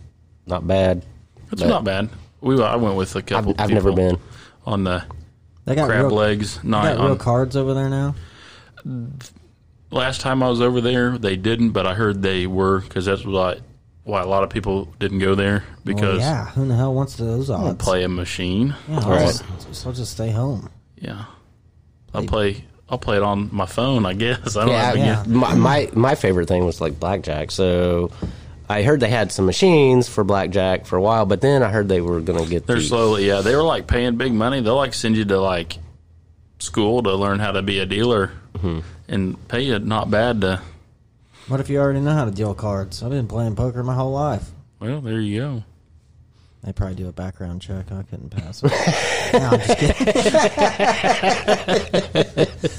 not bad. it's but not bad. We I went with a I've, couple. I've never people been. on the they got crab real, legs they night. got real On, cards over there now. last time I was over there, they didn't, but I heard they were because that's why why a lot of people didn't go there Well, because Oh, yeah, who in the hell wants those odds? play a machine. Yeah, I'll, All right. just, so I'll just stay home. Yeah. I'll play I'll play it on my phone, I guess. I don't Yeah, have to yeah. get- my, my my favorite thing was like blackjack. So I heard they had some machines for blackjack for a while, but then I heard they were going to get They're the, slowly yeah, they were like paying big money. They'll like send you to like school to learn how to be a dealer Mm-hmm. and pay you not bad to What if you already know how to deal cards? I've been playing poker my whole life. well, there you go. They probably do a background check. I couldn't pass it. no, I'm just kidding.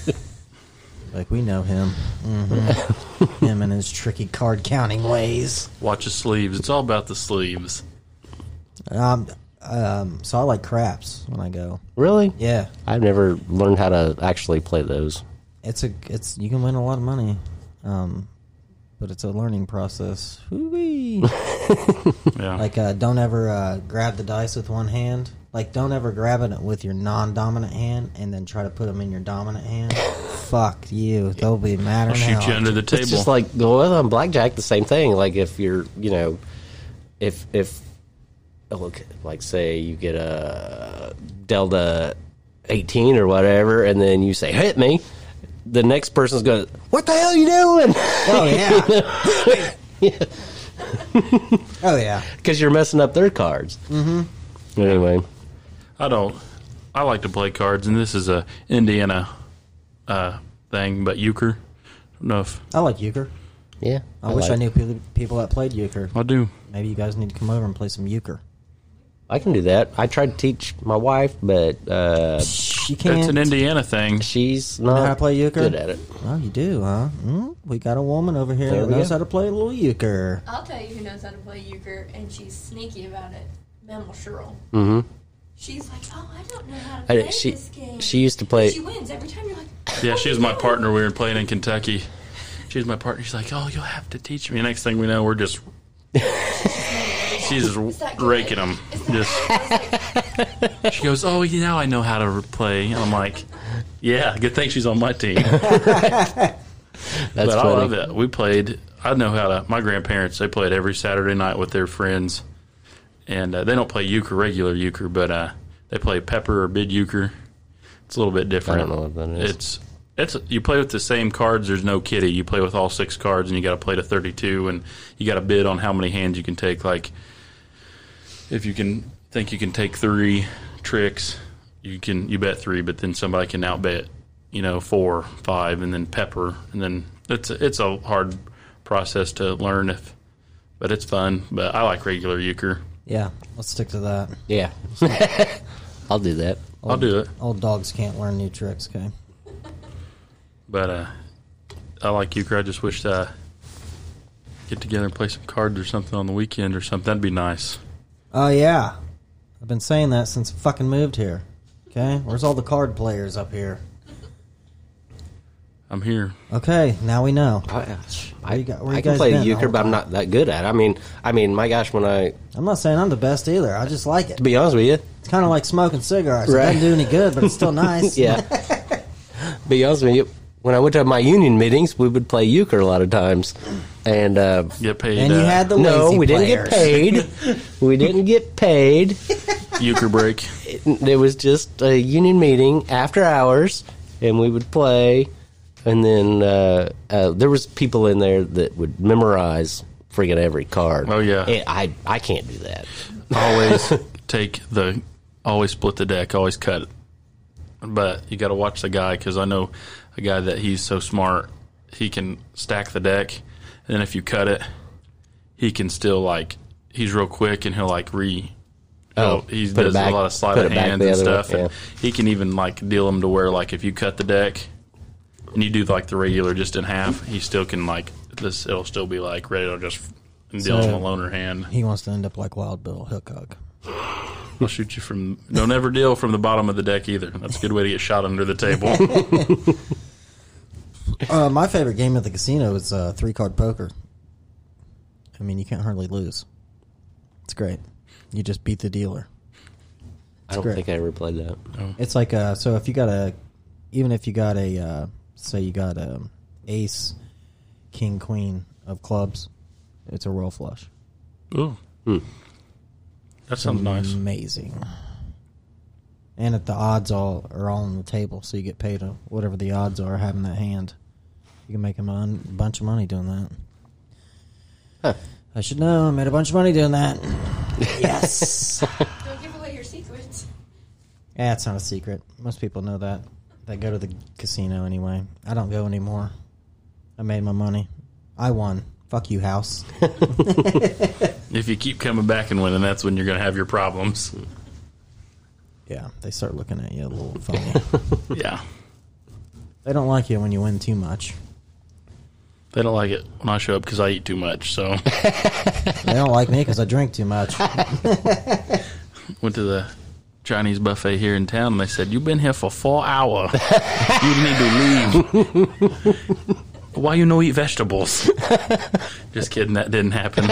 like we know him, Mhm. him and his tricky card counting ways. Watch the sleeves. It's all about the sleeves. Um, um, so I like craps when I go. really. Yeah, I've never learned how to actually play those. it's a it's you can win a lot of money, um, but it's a learning process. Hoo-wee. Yeah. Like, uh, don't ever uh, grab the dice with one hand. Like, don't ever grab it with your non-dominant hand and then try to put them in your dominant hand. Fuck you. They'll be mad I'll at shoot you under the table. It's just like well, on blackjack, the same thing. Like if you're, you know, if if oh, look, like say you get a Delta eighteen or whatever, and then you say hit me, the next person's going, to what the hell you doing? Oh yeah. oh yeah. Because you're messing up their cards. Mm-hmm. Anyway, I don't I like to play cards and this is a Indiana uh thing, but euchre. I don't know if I like euchre. Yeah. I, wish like I it. knew people, people that played euchre. I do. Maybe you guys need to come over and play some euchre. I can do that. I tried to teach my wife, but uh, Shh, You can't. That's an Indiana thing. she's You not know how to play euchre? good at it. Oh, you do, huh? Mm, we got a woman over here There that we knows go. how to play a little euchre. I'll tell you who knows how to play euchre, and she's sneaky about it. Mammal Sherrill. Mhm. She's like, oh, I don't know how to I- play she- this game. she used to play- She wins every time. You're like, "Oh, Yeah, "What she are was you my doing?" partner. We were playing in Kentucky. She was my partner. She's like, "Oh, you'll have to teach me." Next thing we know, we're just she's It's not good. raking them. It's not Just good. I was like, she goes, "Oh, yeah, now I know how to play." I'm like, "Yeah, good thing she's on my team." That's but funny. I love it. We played. I know how to. My grandparents they played every Saturday night with their friends, and uh, they don't play euchre, regular euchre, but uh, they play pepper or bid euchre. It's a little bit different. know what that is. It's it's you play with the same cards. There's no kitty. You play with all six cards, and you got to play to 32, and you got to bid on how many hands you can take. Like if you can think you can take three tricks, you can you bet three, but then somebody can outbet you know four, five, and then pepper, and then it's a, it's a hard process to learn if, but it's fun. But I like regular euchre. Yeah, let's stick to that. Yeah. I'll do that. I'll do it, Old dogs can't learn new tricks, okay? but uh, I like euchre. I just wish to uh, get together and play some cards or something on the weekend or something. That'd be nice. Oh, yeah. I've been saying that since I fucking moved here. Okay? Where's all the card players up here? I'm here. Okay, now we know. I, you got- where you I can guys play been the euchre, whole but time? I'm not that good at it. I mean, I mean, my gosh, when I I'm not saying I'm the best either. I just like it. to be honest with you, It's kind of like smoking cigarettes. It Right. doesn't do any good, but it's still nice. yeah. be honest with you, when I went to my union meetings, we would play euchre a lot of times, and uh, Get paid. And you uh, had the no, lazy we didn't players. get paid. we didn't get paid. euchre break. It, it was just a union meeting after hours, and we would play. And then uh, uh, there was people in there that would memorize friggin' every card. Oh, yeah. Eh, I I can't do that. always take the always split the deck always cut it but you got to watch the guy because i know a guy that he's so smart he can stack the deck and then if you cut it he can still like he's real quick and he'll like re Oh, he put it does back- a lot of sleight put of it back hands the and other way, stuff and yeah. he can even like deal them to where like if you cut the deck and you do like the regular just in half he still can like this it'll still be like ready to just deal him a loner hand He wants to end up like Wild Bill Hickok. I'll shoot you from. Don't ever deal from the bottom of the deck either. That's a good way to get shot under the table. Uh, my favorite game at the casino is uh, three card poker. I mean, you can't hardly lose. It's great. You just beat the dealer. I don't great. think I ever played that. It's like uh, so if you got a, even if you got a, uh, say you got a ace, king, queen of clubs, it's a royal flush. Ooh, Hmm. Mm. that sounds nice. Amazing. And if the odds all are all on the table, so you get paid uh, whatever the odds are having that hand, you can make a mon- bunch of money doing that. Huh. I should know. I made a bunch of money doing that. yes. Don't give away your secrets. Yeah, it's not a secret. Most people know that. They go to the casino anyway. I don't go anymore. I made my money. I won. Fuck you, house. If you keep coming back and winning, that's when you're going to have your problems. yeah, they start looking at you a little funny. Yeah, they don't like you when you win too much. they don't like it when I show up because I eat too much. So They don't like me because I drink too much. went to the Chinese buffet here in town, and they said you've been here for four hours. You need to leave. Why you no eat vegetables? Just kidding. That didn't happen.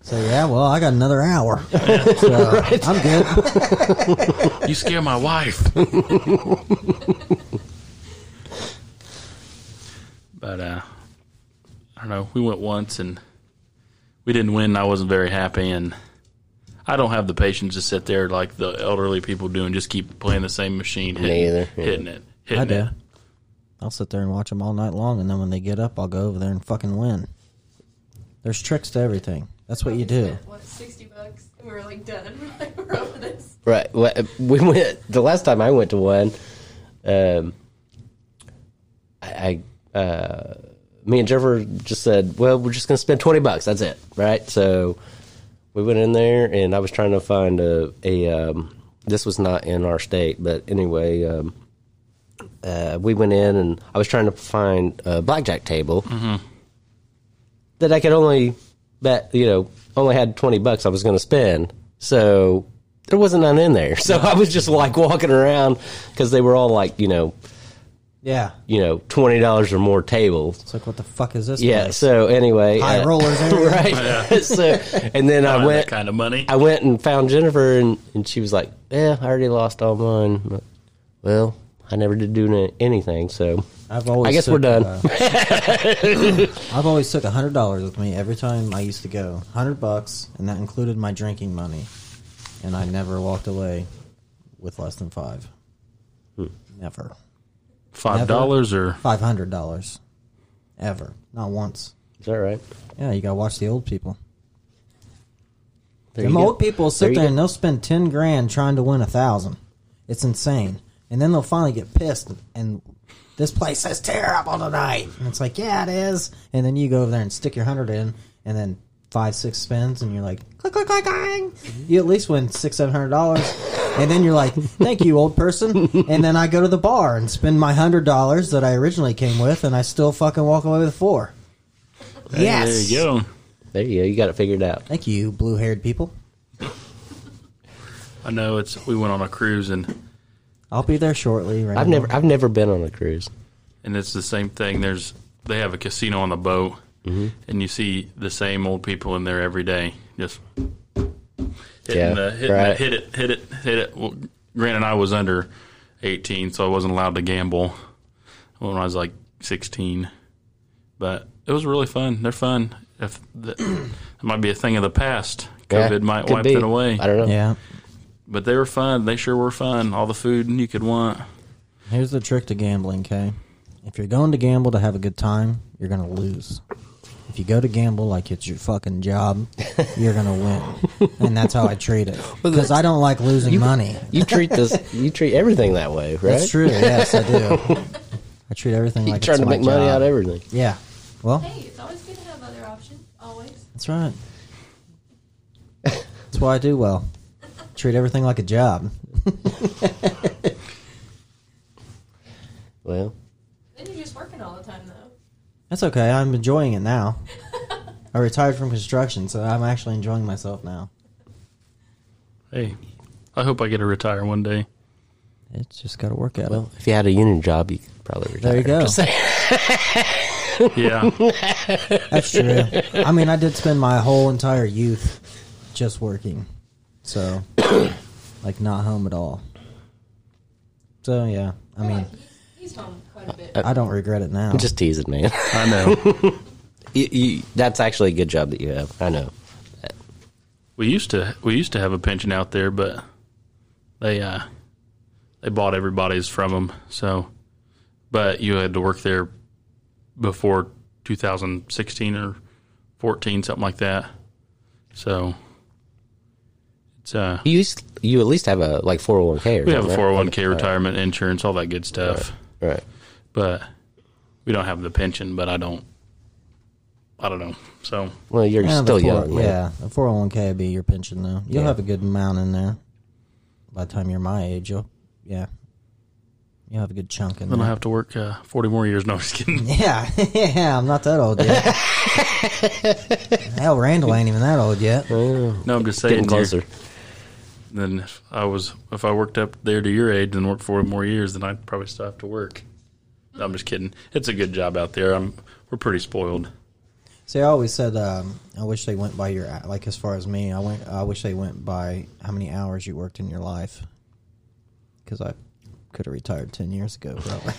So yeah, well, I got another hour. So I'm good. You scare my wife. but uh, I don't know. We went once and we didn't win. and I wasn't very happy, and I don't have the patience to sit there like the elderly people do and just keep playing the same machine, hitting, either, yeah. hitting it, hitting I do. it. I'll sit there and watch them all night long, and then when they get up, I'll go over there and fucking win. There's tricks to everything. That's what you do. Spent, What, 60 bucks? And we were like, done. We're like, we're over this. Right. Well, We went the last time I went to one. um, I, I uh, me and Jennifer just said, well, we're just going to spend 20 bucks. That's it. Right. So we went in there and I was trying to find a, a um, this was not in our state, but anyway, um, uh, we went in and I was trying to find a blackjack table that I could only bet, you know, only had 20 bucks I was going to spend. So there wasn't none in there. So I was just like walking around because they were all like, you know, Yeah. you know, twenty dollars or more tables. It's like, what the fuck is this? Yeah. place? So anyway, High uh, rollers. everywhere. right? so and then I Find went, that kind of money. I went and found Jennifer, and, and she was like, "Yeah, I already lost all mine." I'm like, well, I never did do na- anything, so I've always I guess took, we're done. uh, I've always took hundred dollars with me every time I used to go. Hundred bucks, and that included my drinking money. And I never walked away with less than five. Hmm. Never. Five dollars or Five hundred dollars. Ever. Not once. Is that right? Yeah, you gotta watch the old people. There Them you go. old people sit you there, go. and they'll spend ten grand trying to win a thousand. It's insane. And then they'll finally get pissed and this place is terrible tonight. And it's like, yeah, it is. And then you go over there and stick your hundred in, and then five, six spins, and you're like, click, click, click, clang. You at least win six, seven hundred dollars. And then you're like, thank you, old person. And then I go to the bar and spend my hundred dollars that I originally came with, and I still fucking walk away with four. Yes. there you go. There you go. You got it figured out. Thank you, blue haired people. I know it's we went on a cruise and I'll be there shortly. Right I've never, I've never been on a cruise. and it's the same thing. There's they have a casino on the boat, Mm-hmm. and you see the same old people in there every day, just hitting Yeah, the hitting right. the, hit it, hit it, hit it. Well, granted, I was under eighteen, so I wasn't allowed to gamble when I was like sixteen, but it was really fun. They're fun. If the, it might be a thing of the past, Yeah, COVID might could wipe be. it away. I don't know. Yeah. But they were fun. They sure were fun. All the food you could want. Here's the trick to gambling, okay? If you're going to gamble to have a good time, you're going to lose. If you go to gamble like it's your fucking job, you're going to win. and that's how I treat it. Because I don't like losing money. You treat this. You treat everything that way, right? That's true. Yes, I do. I treat everything You're like trying it's to my make money job. out of everything. Yeah. Well, Hey, it's always good to have other options. Always. that's right. That's why I do well. Treat everything like a job. Well, Then you're just working all the time, though. That's okay. I'm enjoying it now. I retired from construction, so I'm actually enjoying myself now. Hey, I hope I get to retire one day. It's just got to work out. well, if you had a union job, you could probably There retire. you go. Just saying. Yeah. That's true. I mean, I did spend my whole entire youth just working. So, like, not home at all. So, yeah. I mean, He's, he's home quite a bit. I don't regret it now. I'm just teasing, man. I know. You- you- that's actually a good job that you have. I know. we used to we used to have a pension out there, but they uh, they bought everybody's from them. So, but you had to work there before 2016 or 14, something like that. So it's uh, You used, you at least have a like 401k or we have something. a right? 401k retirement insurance, all that good stuff, Right. but we don't have the pension. But I don't, I don't know. So Well, you're Yeah, the still four- young. man. Yeah. The 401k would be your pension, though. You'll Yeah. have a good amount in there. By the time you're my age, you'll, yeah. You'll have a good chunk in then I there. have to work uh, 40 more years. No, I'm just kidding. Yeah. yeah. I'm not that old yet. Hell, Randall ain't even that old yet. No, I'm just saying. Getting you're- closer. then if I was if I worked up there to your age and worked four more years, then I'd probably still have to work. No, I'm just kidding. It's a good job out there. I'm we're pretty spoiled. See, I always said um, I wish they went by your like as far as me. I went. I wish they went by how many hours you worked in your life. Because I could have retired ten years ago, probably.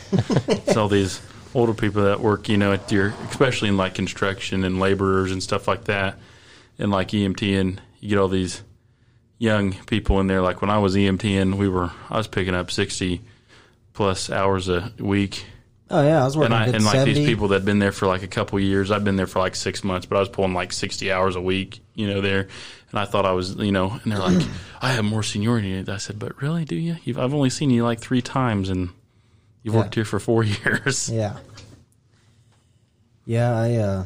It's all these older people that work, you know, at your especially in like construction and laborers and stuff like that, and like EMT and you get all these young people in there. Like when I was EMT and we were I was picking up sixty plus hours a week oh yeah, I was working and I, good and like seventy. these people that'd been there for like a couple years. I've been there for like six months, but I was pulling like sixty hours a week, you know, there. And I thought I was, you know, and they're like, I have more seniority. than you." I said, but really, do you? You've, I've only seen you like three times, and You've Yeah. worked here for four years. Yeah. Yeah, I uh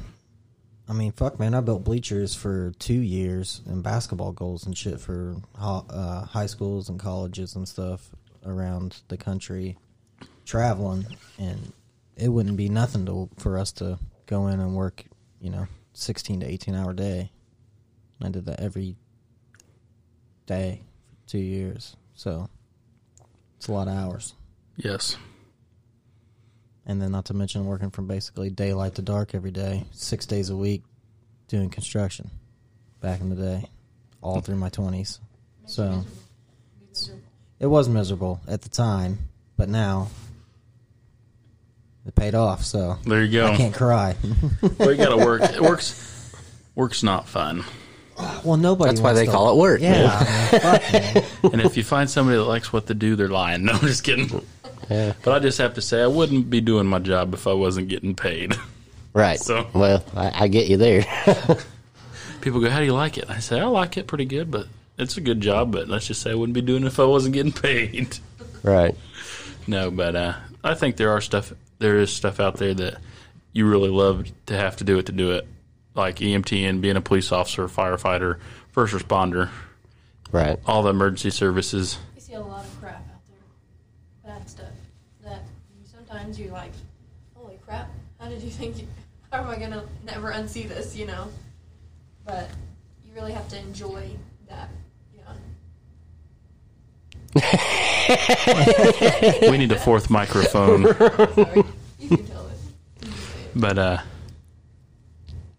I mean, fuck man, I built bleachers for 2 years and basketball goals and shit for ho- uh, high schools and colleges and stuff around the country traveling and it wouldn't be nothing to for us to go in and work, you know, 16 to 18 hour day. I did that every day for 2 years. So it's a lot of hours. Yes. And then, not to mention working from basically daylight to dark every day, six days a week, doing construction back in the day, all through my 20s. So it was miserable at the time, but now it paid off, so There you go. I can't cry. Well, you got to work. It works. Work's not fun. well, nobody That's why wants they to- call it work. Yeah. man. I mean, fuck, man. And if you find somebody that likes what they do, they're lying. No, I'm just kidding. Yeah. But I just have to say, I wouldn't be doing my job if I wasn't getting paid. Right. So- Well, I, I get you there. People go, "How do you like it?" I say, "I like it pretty good, but it's a good job." But let's just say I wouldn't be doing it if I wasn't getting paid. right. No, but uh, I think there are stuff. There is stuff out there that you really love to have to do it to do it, like E EMT and being a police officer, firefighter, first responder, Right. all the emergency services. You see a lot of crap out there, bad stuff. That sometimes you're like, holy crap, how did you think? You, how am I gonna never unsee this? You know. But you really have to enjoy that. You know. we need a fourth microphone, Sorry, you can tell it. but uh,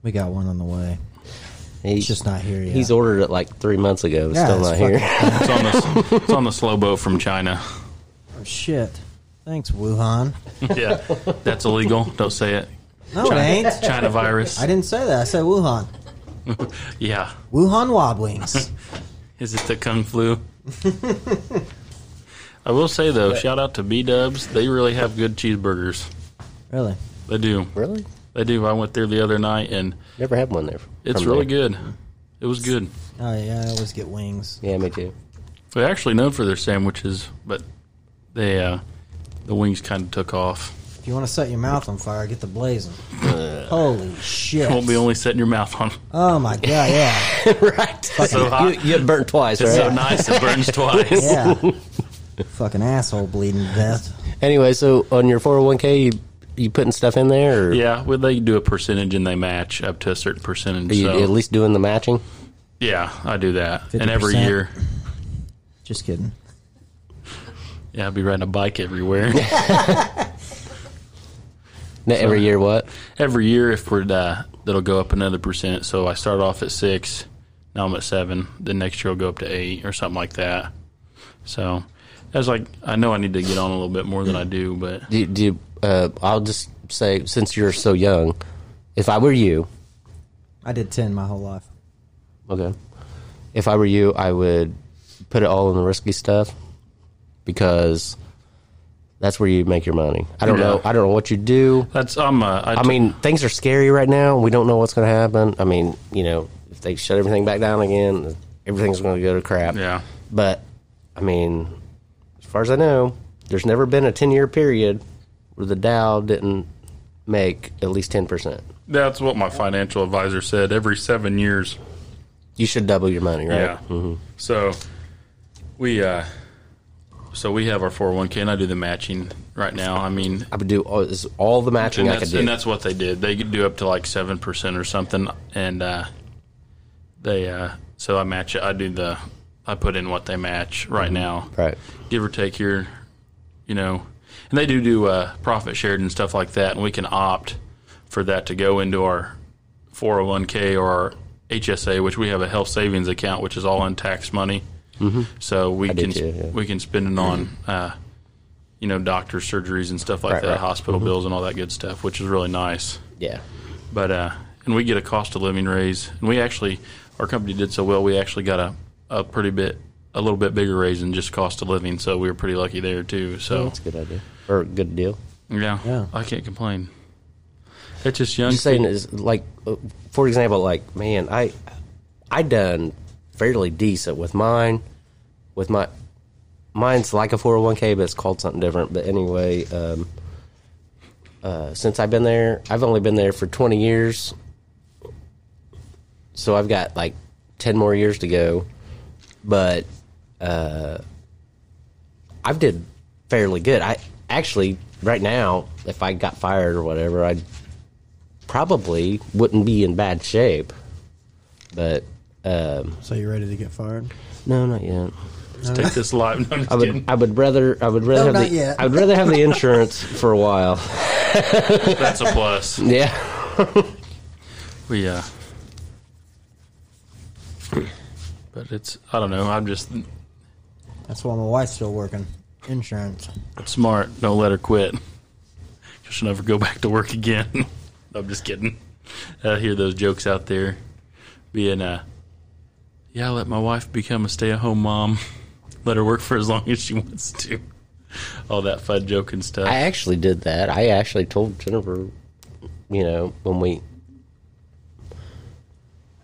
we got one on the way. He- It's just not here yet. He's ordered it like three months ago. It's Yeah, still it's not here. it's on the it's on the slow boat from China. Oh, shit. Thanks, Wuhan. Yeah, that's illegal. Don't say it. No, it ain't. China virus. I didn't say that. I said Wuhan. Yeah, Wuhan Wob Wings. is it the kung flu? I will say though, shout out to B Dubs. They really have good cheeseburgers. really? They do. really? They do. I went there the other night, and Never had one there. it's from really there. good. It was good. Oh, yeah, I always get wings. Yeah, me too. They're actually known for their sandwiches, but they uh, the wings kind of took off. If you want to set your mouth on fire, get the blazing. Holy shit. Won't be only setting your mouth on. oh my god, yeah. right. So hot. you, you get burnt twice, right? It's so nice it burns twice. Yeah. Fucking asshole bleeding to death. Anyway, so on your 401k, you you putting stuff in there, or Yeah, well, they do a percentage and they match up to a certain percentage. are you so at least doing the matching? yeah, I do that, and every 50%. year, Just kidding. yeah, I'll be riding a bike everywhere. No, every year, what? every year, if we're uh, that'll go up another percent. So I start off at six, now I'm at seven. Then next year I'll go up to eight or something like that. So that's like I know I need to get on a little bit more than I do, but Do, you- do you- uh, I'll just say since you're so young, if I were you, I did 10 my whole life. okay, if I were you, I would put it all in the risky stuff because that's where you make your money. I don't Yeah. know. I don't know what you do. that's I'm. Uh, I I t- mean, things are scary right now. We don't know what's going to happen. I mean, you know, if they shut everything back down again, everything's going to go to crap. yeah, But I mean, as far as I know, there's never been a 10 year period where the Dow didn't make at least 10%. that's what my financial advisor said. Every seven years, You should double your money, right? Yeah. So we uh so we have our 401k and I do the matching right now. I mean, I would do all, is all the matching and I could that's, and do. that's what they did. They could do up to like 7% or something and uh they uh so I match it. I do the I put in what they match right now. Mm-hmm. Right. Give or take here, you know. And they do do uh profit shared and stuff like that and we can opt for that to go into our 401k or our HSA, which we have a health savings account, which is all in tax money. So we Mm-hmm. do can too, yeah. we can spend it on uh, you know doctor surgeries and stuff like Right, Mm-hmm. that, right. hospital bills and all that good stuff, which is really nice. Yeah. But uh, and we get a cost of living raise, and we actually our company did so well, we actually got a a pretty bit a little bit bigger raise than just cost of living, so we were pretty lucky there too. So That's a good idea. Or a good deal. yeah, Yeah. I can't complain. It's just young. just saying is like uh, for example like man i i done fairly decent with mine with my mine's like a 401k, but it's called something different. But anyway, um, uh, since I've been there, I've only been there for 20 years. So I've got like 10 more years to go. But uh, I've did fairly good. I actually, right now, if I got fired or whatever, I probably wouldn't be in bad shape. But um, So you ready to get fired? no, not yet. Let's take this live. No, I'm just I would, kidding. I would rather, I would rather No, have not the, yet. I would rather have the insurance for a while. That's a plus. Yeah, We, uh, but it's, I don't know. I'm just That's why my wife's still working. Insurance. smart. Don't let her quit. She'll never go back to work again. I'm just kidding. I hear those jokes out there being, uh, yeah, I let my wife become a stay at home mom. Let her work for as long as she wants to. All that fun joking stuff. I actually did that. I actually told Jennifer, you know, when we,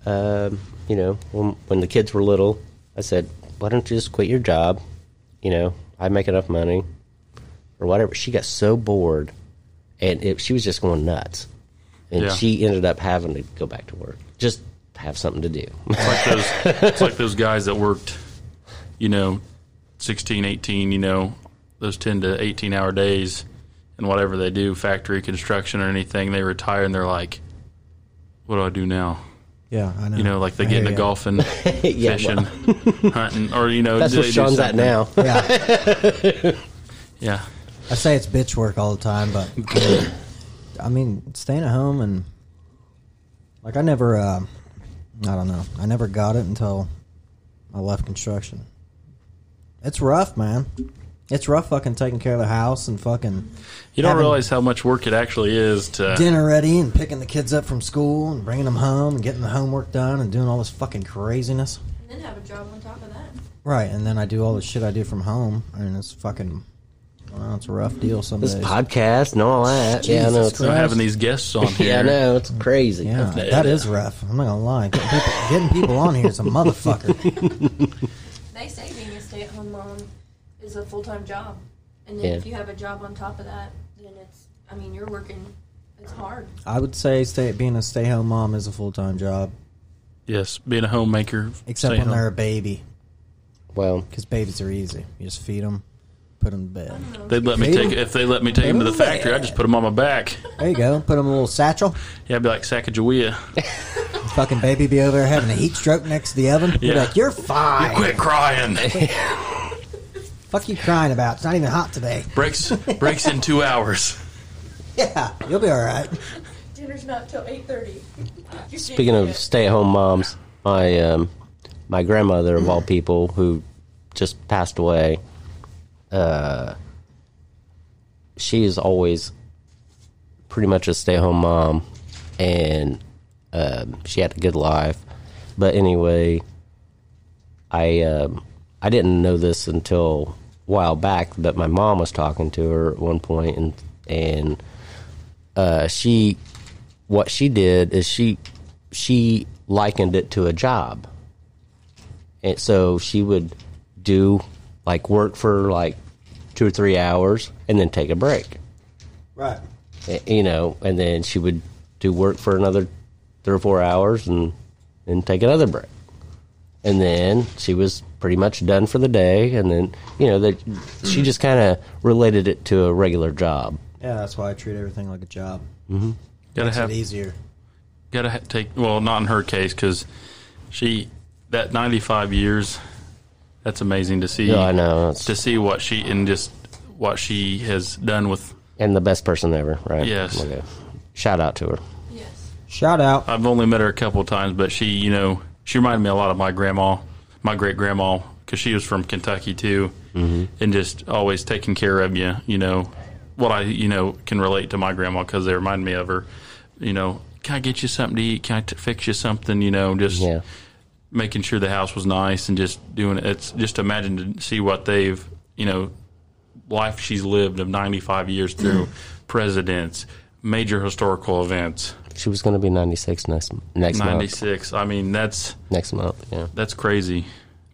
um, you know, when when the kids were little, I said, "Why don't you just quit your job? You know, I make enough money, or whatever." She got so bored, and it, she was just going nuts, and Yeah. she ended up having to go back to work just to have something to do. like those it's like those guys that worked you know 16 18 you know those 10 to 18 hour days and whatever they do factory construction or anything they retire and they're like what do i do now Yeah, I know. you know like they I get hear into ya. golfing Yeah, fishing hunting or you know That's do where they do Sean's at something? now. Yeah. yeah I say it's bitch work all the time, but I mean, staying at home and like I never, uh, I don't know, I never got it until I left construction. It's rough, man. It's rough fucking taking care of the house and fucking you don't Having- realize how much work it actually is to dinner ready and picking the kids up from school and bringing them home and getting the homework done and doing all this fucking craziness. and then have a job on top of that. Right, and then I do all the shit I do from home, and it's fucking, well, it's a rough deal. Some This days. podcast and all that. yeah, I know. Jesus It's, you know, Christ. having these guests on here yeah, I know. It's crazy. Yeah, that is rough. I'm not gonna lie. Getting people, getting people on here is a motherfucker. They say being a stay at home mom is a full time job. And then Yeah. if you have a job on top of that, then it's, I mean, you're working, it's hard. I would say stay, being a stay home mom is a full time job, yes being a homemaker except staying when home. they're a baby, Well, because babies are easy. You just feed them, put them to bed. they'd let me They- take if they let me take them to the factory i'd just put them on my back There you go. Put them in a little satchel. yeah i'd be like sacagawea Fucking baby be over there having a heat stroke next to the oven. You're Yeah. like, you're fine. Quit crying. Fuck you crying about? It's not even hot today. breaks breaks in two hours. Yeah, you'll be all right. Dinner's not till 8.30. speaking of stay-at-home moms, my um, my grandmother of all people, who just passed away, uh, she is always pretty much a stay-at-home mom, and um, she had a good life. But anyway, I um, I didn't know this until a while back, but my mom was talking to her at one point, and and uh, she what she did is she she likened it to a job. And so she would do like work for like two or three hours and then take a break. Right. Eh, You know, and then she would do work for another three or four hours and then take another break. And then she was pretty much done for the day and then you know that she just kind of related it to a regular job. Yeah, that's why I treat everything like a job. Gotta Makes it have easier. gotta ha- take. Well, not in her case because she that ninety five years. That's amazing to see. Yeah, I know. It's- To see what she and just what she has done with. And the best person ever, right? Yes. Okay. Shout out to her. Yes. Shout out. I've only met her a couple of times, but she, you know, she reminded me a lot of my grandma, my great grandma, because she was from Kentucky too, and just always taking care of you. You know, what I, you know, can relate to my grandma because they remind me of her. You know, can I get you something to eat? Can I t- fix you something? You know, just Yeah. making sure the house was nice and just doing it. It's just imagine to see what they've, you know, life she's lived of 95 years through presidents, major historical events, She was going to be 96 next next month. 96. I mean, that's Next month, yeah. Oh, Mm-hmm. that's crazy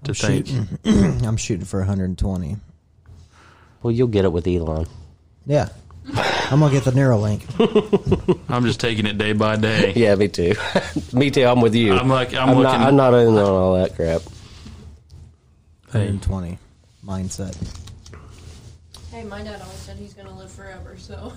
to think. I'm shooting for 120. Well, you'll get it with Elon. Yeah. I'm gonna get the Neuralink. I'm just taking it day by day. Yeah, me too. me too. I'm with you. I'm like- I'm not, looking- I'm not in on all that crap. 120 mindset. Hey, my dad always said he's gonna live forever, so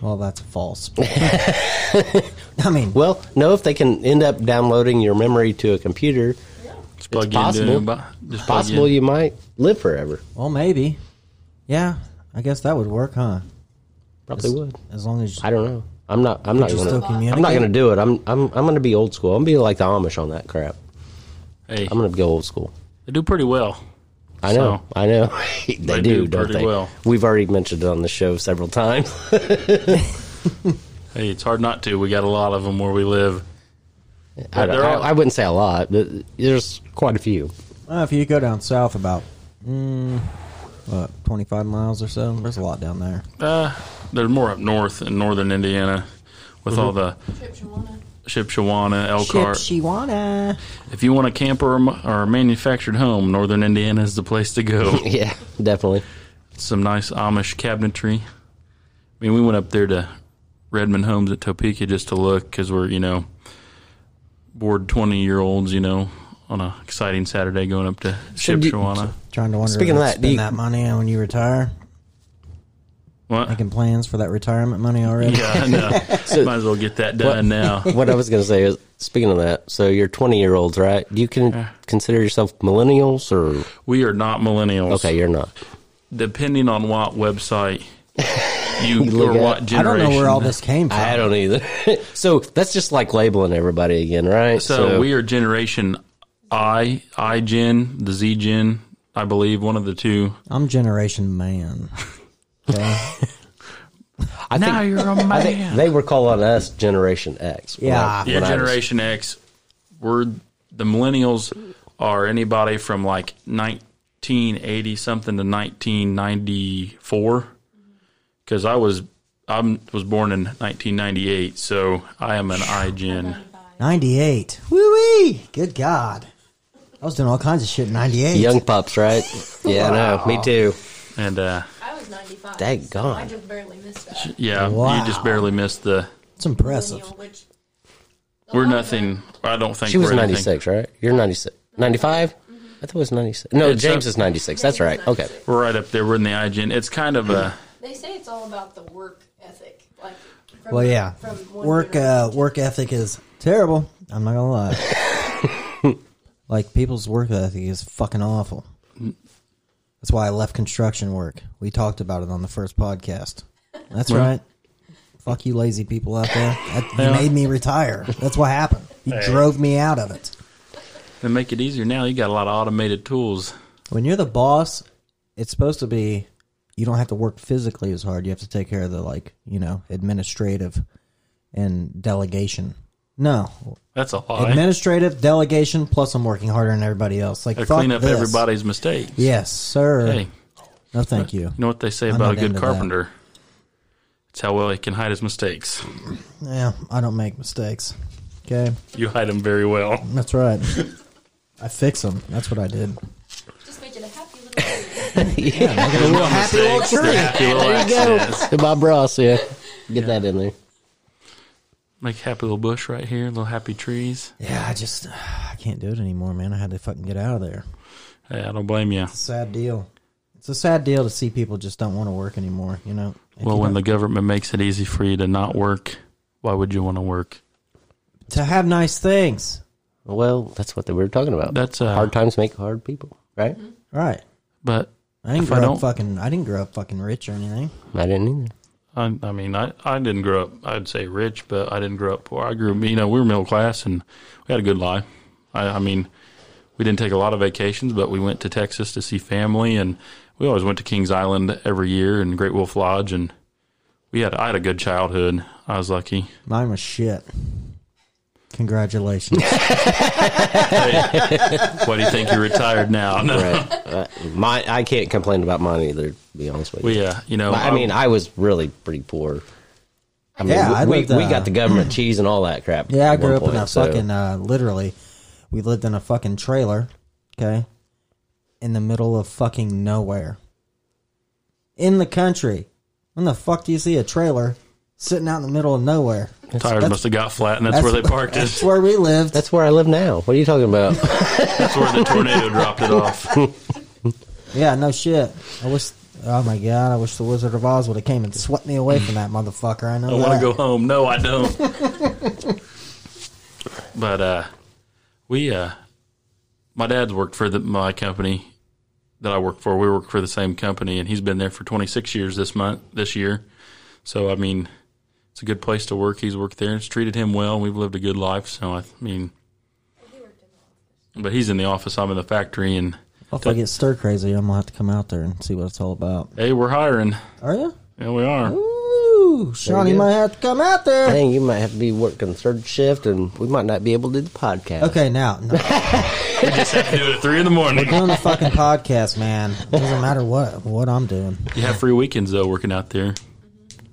Well, that's false. I mean, Well, no, if they can end up downloading your memory to a computer, yeah. Just plug It's you into possible. a bu- just plug you possible in. you might live forever. well, maybe. Yeah, I guess that would work, huh? Probably would. As long as I don't know. I'm not. I'm not. you Gonna, still I'm not communicate. going to do it. I'm. I'm. I'm going to be old school. I'm going to be like the Amish on that crap. Hey, I'm going to go old school. they do pretty well. I know. So- I know. they, They do, do don't pretty they? well. We've already mentioned it on the show several times. Hey, it's hard not to. We got a lot of them where we live. I, They're I- all- I wouldn't say a lot, but there's quite a few. Uh, if you go down south about mm, what, 25 miles or so, there's a lot down there. Uh, they're more up north in northern Indiana with Mm-hmm. all the Trip Shawana. Shipshawana, Elkhart. wanna. If you want a camper or, m- or a manufactured home, northern Indiana is the place to go. Yeah, definitely. Some nice Amish cabinetry. I mean, we went up there to Redmond Homes at Topeka just to look because we're, you know, bored 20 year olds, you know, on a exciting Saturday going up to So do- Shipshawana. Trying to wonder Speaking if of I'll that, do spend you- that money on when you retire. What? Making plans for that retirement money already. Yeah, I know. Might as well get that done now. What I was going to say is, speaking of that, so you're 20 year olds, right? Do you can consider yourself millennials or We are not millennials. okay? You're not. Depending on what website you, look or at- what I generation. don't know where all this came from. I don't either. so that's just like labeling everybody again, right? So, we are generation I, I gen, the Z gen, I believe, one of the two. I'm Generation Man. Okay? I think, you're a man. I think they were calling us Generation X. when Yeah. I- yeah, when I was- Generation X. We're the millennials are anybody from like 1980 something to 1994. Because I was I was born in 1998, so I am an I gen. 98. Woo wee! Good God. I was doing all kinds of shit in 98. Young pups, right? Yeah, I know. Me too. And uh, I was 95. Dang so God. I just barely missed that. yeah, you Wow. just barely missed the. It's impressive. millennial, which We're nothing. I don't think She was we're anything. 96, right? You're 96. 95? I thought it was 96. No, It's James a- is 96. That's right. Okay. We're right up there. We're in the I gen. It's kind of a. They say it's all about the work ethic. Like, from, Well, yeah. From one Work uh, generation. work ethic is terrible. I'm not gonna lie. like people's work ethic is fucking awful. That's why I left construction work. We talked about it on the first podcast. That's right. Fuck you, lazy people out there. That, you made me retire. That's what happened. You drove me out of it. They make it easier now. You got a lot of automated tools. When you're the boss, it's supposed to be you don't have to work physically as hard. You have to take care of the like you know administrative and delegation. No, That's a lie. administrative delegation plus i'm working harder than everybody else like They fuck clean up this. everybody's mistakes. yes sir Hey, you no thank you know what they say about a not good into that. carpenter? It's how well he can hide his mistakes. yeah i don't make mistakes okay You hide them very well. that's right i fix them that's what i did Just make it a happy little baby. There's no mistakes. They're happy little accidents. Bob Ross, yeah. Get that in there. Like happy little bush right here, little happy trees. yeah i just i can't do it anymore man i had to fucking get out of there Hey, I don't blame you. sad deal it's a sad deal to see people just don't want to work anymore you know If Well, you when don't- the government makes it easy for you to not work, why would you want to work? to have nice things Well, that's what they were talking about. That's uh, hard times make hard people, right? right But i didn't If I grow don't- up fucking i didn't grow up fucking rich or anything I didn't either. I, I mean, I, I didn't grow up, I'd say rich, but I didn't grow up poor. I grew, you know, we were middle class and we had a good life. I, I mean, we didn't take a lot of vacations, but we went to Texas to see family and we always went to Kings Island every year and Great Wolf Lodge. And we had, I had a good childhood. I was lucky. mine was shit congratulations Why do you think you're retired now? No. Right. Uh, my, I can't complain about mine either, to be honest with you. We, uh, you know, I mean, I was really pretty poor. I mean, Yeah, I we, lived, we uh, got the government cheese and all that crap. Yeah, I at one grew up in point, a so- fucking uh, literally. We lived in a fucking trailer, okay, in the middle of fucking nowhere. in the country. When the fuck do you see a trailer sitting out in the middle of nowhere? Tires must have got flat, and that's, where they parked it. That's where we lived. That's where I live now. What are you talking about? That's where the tornado dropped it off. yeah, no shit. I wish. Oh my god, I wish the Wizard of Oz would have came and swept me away from that motherfucker. I know. I want that. to go home. No, I don't. but uh, we, uh, my dad's worked for the, my company that I work for. We work for the same company, and he's been there for 26 years this month, this year. So I mean, it's a good place to work. He's worked there. It's treated him well, and we've lived a good life. So I mean, but he's in the office. I'm in the factory, and Well, if I get stir crazy, I'm gonna have to come out there and see what it's all about. hey, we're hiring. Are you? Yeah, we are. Ooh, Shawnee go. might have to come out I there. think you might have to be working third shift, and we might not be able to do the podcast. Okay, now no, Just have to do it at three in the morning. doing a fucking podcast, man. It doesn't matter what what I'm doing. You have free weekends though working out there.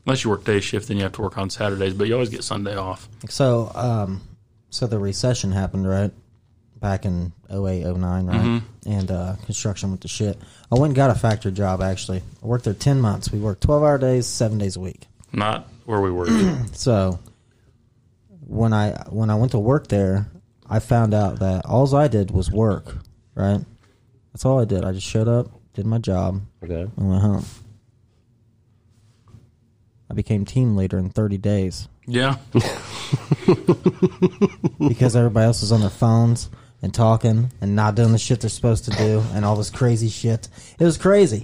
Unless you work day shift, then you have to work on Saturdays, but you always get Sunday off. So, um, so the recession happened, right? Back in 08, 09, right? And uh, construction went to shit. I went and got a factory job, actually. I worked there 10 months. We worked 12 hour days, seven days a week. Not where we work. So when I when I went to work there, I found out that all I did was work, right? That's all I did. I just showed up, did my job, Okay. and went home. Uh-huh. I became team leader in 30 days. yeah. because everybody else was on their phones and talking and not doing the shit they're supposed to do and all this crazy shit. It was crazy.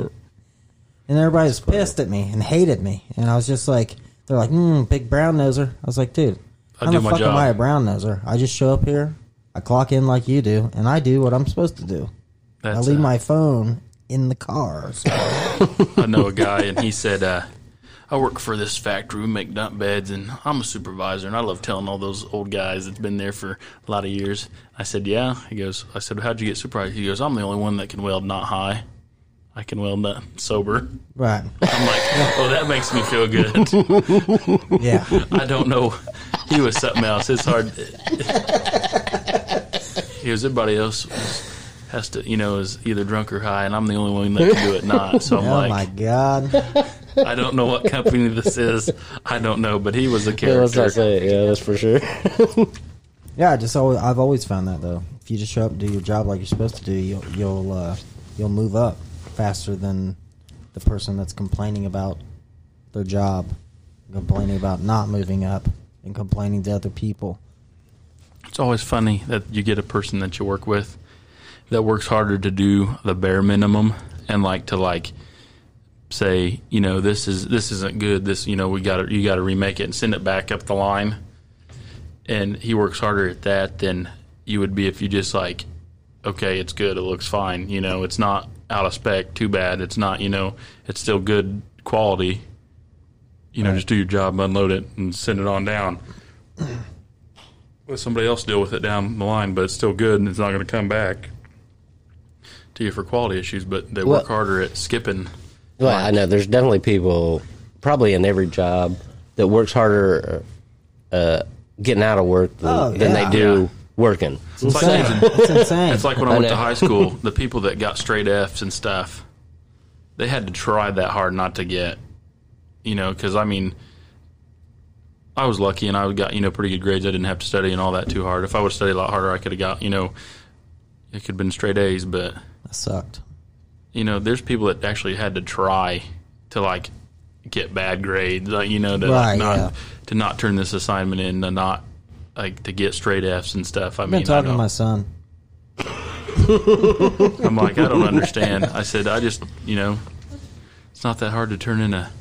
And everybody was pissed at me and hated me. And I was just like, they're like, mm, big brown noser. I was like, dude, I how do the my fuck job. am I a brown noser? I just show up here, I clock in like you do, and I do what I'm supposed to do. That's, I leave uh, my phone in the car. So I know a guy, and he said, uh, I work for this factory. We make dump beds, and I'm a supervisor, and I love telling all those old guys that's been there for a lot of years. I said, Yeah. He goes, I said, How'd you get supervisor? He goes, I'm the only one that can weld not high. I can weld not sober. right. I'm like, Oh, that makes me feel good. Yeah. I don't know. He was something else. It's hard. he was everybody else was, has to, you know, is either drunk or high, and I'm the only one that can do it not. So I'm Oh my like, God. I don't know what company this is. I don't know, but he was a Yeah, let's character. not say it. Yeah, that's for sure. Yeah, I just always, I've always found that though. If you just show up and do your job like you're supposed to do, you'll you'll uh, you'll move up faster than the person that's complaining about their job, complaining about not moving up, and complaining to other people. It's always funny that you get a person that you work with that works harder to do the bare minimum and like to like say, you know, this is this isn't good. This, you know, we got to you got to remake it and send it back up the line. And he works harder at that than you would be if you just like, okay, it's good, it looks fine. You know, it's not out of spec, too bad. It's not, you know, it's still good quality. You know, just do your job, unload it, and send it on down let somebody else deal with it down the line, but it's still good and it's not going to come back to you for quality issues. But they work Well- harder at skipping. Well, I know there's definitely people, probably in every job, that works harder uh, getting out of work than, Oh, than yeah. they do working. It's like, Insane. it's insane. it's like when I went know. to high school, the people that got straight Fs and stuff, they had to try that hard not to get, you know, because I mean, I was lucky and I got, you know, pretty good grades. I didn't have to study and all that too hard. If I would have studied a lot harder, I could have got, you know, it could have been straight A's, but. that sucked. you know, there's people that actually had to try to like get bad grades, like, you know, to Right, like, not yeah. to not turn this assignment in, to not like to get straight Fs and stuff. I I've been mean, I talking to don't- my son. I'm like, I don't understand. I said, I just, you know, it's not that hard to turn in a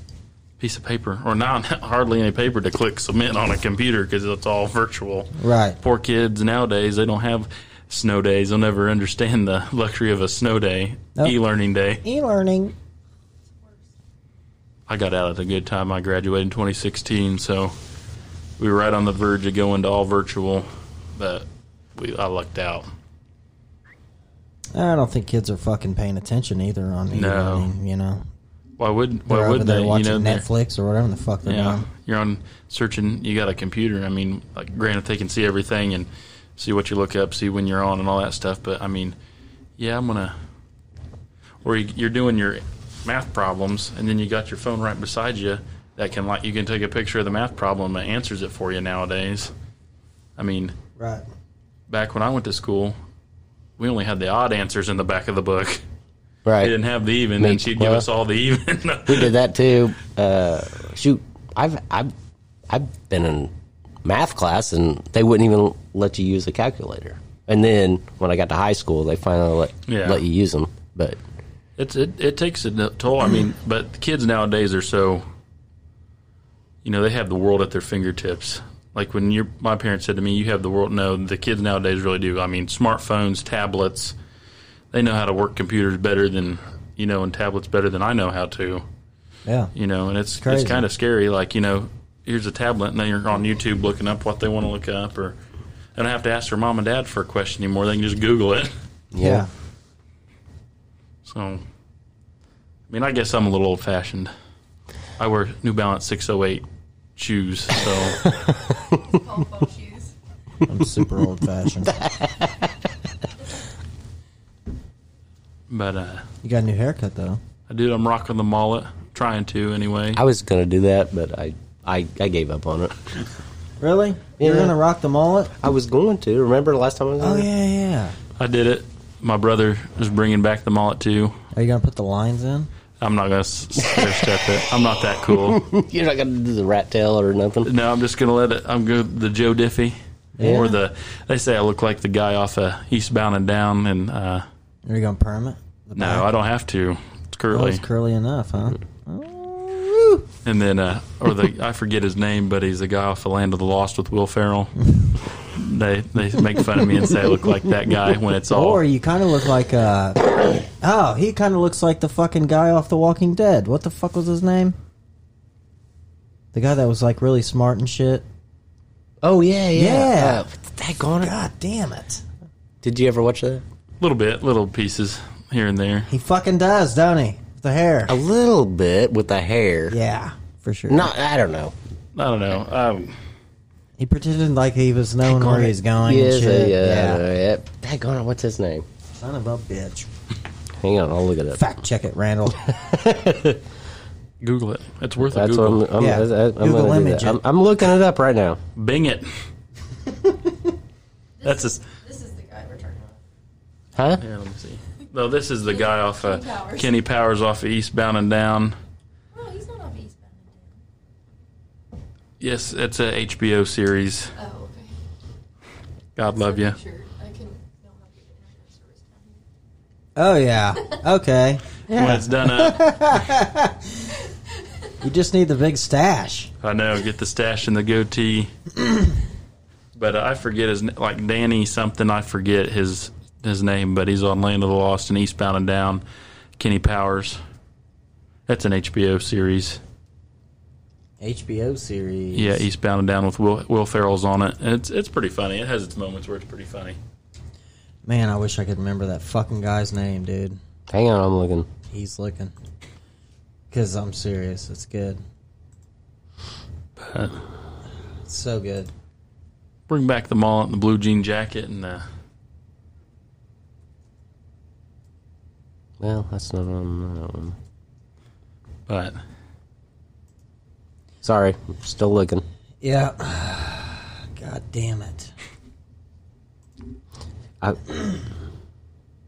piece of paper, or not hardly any paper to click submit on a computer because it's all virtual. Right. Poor kids nowadays, they don't have snow days. They'll never understand the luxury of a snow day, Nope. e-learning day. E-learning. I got out at a good time. I graduated in 2016, so we were right on the verge of going to all virtual, but we I lucked out. I don't think kids are fucking paying attention either on e-learning. You know, Why would they're why over would there they? You watching know, they're- Netflix or whatever the fuck they're yeah, doing. um, you're on searching. You got a computer. I mean, like granted, they can see everything and see what you look up, see when you're on, and all that stuff. But I mean, yeah, I'm gonna. Or you- you're doing your math problems, and then you got your phone right beside you that can like you can take a picture of the math problem that answers it for you nowadays. I mean, Right. back when I went to school, we only had the odd answers in the back of the book. Right. They didn't have the even, Me- and she'd give well- us all the even. we did that too. Uh, shoot, I've I've I've been in math class and they wouldn't even let you use a calculator. And then when I got to high school, they finally let Yeah. let you use them. But It's it, it takes a toll. I mean, but the kids nowadays are so. You know, they have the world at their fingertips. Like when your my parents said to me, "You have the world." No, the kids nowadays really do. I mean, smartphones, tablets, they know how to work computers better than you know, and tablets better than I know how to. Yeah. You know, and it's Crazy. it's kind of scary. Like you know, here's a tablet, and then you're on YouTube looking up what they want to look up, or they don't have to ask their mom and dad for a question anymore. They can just Google it. Yeah. So, I mean, I guess I'm a little old fashioned. I wear New Balance 608 shoes, so Football shoes. I'm super old fashioned. but uh, You got a new haircut though. I do. I'm rocking the mullet, trying to anyway. I was gonna do that, but I I, I gave up on it. Really? You're Yeah. gonna rock the mullet? I was going to remember the last time I was. Oh on? yeah, yeah. I did it. My brother is bringing back the mullet too. Are you gonna put the lines in? I'm not gonna s- stair step it. I'm not that cool. You're not gonna do the rat tail or nothing. No, I'm just gonna let it. I'm good. The Joe Diffie, or the they say I look like the guy off of Eastbound and Down, and uh, Are you gonna perm it? The no, I don't have to. It's That curly. was curly enough, huh? And then, uh, or the I forget his name, but he's the guy off the Land of the Lost with Will Ferrell. they they make fun of me and say I look like that guy when it's all. Oh. Or you kind of look like uh oh, he kind of looks like the fucking guy off The Walking Dead. What the fuck was his name? The guy that was like really smart and shit. Oh yeah, Yeah. Uh, daggone it. God damn it! Did you ever watch that? little bit, little pieces here and there. He fucking does, don't he? With the hair. A little bit with the hair. Yeah, for sure. Not I don't know. I don't know. Um, He pretended like he was knowing where he uh, was going Yeah, and so, shit. yeah, yeah. yeah. Daggone it, what's his name? Son of a bitch. Hang on, I'll look it up. Fact check it, Randall. Google it. It's worth a That's uh, what Google. I'm, I'm, Yeah. that's- that's- I'm Google gonna do image that. it. I'm, I'm looking it up right now. Bing it. That's a. s- This is the guy we're talking about. Huh? Here, let me see. No, this is the guy off uh, Kenny Powers. Kenny Powers off of Eastbound and Down. No, he's not off Eastbound. Yes, it's a HBO series. Oh, okay. God love you. Sure, I can. They'll have to get internet service down here. oh yeah. Okay. When it's done up, You just need the big stash. I know. Get the stash and the goatee. but I forget his n- like Danny something. I forget his his name, but he's on Land of the Lost and Eastbound and Down. Kenny Powers. That's an HBO series. HBO series. Yeah, Eastbound and Down with Will Will Ferrell's on it. And it's it's pretty funny. It has its moments where it's pretty funny. Man, I wish I could remember that fucking guy's name, dude. Hang on, I'm looking. He's looking. Cause I'm serious. It's good. It's so good. Bring back the mullet and the blue jean jacket and the Well, that's not uh, on that one. but Sorry, I'm still looking. Yeah. God damn it. I,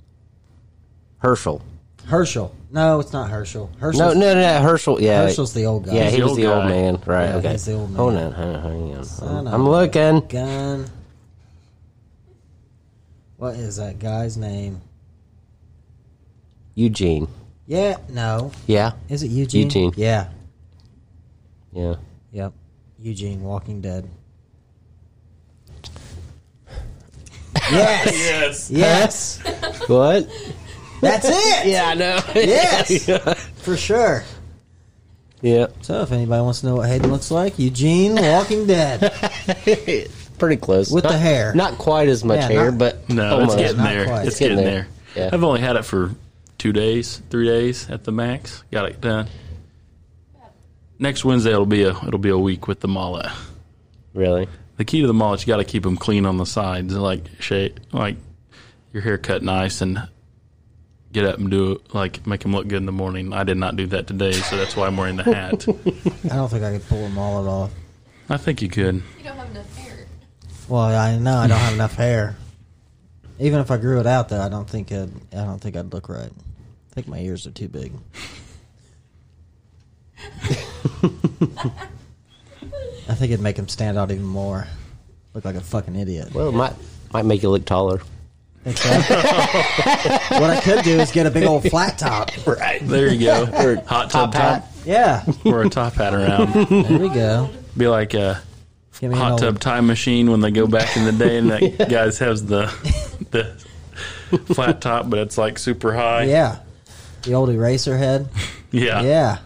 Herschel. Herschel. No, it's not Herschel. Herschel. No, no, no, Herschel. Yeah, Herschel's the old guy. yeah, he the was old the old guy. man, right? Yeah, okay, he's the old hold man. on, hang on, hang on. Son of I'm a looking. Gun. What is that guy's name? Eugene. Yeah. No. Yeah, Is it Eugene? Eugene. Yeah. yeah. Yep. Eugene, Walking Dead. Yes. yes, yes. What? That's it. Yeah, I know. Yes. For sure. yeah, So, if anybody wants to know what Hayden looks like, Eugene, Walking Dead. pretty close. With the Not- hair. not quite as much Yeah, hair, not- but no, almost. it's getting Not there. quite. It's, It's getting, getting there. there. Yeah. I've only had it for two days, three days at the max. Got it done. Next Wednesday it'll be a it'll be a week with the mullet. really. The key to the mullet, you got to keep them clean on the sides, like shape, like your haircut nice and get up and do like make them look good in the morning. I did not do that today, so that's why I'm wearing the hat. I don't think I could pull them all at all. I think you could. You don't have enough hair. Well, I know I don't have enough hair. Even if I grew it out, though, I don't think I'd, I don't think I'd look right. I think my ears are too big. I think it'd make them stand out even more. Look like a fucking idiot. Well, it might might make you look taller. what I could do is get a big old flat top. Right. There you go. hot tub Top hat. top. Yeah, Wear a top hat around. there we go. Be like uh, a Give me an hot old- tub time machine when they go back in the day, and that guys has the the flat top, but it's like super high. Yeah, the old eraser head. yeah, Yeah,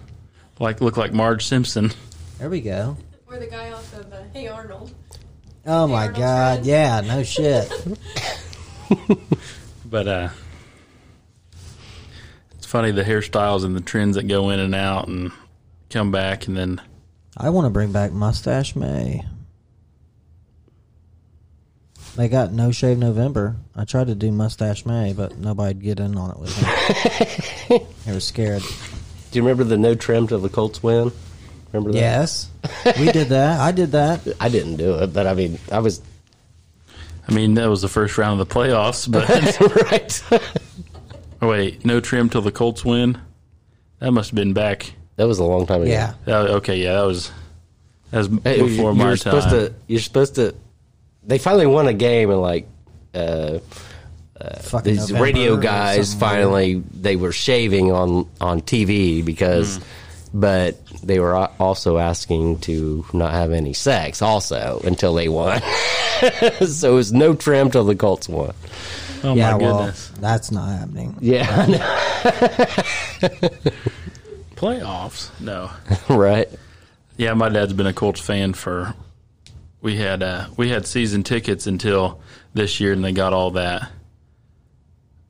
Like look like Marge Simpson. there we go. Or the guy off of uh, Hey Arnold. Oh my Arnold's god. red. Yeah, no shit. But uh it's funny the hairstyles and the trends that go in and out and come back and then I want to bring back Mustache May. They got No Shave November. I tried to do Mustache May, but nobody'd get in on it with me. they were scared. Do you remember the no trim till the Colts win? Remember that? Yes, we did that. I did that. I didn't do it, but I mean, I was I mean that was the first round of the playoffs, but right. oh, wait, no trim till the Colts win. That must have been back. that was a long time ago. Yeah, That, okay, yeah, that was that was Hey, you- before you my were time. supposed to. You're supposed to. They finally won a game, and like uh, fucking these November radio or guys something. finally they were shaving on on TV because, Mm. but they were al- also asking to not have any sex also until they won. so it was no trim till the Colts won. oh Yeah, my well, goodness. that's not happening. Yeah, I know, Playoffs? No. right. Yeah, my dad's been a Colts fan for. We had uh, we had season tickets until this year, and they got all that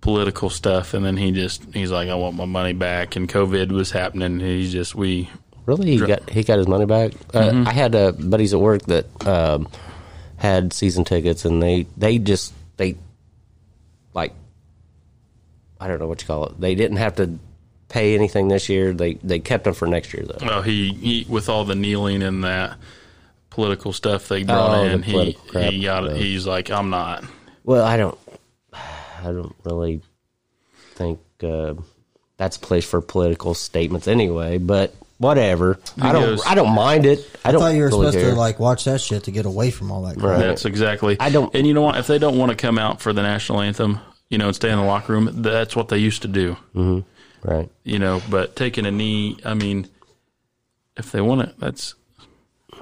political stuff, and then he just he's like, I want my money back, and COVID was happening, and he's just we Really, he got he got his money back. Uh, Mm-hmm. I had uh, buddies at work that um, had season tickets, and they they just they like I don't know what you call it. They didn't have to pay anything this year. They they kept them for next year though. well he, he with all the kneeling and that political stuff they brought Oh, the in, he political crap. he got it. he's like, I'm not. Well, I don't I don't really think uh, that's a place for political statements anyway. But whatever, I don't goes- I don't mind it. I I don't. thought you were really supposed care. to like watch that shit to get away from all that. crap. Right. That's exactly. I don't- And you know what? If they don't want to come out for the national anthem, you know, and stay in the locker room, that's what they used to do. right. you know, but taking a knee, I mean, if they want to, that's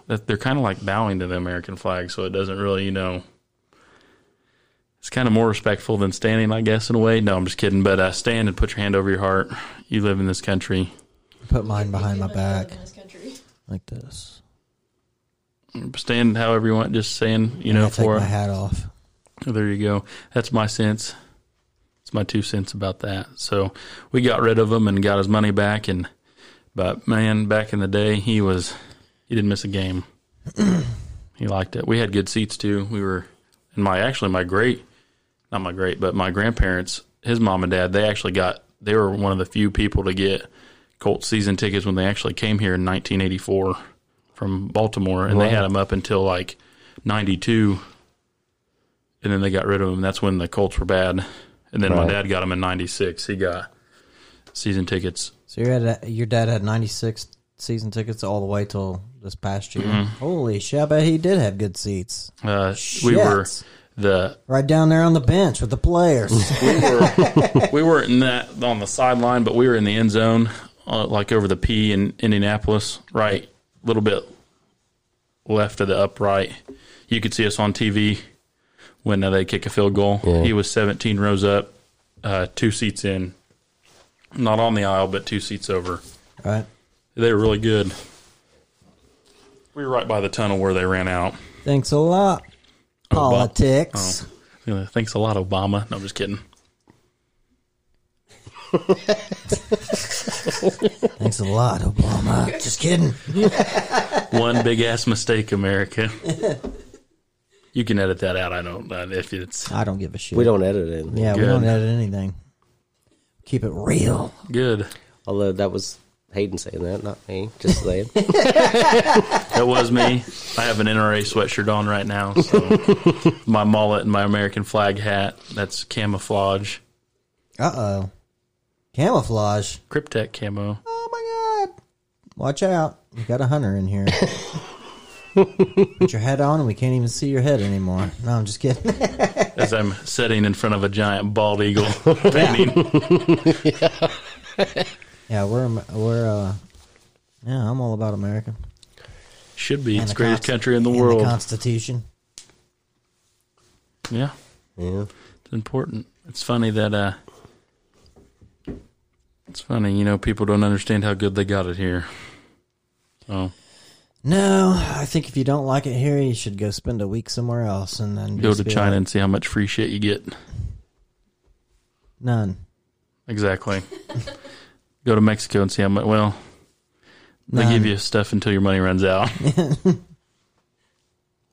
that they're kind of like bowing to the American flag, so it doesn't really, you know, it's kind of more respectful than standing, I guess, in a way. No, I'm just kidding, but uh, stand and put your hand over your heart. You live in this country, Put mine behind my Like, I live back In this country. like this. stand however you want, just saying, you And know, I take for my hat off. there you go. That's my sense. It's my two cents about that. So we got rid of him and got his money back, and but man, back in the day, he was he didn't miss a game. he liked it. We had good seats too. We were and my actually my great not my great, but my grandparents, his mom and dad, they actually got they were one of the few people to get Colts season tickets when they actually came here in 1984 from Baltimore, and they had them up until like 92 and then they got rid of him. That's when the Colts were bad. And then my Right. dad got him in '96. He got season tickets. So your dad, your dad had 96 season tickets all the way till this past year. Mm-hmm. Holy shit, I bet he did have good seats. Uh, we were Shit. the Right down there on the bench with the players. we were we weren't in that on the sideline, but we were in the end zone, uh, like over the P in Indianapolis, right, a little bit left of the upright. You could see us on TV when uh, they kick a field goal. He was 17 rows up, uh, two seats in, not on the aisle, but two seats over. right? They were really good. We were right by the tunnel where they ran out. Thanks a lot, Oh. politics. Yeah, Thanks a lot, Obama. No, I'm just kidding. Thanks a lot, Obama. Just kidding. One big ass mistake, America. You can edit that out. I don't. uh, If it's I don't give a shit. We don't edit it. yeah, we Good. don't edit anything. Keep it real. Good. Although that was Hayden saying that, not me. Just saying. That was me. I have an NRA sweatshirt on right now. So my mullet and my American flag hat. That's camouflage. Uh oh. Camouflage. Cryptech camo. Oh my god. Watch out. We got a hunter in here. Put your head on and we can't even see your head anymore. No, I'm just kidding. As I'm sitting in front of a giant bald eagle painting. yeah, we're Am- we're uh yeah, I'm all about America. Should be. And It's the the greatest const- country in the and world. The Constitution. Yeah. yeah. It's important. It's funny that uh it's funny, you know, people don't understand how good they got it here. So No, I think if you don't like it here, you should go spend a week somewhere else and then go just to be China like, and see how much free shit you get. None. Exactly. go to Mexico and see how much well they None. give you stuff until your money runs out.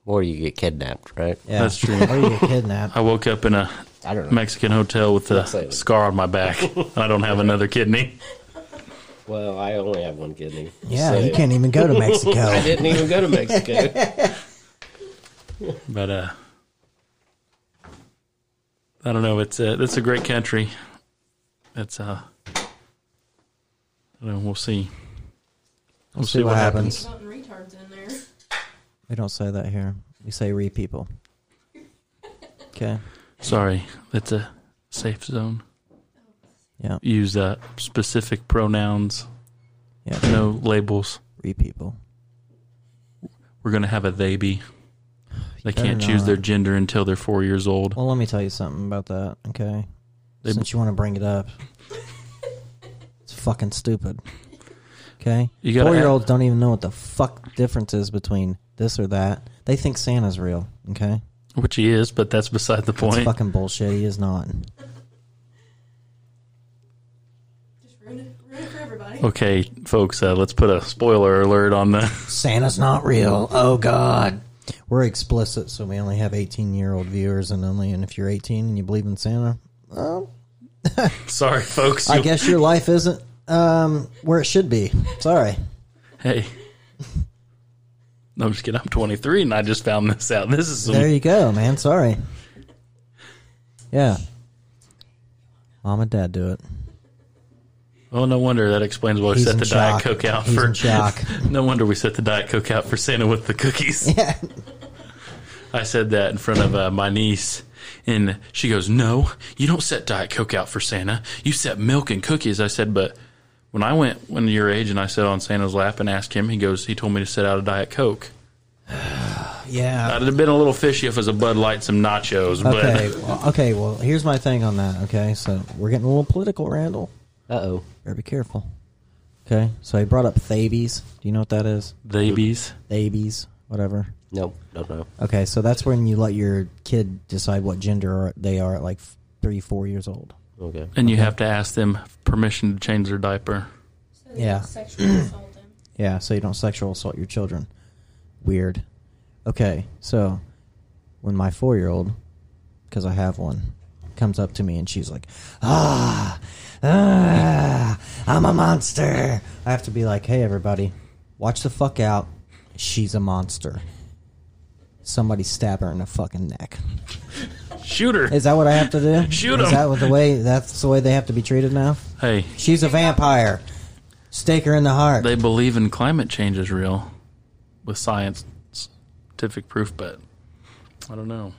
Or you get kidnapped, right? Yeah. That's true. or you get kidnapped. I woke up in a I don't know. Mexican hotel with Looks like a it. scar on my back and I don't have another kidney. Well, I only have one kidney. Yeah, So- you can't even go to I Mexico. didn't even go to Mexico. But uh I don't know, it's uh it's a great country. It's uh I don't know, we'll see. We'll see what happens. Mountain retards in there. We don't say that here. We say re people. Okay. Sorry, it's a safe zone. Yeah. Use uh, specific pronouns, Yeah. no labels. Re people. We're gonna have a they be. They better can't choose not. their gender until they're four years old. Well, let me tell you something about that, okay? They- Since you want to bring it up, it's fucking stupid. Okay? You gotta Four year olds don't even know what the fuck difference is between this or that. They think Santa's real, okay? Which he is, but that's beside the It's point. fucking bullshit. He is not. Just ruin it, ruin it for everybody. Okay, folks, uh, let's put a spoiler alert on the. Santa's not real. Oh, God. We're explicit, so we only have 18 year old viewers, and only and if you're 18 and you believe in Santa, Sorry, folks. I you- guess your life isn't um, where it should be. Sorry. Hey. No, I'm just kidding. I'm 23 and I just found this out. This is some, There you go, man. Sorry. Yeah. Mom and dad do it. well, no wonder that explains why we He's set in the shock. diet coke out He's for in shock. No wonder we set the diet coke out for Santa with the cookies. Yeah. I said that in front of uh, my niece, and she goes, "No, you don't set diet coke out for Santa. You set milk and cookies." I said, "But when I went when your age and I sat on Santa's lap and asked him, he goes, he told me to set out a diet coke. Yeah. I'd have been a little fishy if it was a Bud Light, some nachos, Okay. but Well, okay. Well, here's my thing on that. Okay. So we're getting a little political, Randall. Uh oh. Better be careful. Okay. So he brought up Thabies. Do you know what that is? babies. Thabies, whatever. Nope. Don't know. Okay. So that's when you let your kid decide what gender they are at like three, four years old. Okay. And you have to ask them permission to change their diaper. So they Yeah. Sexual assault them. Yeah, so you don't sexual assault your children. Weird. Okay, so when my four year old, because I have one, comes up to me and she's like, ah, ah, I'm a monster. I have to be like, hey, everybody, watch the fuck out. She's a monster. Somebody stab her in the fucking neck. Shooter. Is that what I have to do? Shoot Is 'em. that what the way? That's the way they have to be treated now. Hey, She's a vampire. Stake her in the heart. they believe in climate change is real with science scientific proof, but I don't know.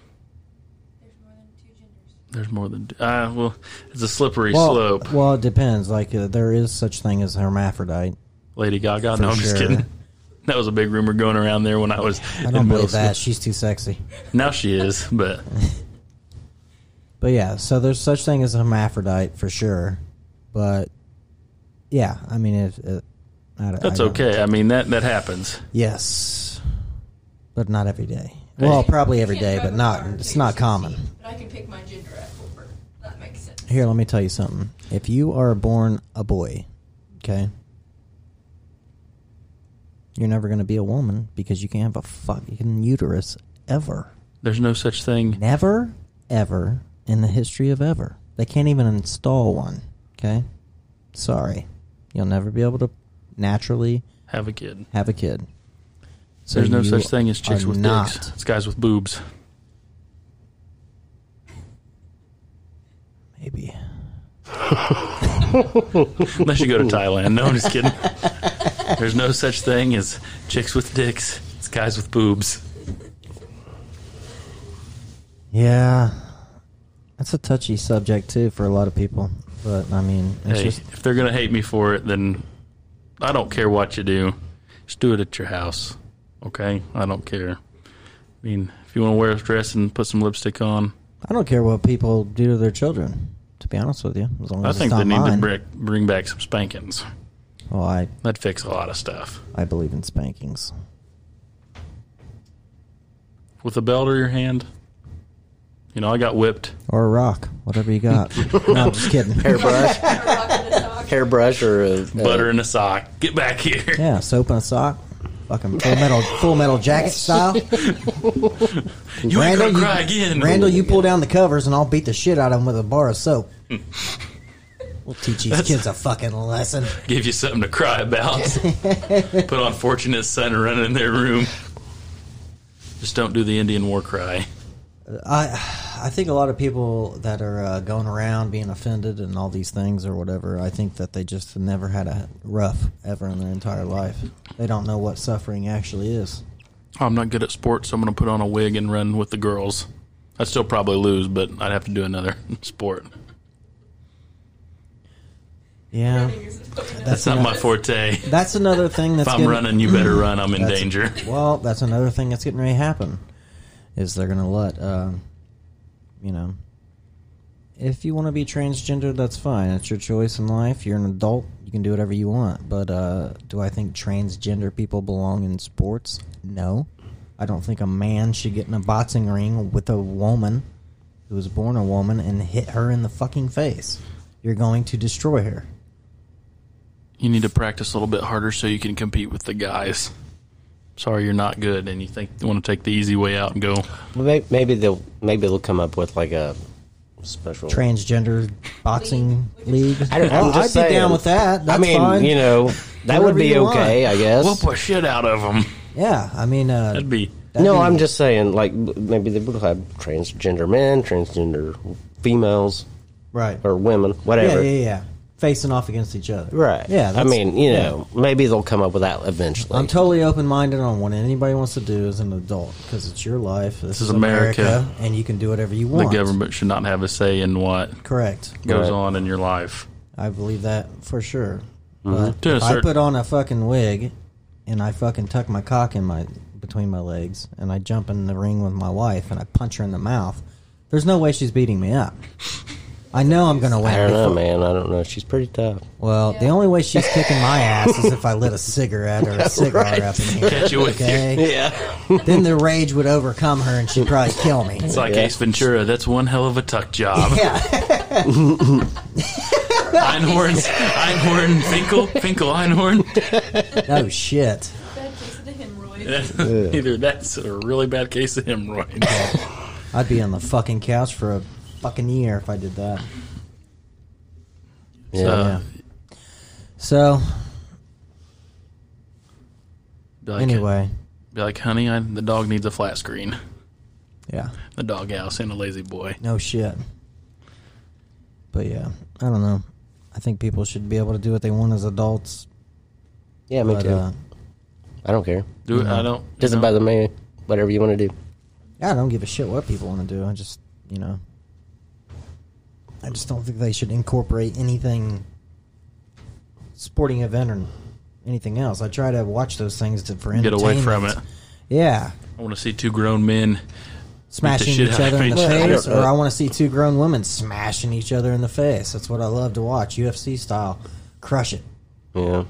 There's more than two genders. There's more than uh, well, it's a slippery well, slope. Well, it depends. Like uh, there is such thing as hermaphrodite. Lady Gaga. No, I'm just sure. kidding. That was a big rumor going around there when I was I in don't middle believe school. that. She's too sexy. Now she is, but But yeah, so there's such thing as hermaphrodite for sure. But yeah, I mean, if it, I, don't- I that's don't- okay. I mean that that happens. Yes, but not every day. Well, probably every Can't day, drive but a not. car until It's you're not 16, common. But I can pick my gender at full birth. That makes sense. Here, let me tell you something. If you are born a boy, okay, you're never going to be a woman because you can't have a fucking uterus ever. There's no such thing. Never, ever in the history of ever. They can't even install one. Okay? Sorry. You'll never be able to naturally Have a kid. have a kid. So There's no you such thing as chicks are with not, dicks. It's guys with boobs. Maybe. Unless you go to Thailand. No, I'm just kidding. There's no such thing as chicks with dicks. It's guys with boobs. Yeah. That's a touchy subject too for a lot of people. But I mean, it's Hey, just if they're gonna hate me for it, then I don't care what you do. Just do it at your house, okay? I don't care. I mean, if you want to wear a dress and put some lipstick on, I don't care what people do to their children. To be honest with you, as long as I it's think not they need to mine. bring, bring back some spankings. Well, I That'd fix a lot of stuff. I believe in spankings. With a belt or your hand, you know, I got whipped. or a rock, whatever you got. no, I'm just kidding. Hairbrush, Or rock in a sock. hairbrush, or uh, a, a- Butter in a sock. Get back here. Yeah, soap and a sock, fucking full metal, full metal jacket style. You ain't Randall, gonna you- cry again. Randall, you pull down the covers and I'll beat the shit out of him with a bar of soap. Hmm. We'll teach these kids a fucking lesson. give you something to cry about. Put on Fortunate Son and run in their room. Just don't do the Indian war cry. I, I think a lot of people that are uh, going around being offended and all these things or whatever, I think that they just never had a rough ever in their entire life. They don't know what suffering actually is. I'm not good at sports, so I'm going to put on a wig and run with the girls. I'd still probably lose, but I'd have to do another sport. Yeah, That's not my forte. If that's another thing that's I'm getting- running, you better run. I'm in That's- danger. Well, that's another thing that's getting ready to happen. Is they're gonna let, uh, you know, if you want to be transgender, that's fine. It's your choice in life. You're an adult. You can do whatever you want. But uh, do I think transgender people belong in sports? No. I don't think a man should get in a boxing ring with a woman who was born a woman and hit her in the fucking face. You're going to destroy her. You need to practice a little bit harder so you can compete with the guys. Sorry, you're not good, and you think you want to take the easy way out and go. Well, may- maybe they'll maybe they'll come up with like a special. Transgender boxing league. I don't, Well, I'm just I'd be saying. down with that. That's I mean, fine. you know, that Whatever would be you want. okay, I guess. Whoop the shit out of them. Yeah, I mean, uh, That'd be no, be- I'm just saying, like b- maybe they would have transgender men, transgender females, right. or women, Yeah, yeah, whatever. yeah. Facing off against each other. Right. Yeah. I that's- mean, you yeah. know, maybe they'll come up with that eventually. I'm totally open minded on what anybody wants to do as an adult because it's your life. This, is America. and you can do whatever you the want. government should not have a say in what Correct. goes Right. on in your life. I believe that for sure. But Mm-hmm. To a if I certain- put on a fucking wig and I fucking tuck my cock in my between my legs and I jump in the ring with my wife and I punch her in the mouth, there's no way she's beating me up. I know I'm gonna win. I don't before- know, man. I don't know. She's pretty tough. Well, the Yeah. only way she's kicking my ass is if I lit a cigarette or a cigar up in here. Catch you with okay? Yeah. then the rage would overcome her and she'd probably kill me. It's like Yeah. Ace Ventura. That's one hell of a tuck job. Yeah. Einhorn's Einhorn Finkel Finkel Einhorn. No shit. Bad case of the hemorrhoids. Either that's a really bad case of hemorrhoid. I'd be on the fucking couch for a fucking year if I did that. Yeah. Uh, Yeah. So, Be like, anyway. be like, honey, I, the dog needs a flat screen. Yeah. The doghouse and a lazy boy. No shit. But yeah, I don't know. I think people should be able to do what they want as adults. Yeah, me But, too. uh, I don't care. Do Mm-hmm. I don't. you Doesn't know, bother me. Whatever you want to do. yeah, I don't give a shit what people want to do. I just, you know, I just don't think they should incorporate anything sporting event or anything else. I try to watch those things to for Get away entertainment. from it. Yeah, I want to see two grown men. smashing shit each out other of in the each other. face, I don't or know. I want to see two grown women smashing each other in the face. That's what I love to watch, UFC style. Crush it. Yeah.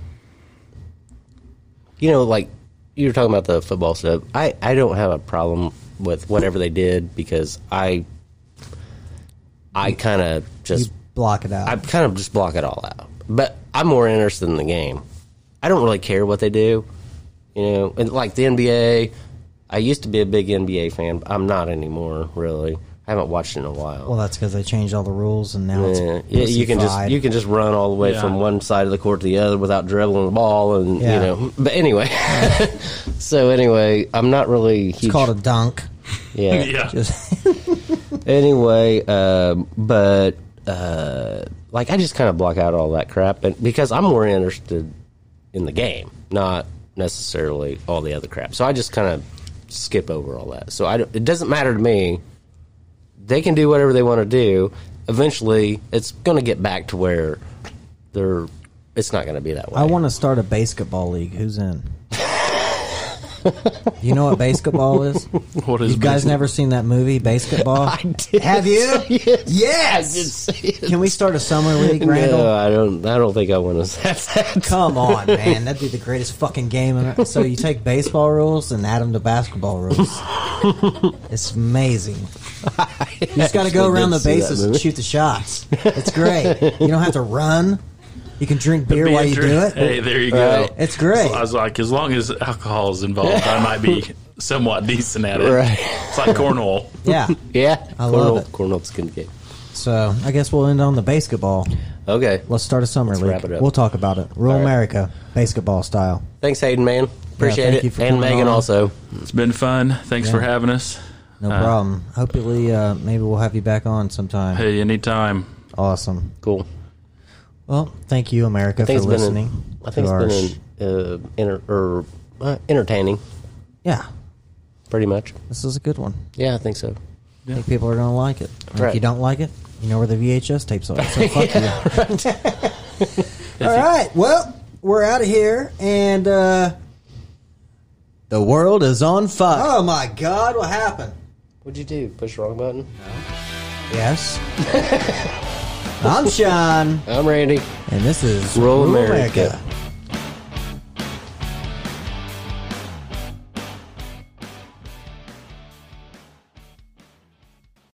You know, like you were talking about the football stuff. I I don't have a problem with whatever they did because I I kind of You just block it out. I kind of just block it all out. But I'm more interested in the game. I don't really care what they do. You know, and like the NBA, I used to be a big NBA fan, but I'm not anymore, really. I haven't watched it in a while. Eh, Well, that's because they changed all the rules and now it's Yeah, yeah, you can just pussified. you can just run all the way Yeah. from one side of the court to the other without dribbling the ball, and Yeah. you know. But anyway, so anyway, I'm not really. Huge, it's called a dunk. yeah. Yeah. Just Anyway, uh, but uh, like I just kind of block out all that crap, and because I'm more interested in the game, not necessarily all the other crap. So I just kind of skip over all that. So I don't- it doesn't matter to me. They can do whatever they want to do. Eventually, it's going to get back to where they're. It's not going to be that way. I want to start a basketball league. Who's in? you know what basketball is? What is You guys basic- never seen that movie Basketball? I did Have you? yes. Yes! I did see it. Can we start a summer league, Randall? No, I don't. I don't think I want to. that. Come on, man. That'd be the greatest fucking game. in- So you take baseball rules and add them to basketball rules. It's amazing. You just got to go actually around did the see that bases and movie. shoot the shots. It's great. You don't have to run. You can drink beer while you do it. Hey, there you go. Right. It's great. I was like, as long as alcohol is involved, I might be somewhat decent at it. Right. It's like cornhole. Yeah. Yeah, I love it. Cornell's good game. So I guess we'll end on the basketball. Okay, Let's start a summer league. wrap it up. We'll talk about it. Rural All right. America, basketball style. thanks, Hayden, man. Appreciate thank it, you for and coming on. Megan also. It's been fun. Thanks for Yeah. having us. No problem. Hopefully, uh, maybe we'll have you back on sometime. Hey, anytime. Awesome. Cool. Well, thank you, America, I think for it's listening. been. An, I to our think sh- it's been an, uh, enter, or, uh, entertaining, yeah, pretty much. this is a good one. Yeah, I think so. I think people are going to like it. And If Right. you don't like it, you know where the VHS tapes are. So fuck you. All right. Well, we're out of here, and uh, The world is on fire. oh my God, what happened? What'd you do? Push the wrong button. Yes. I'm Sean, I'm Randy. and this is Rural Rural America. America.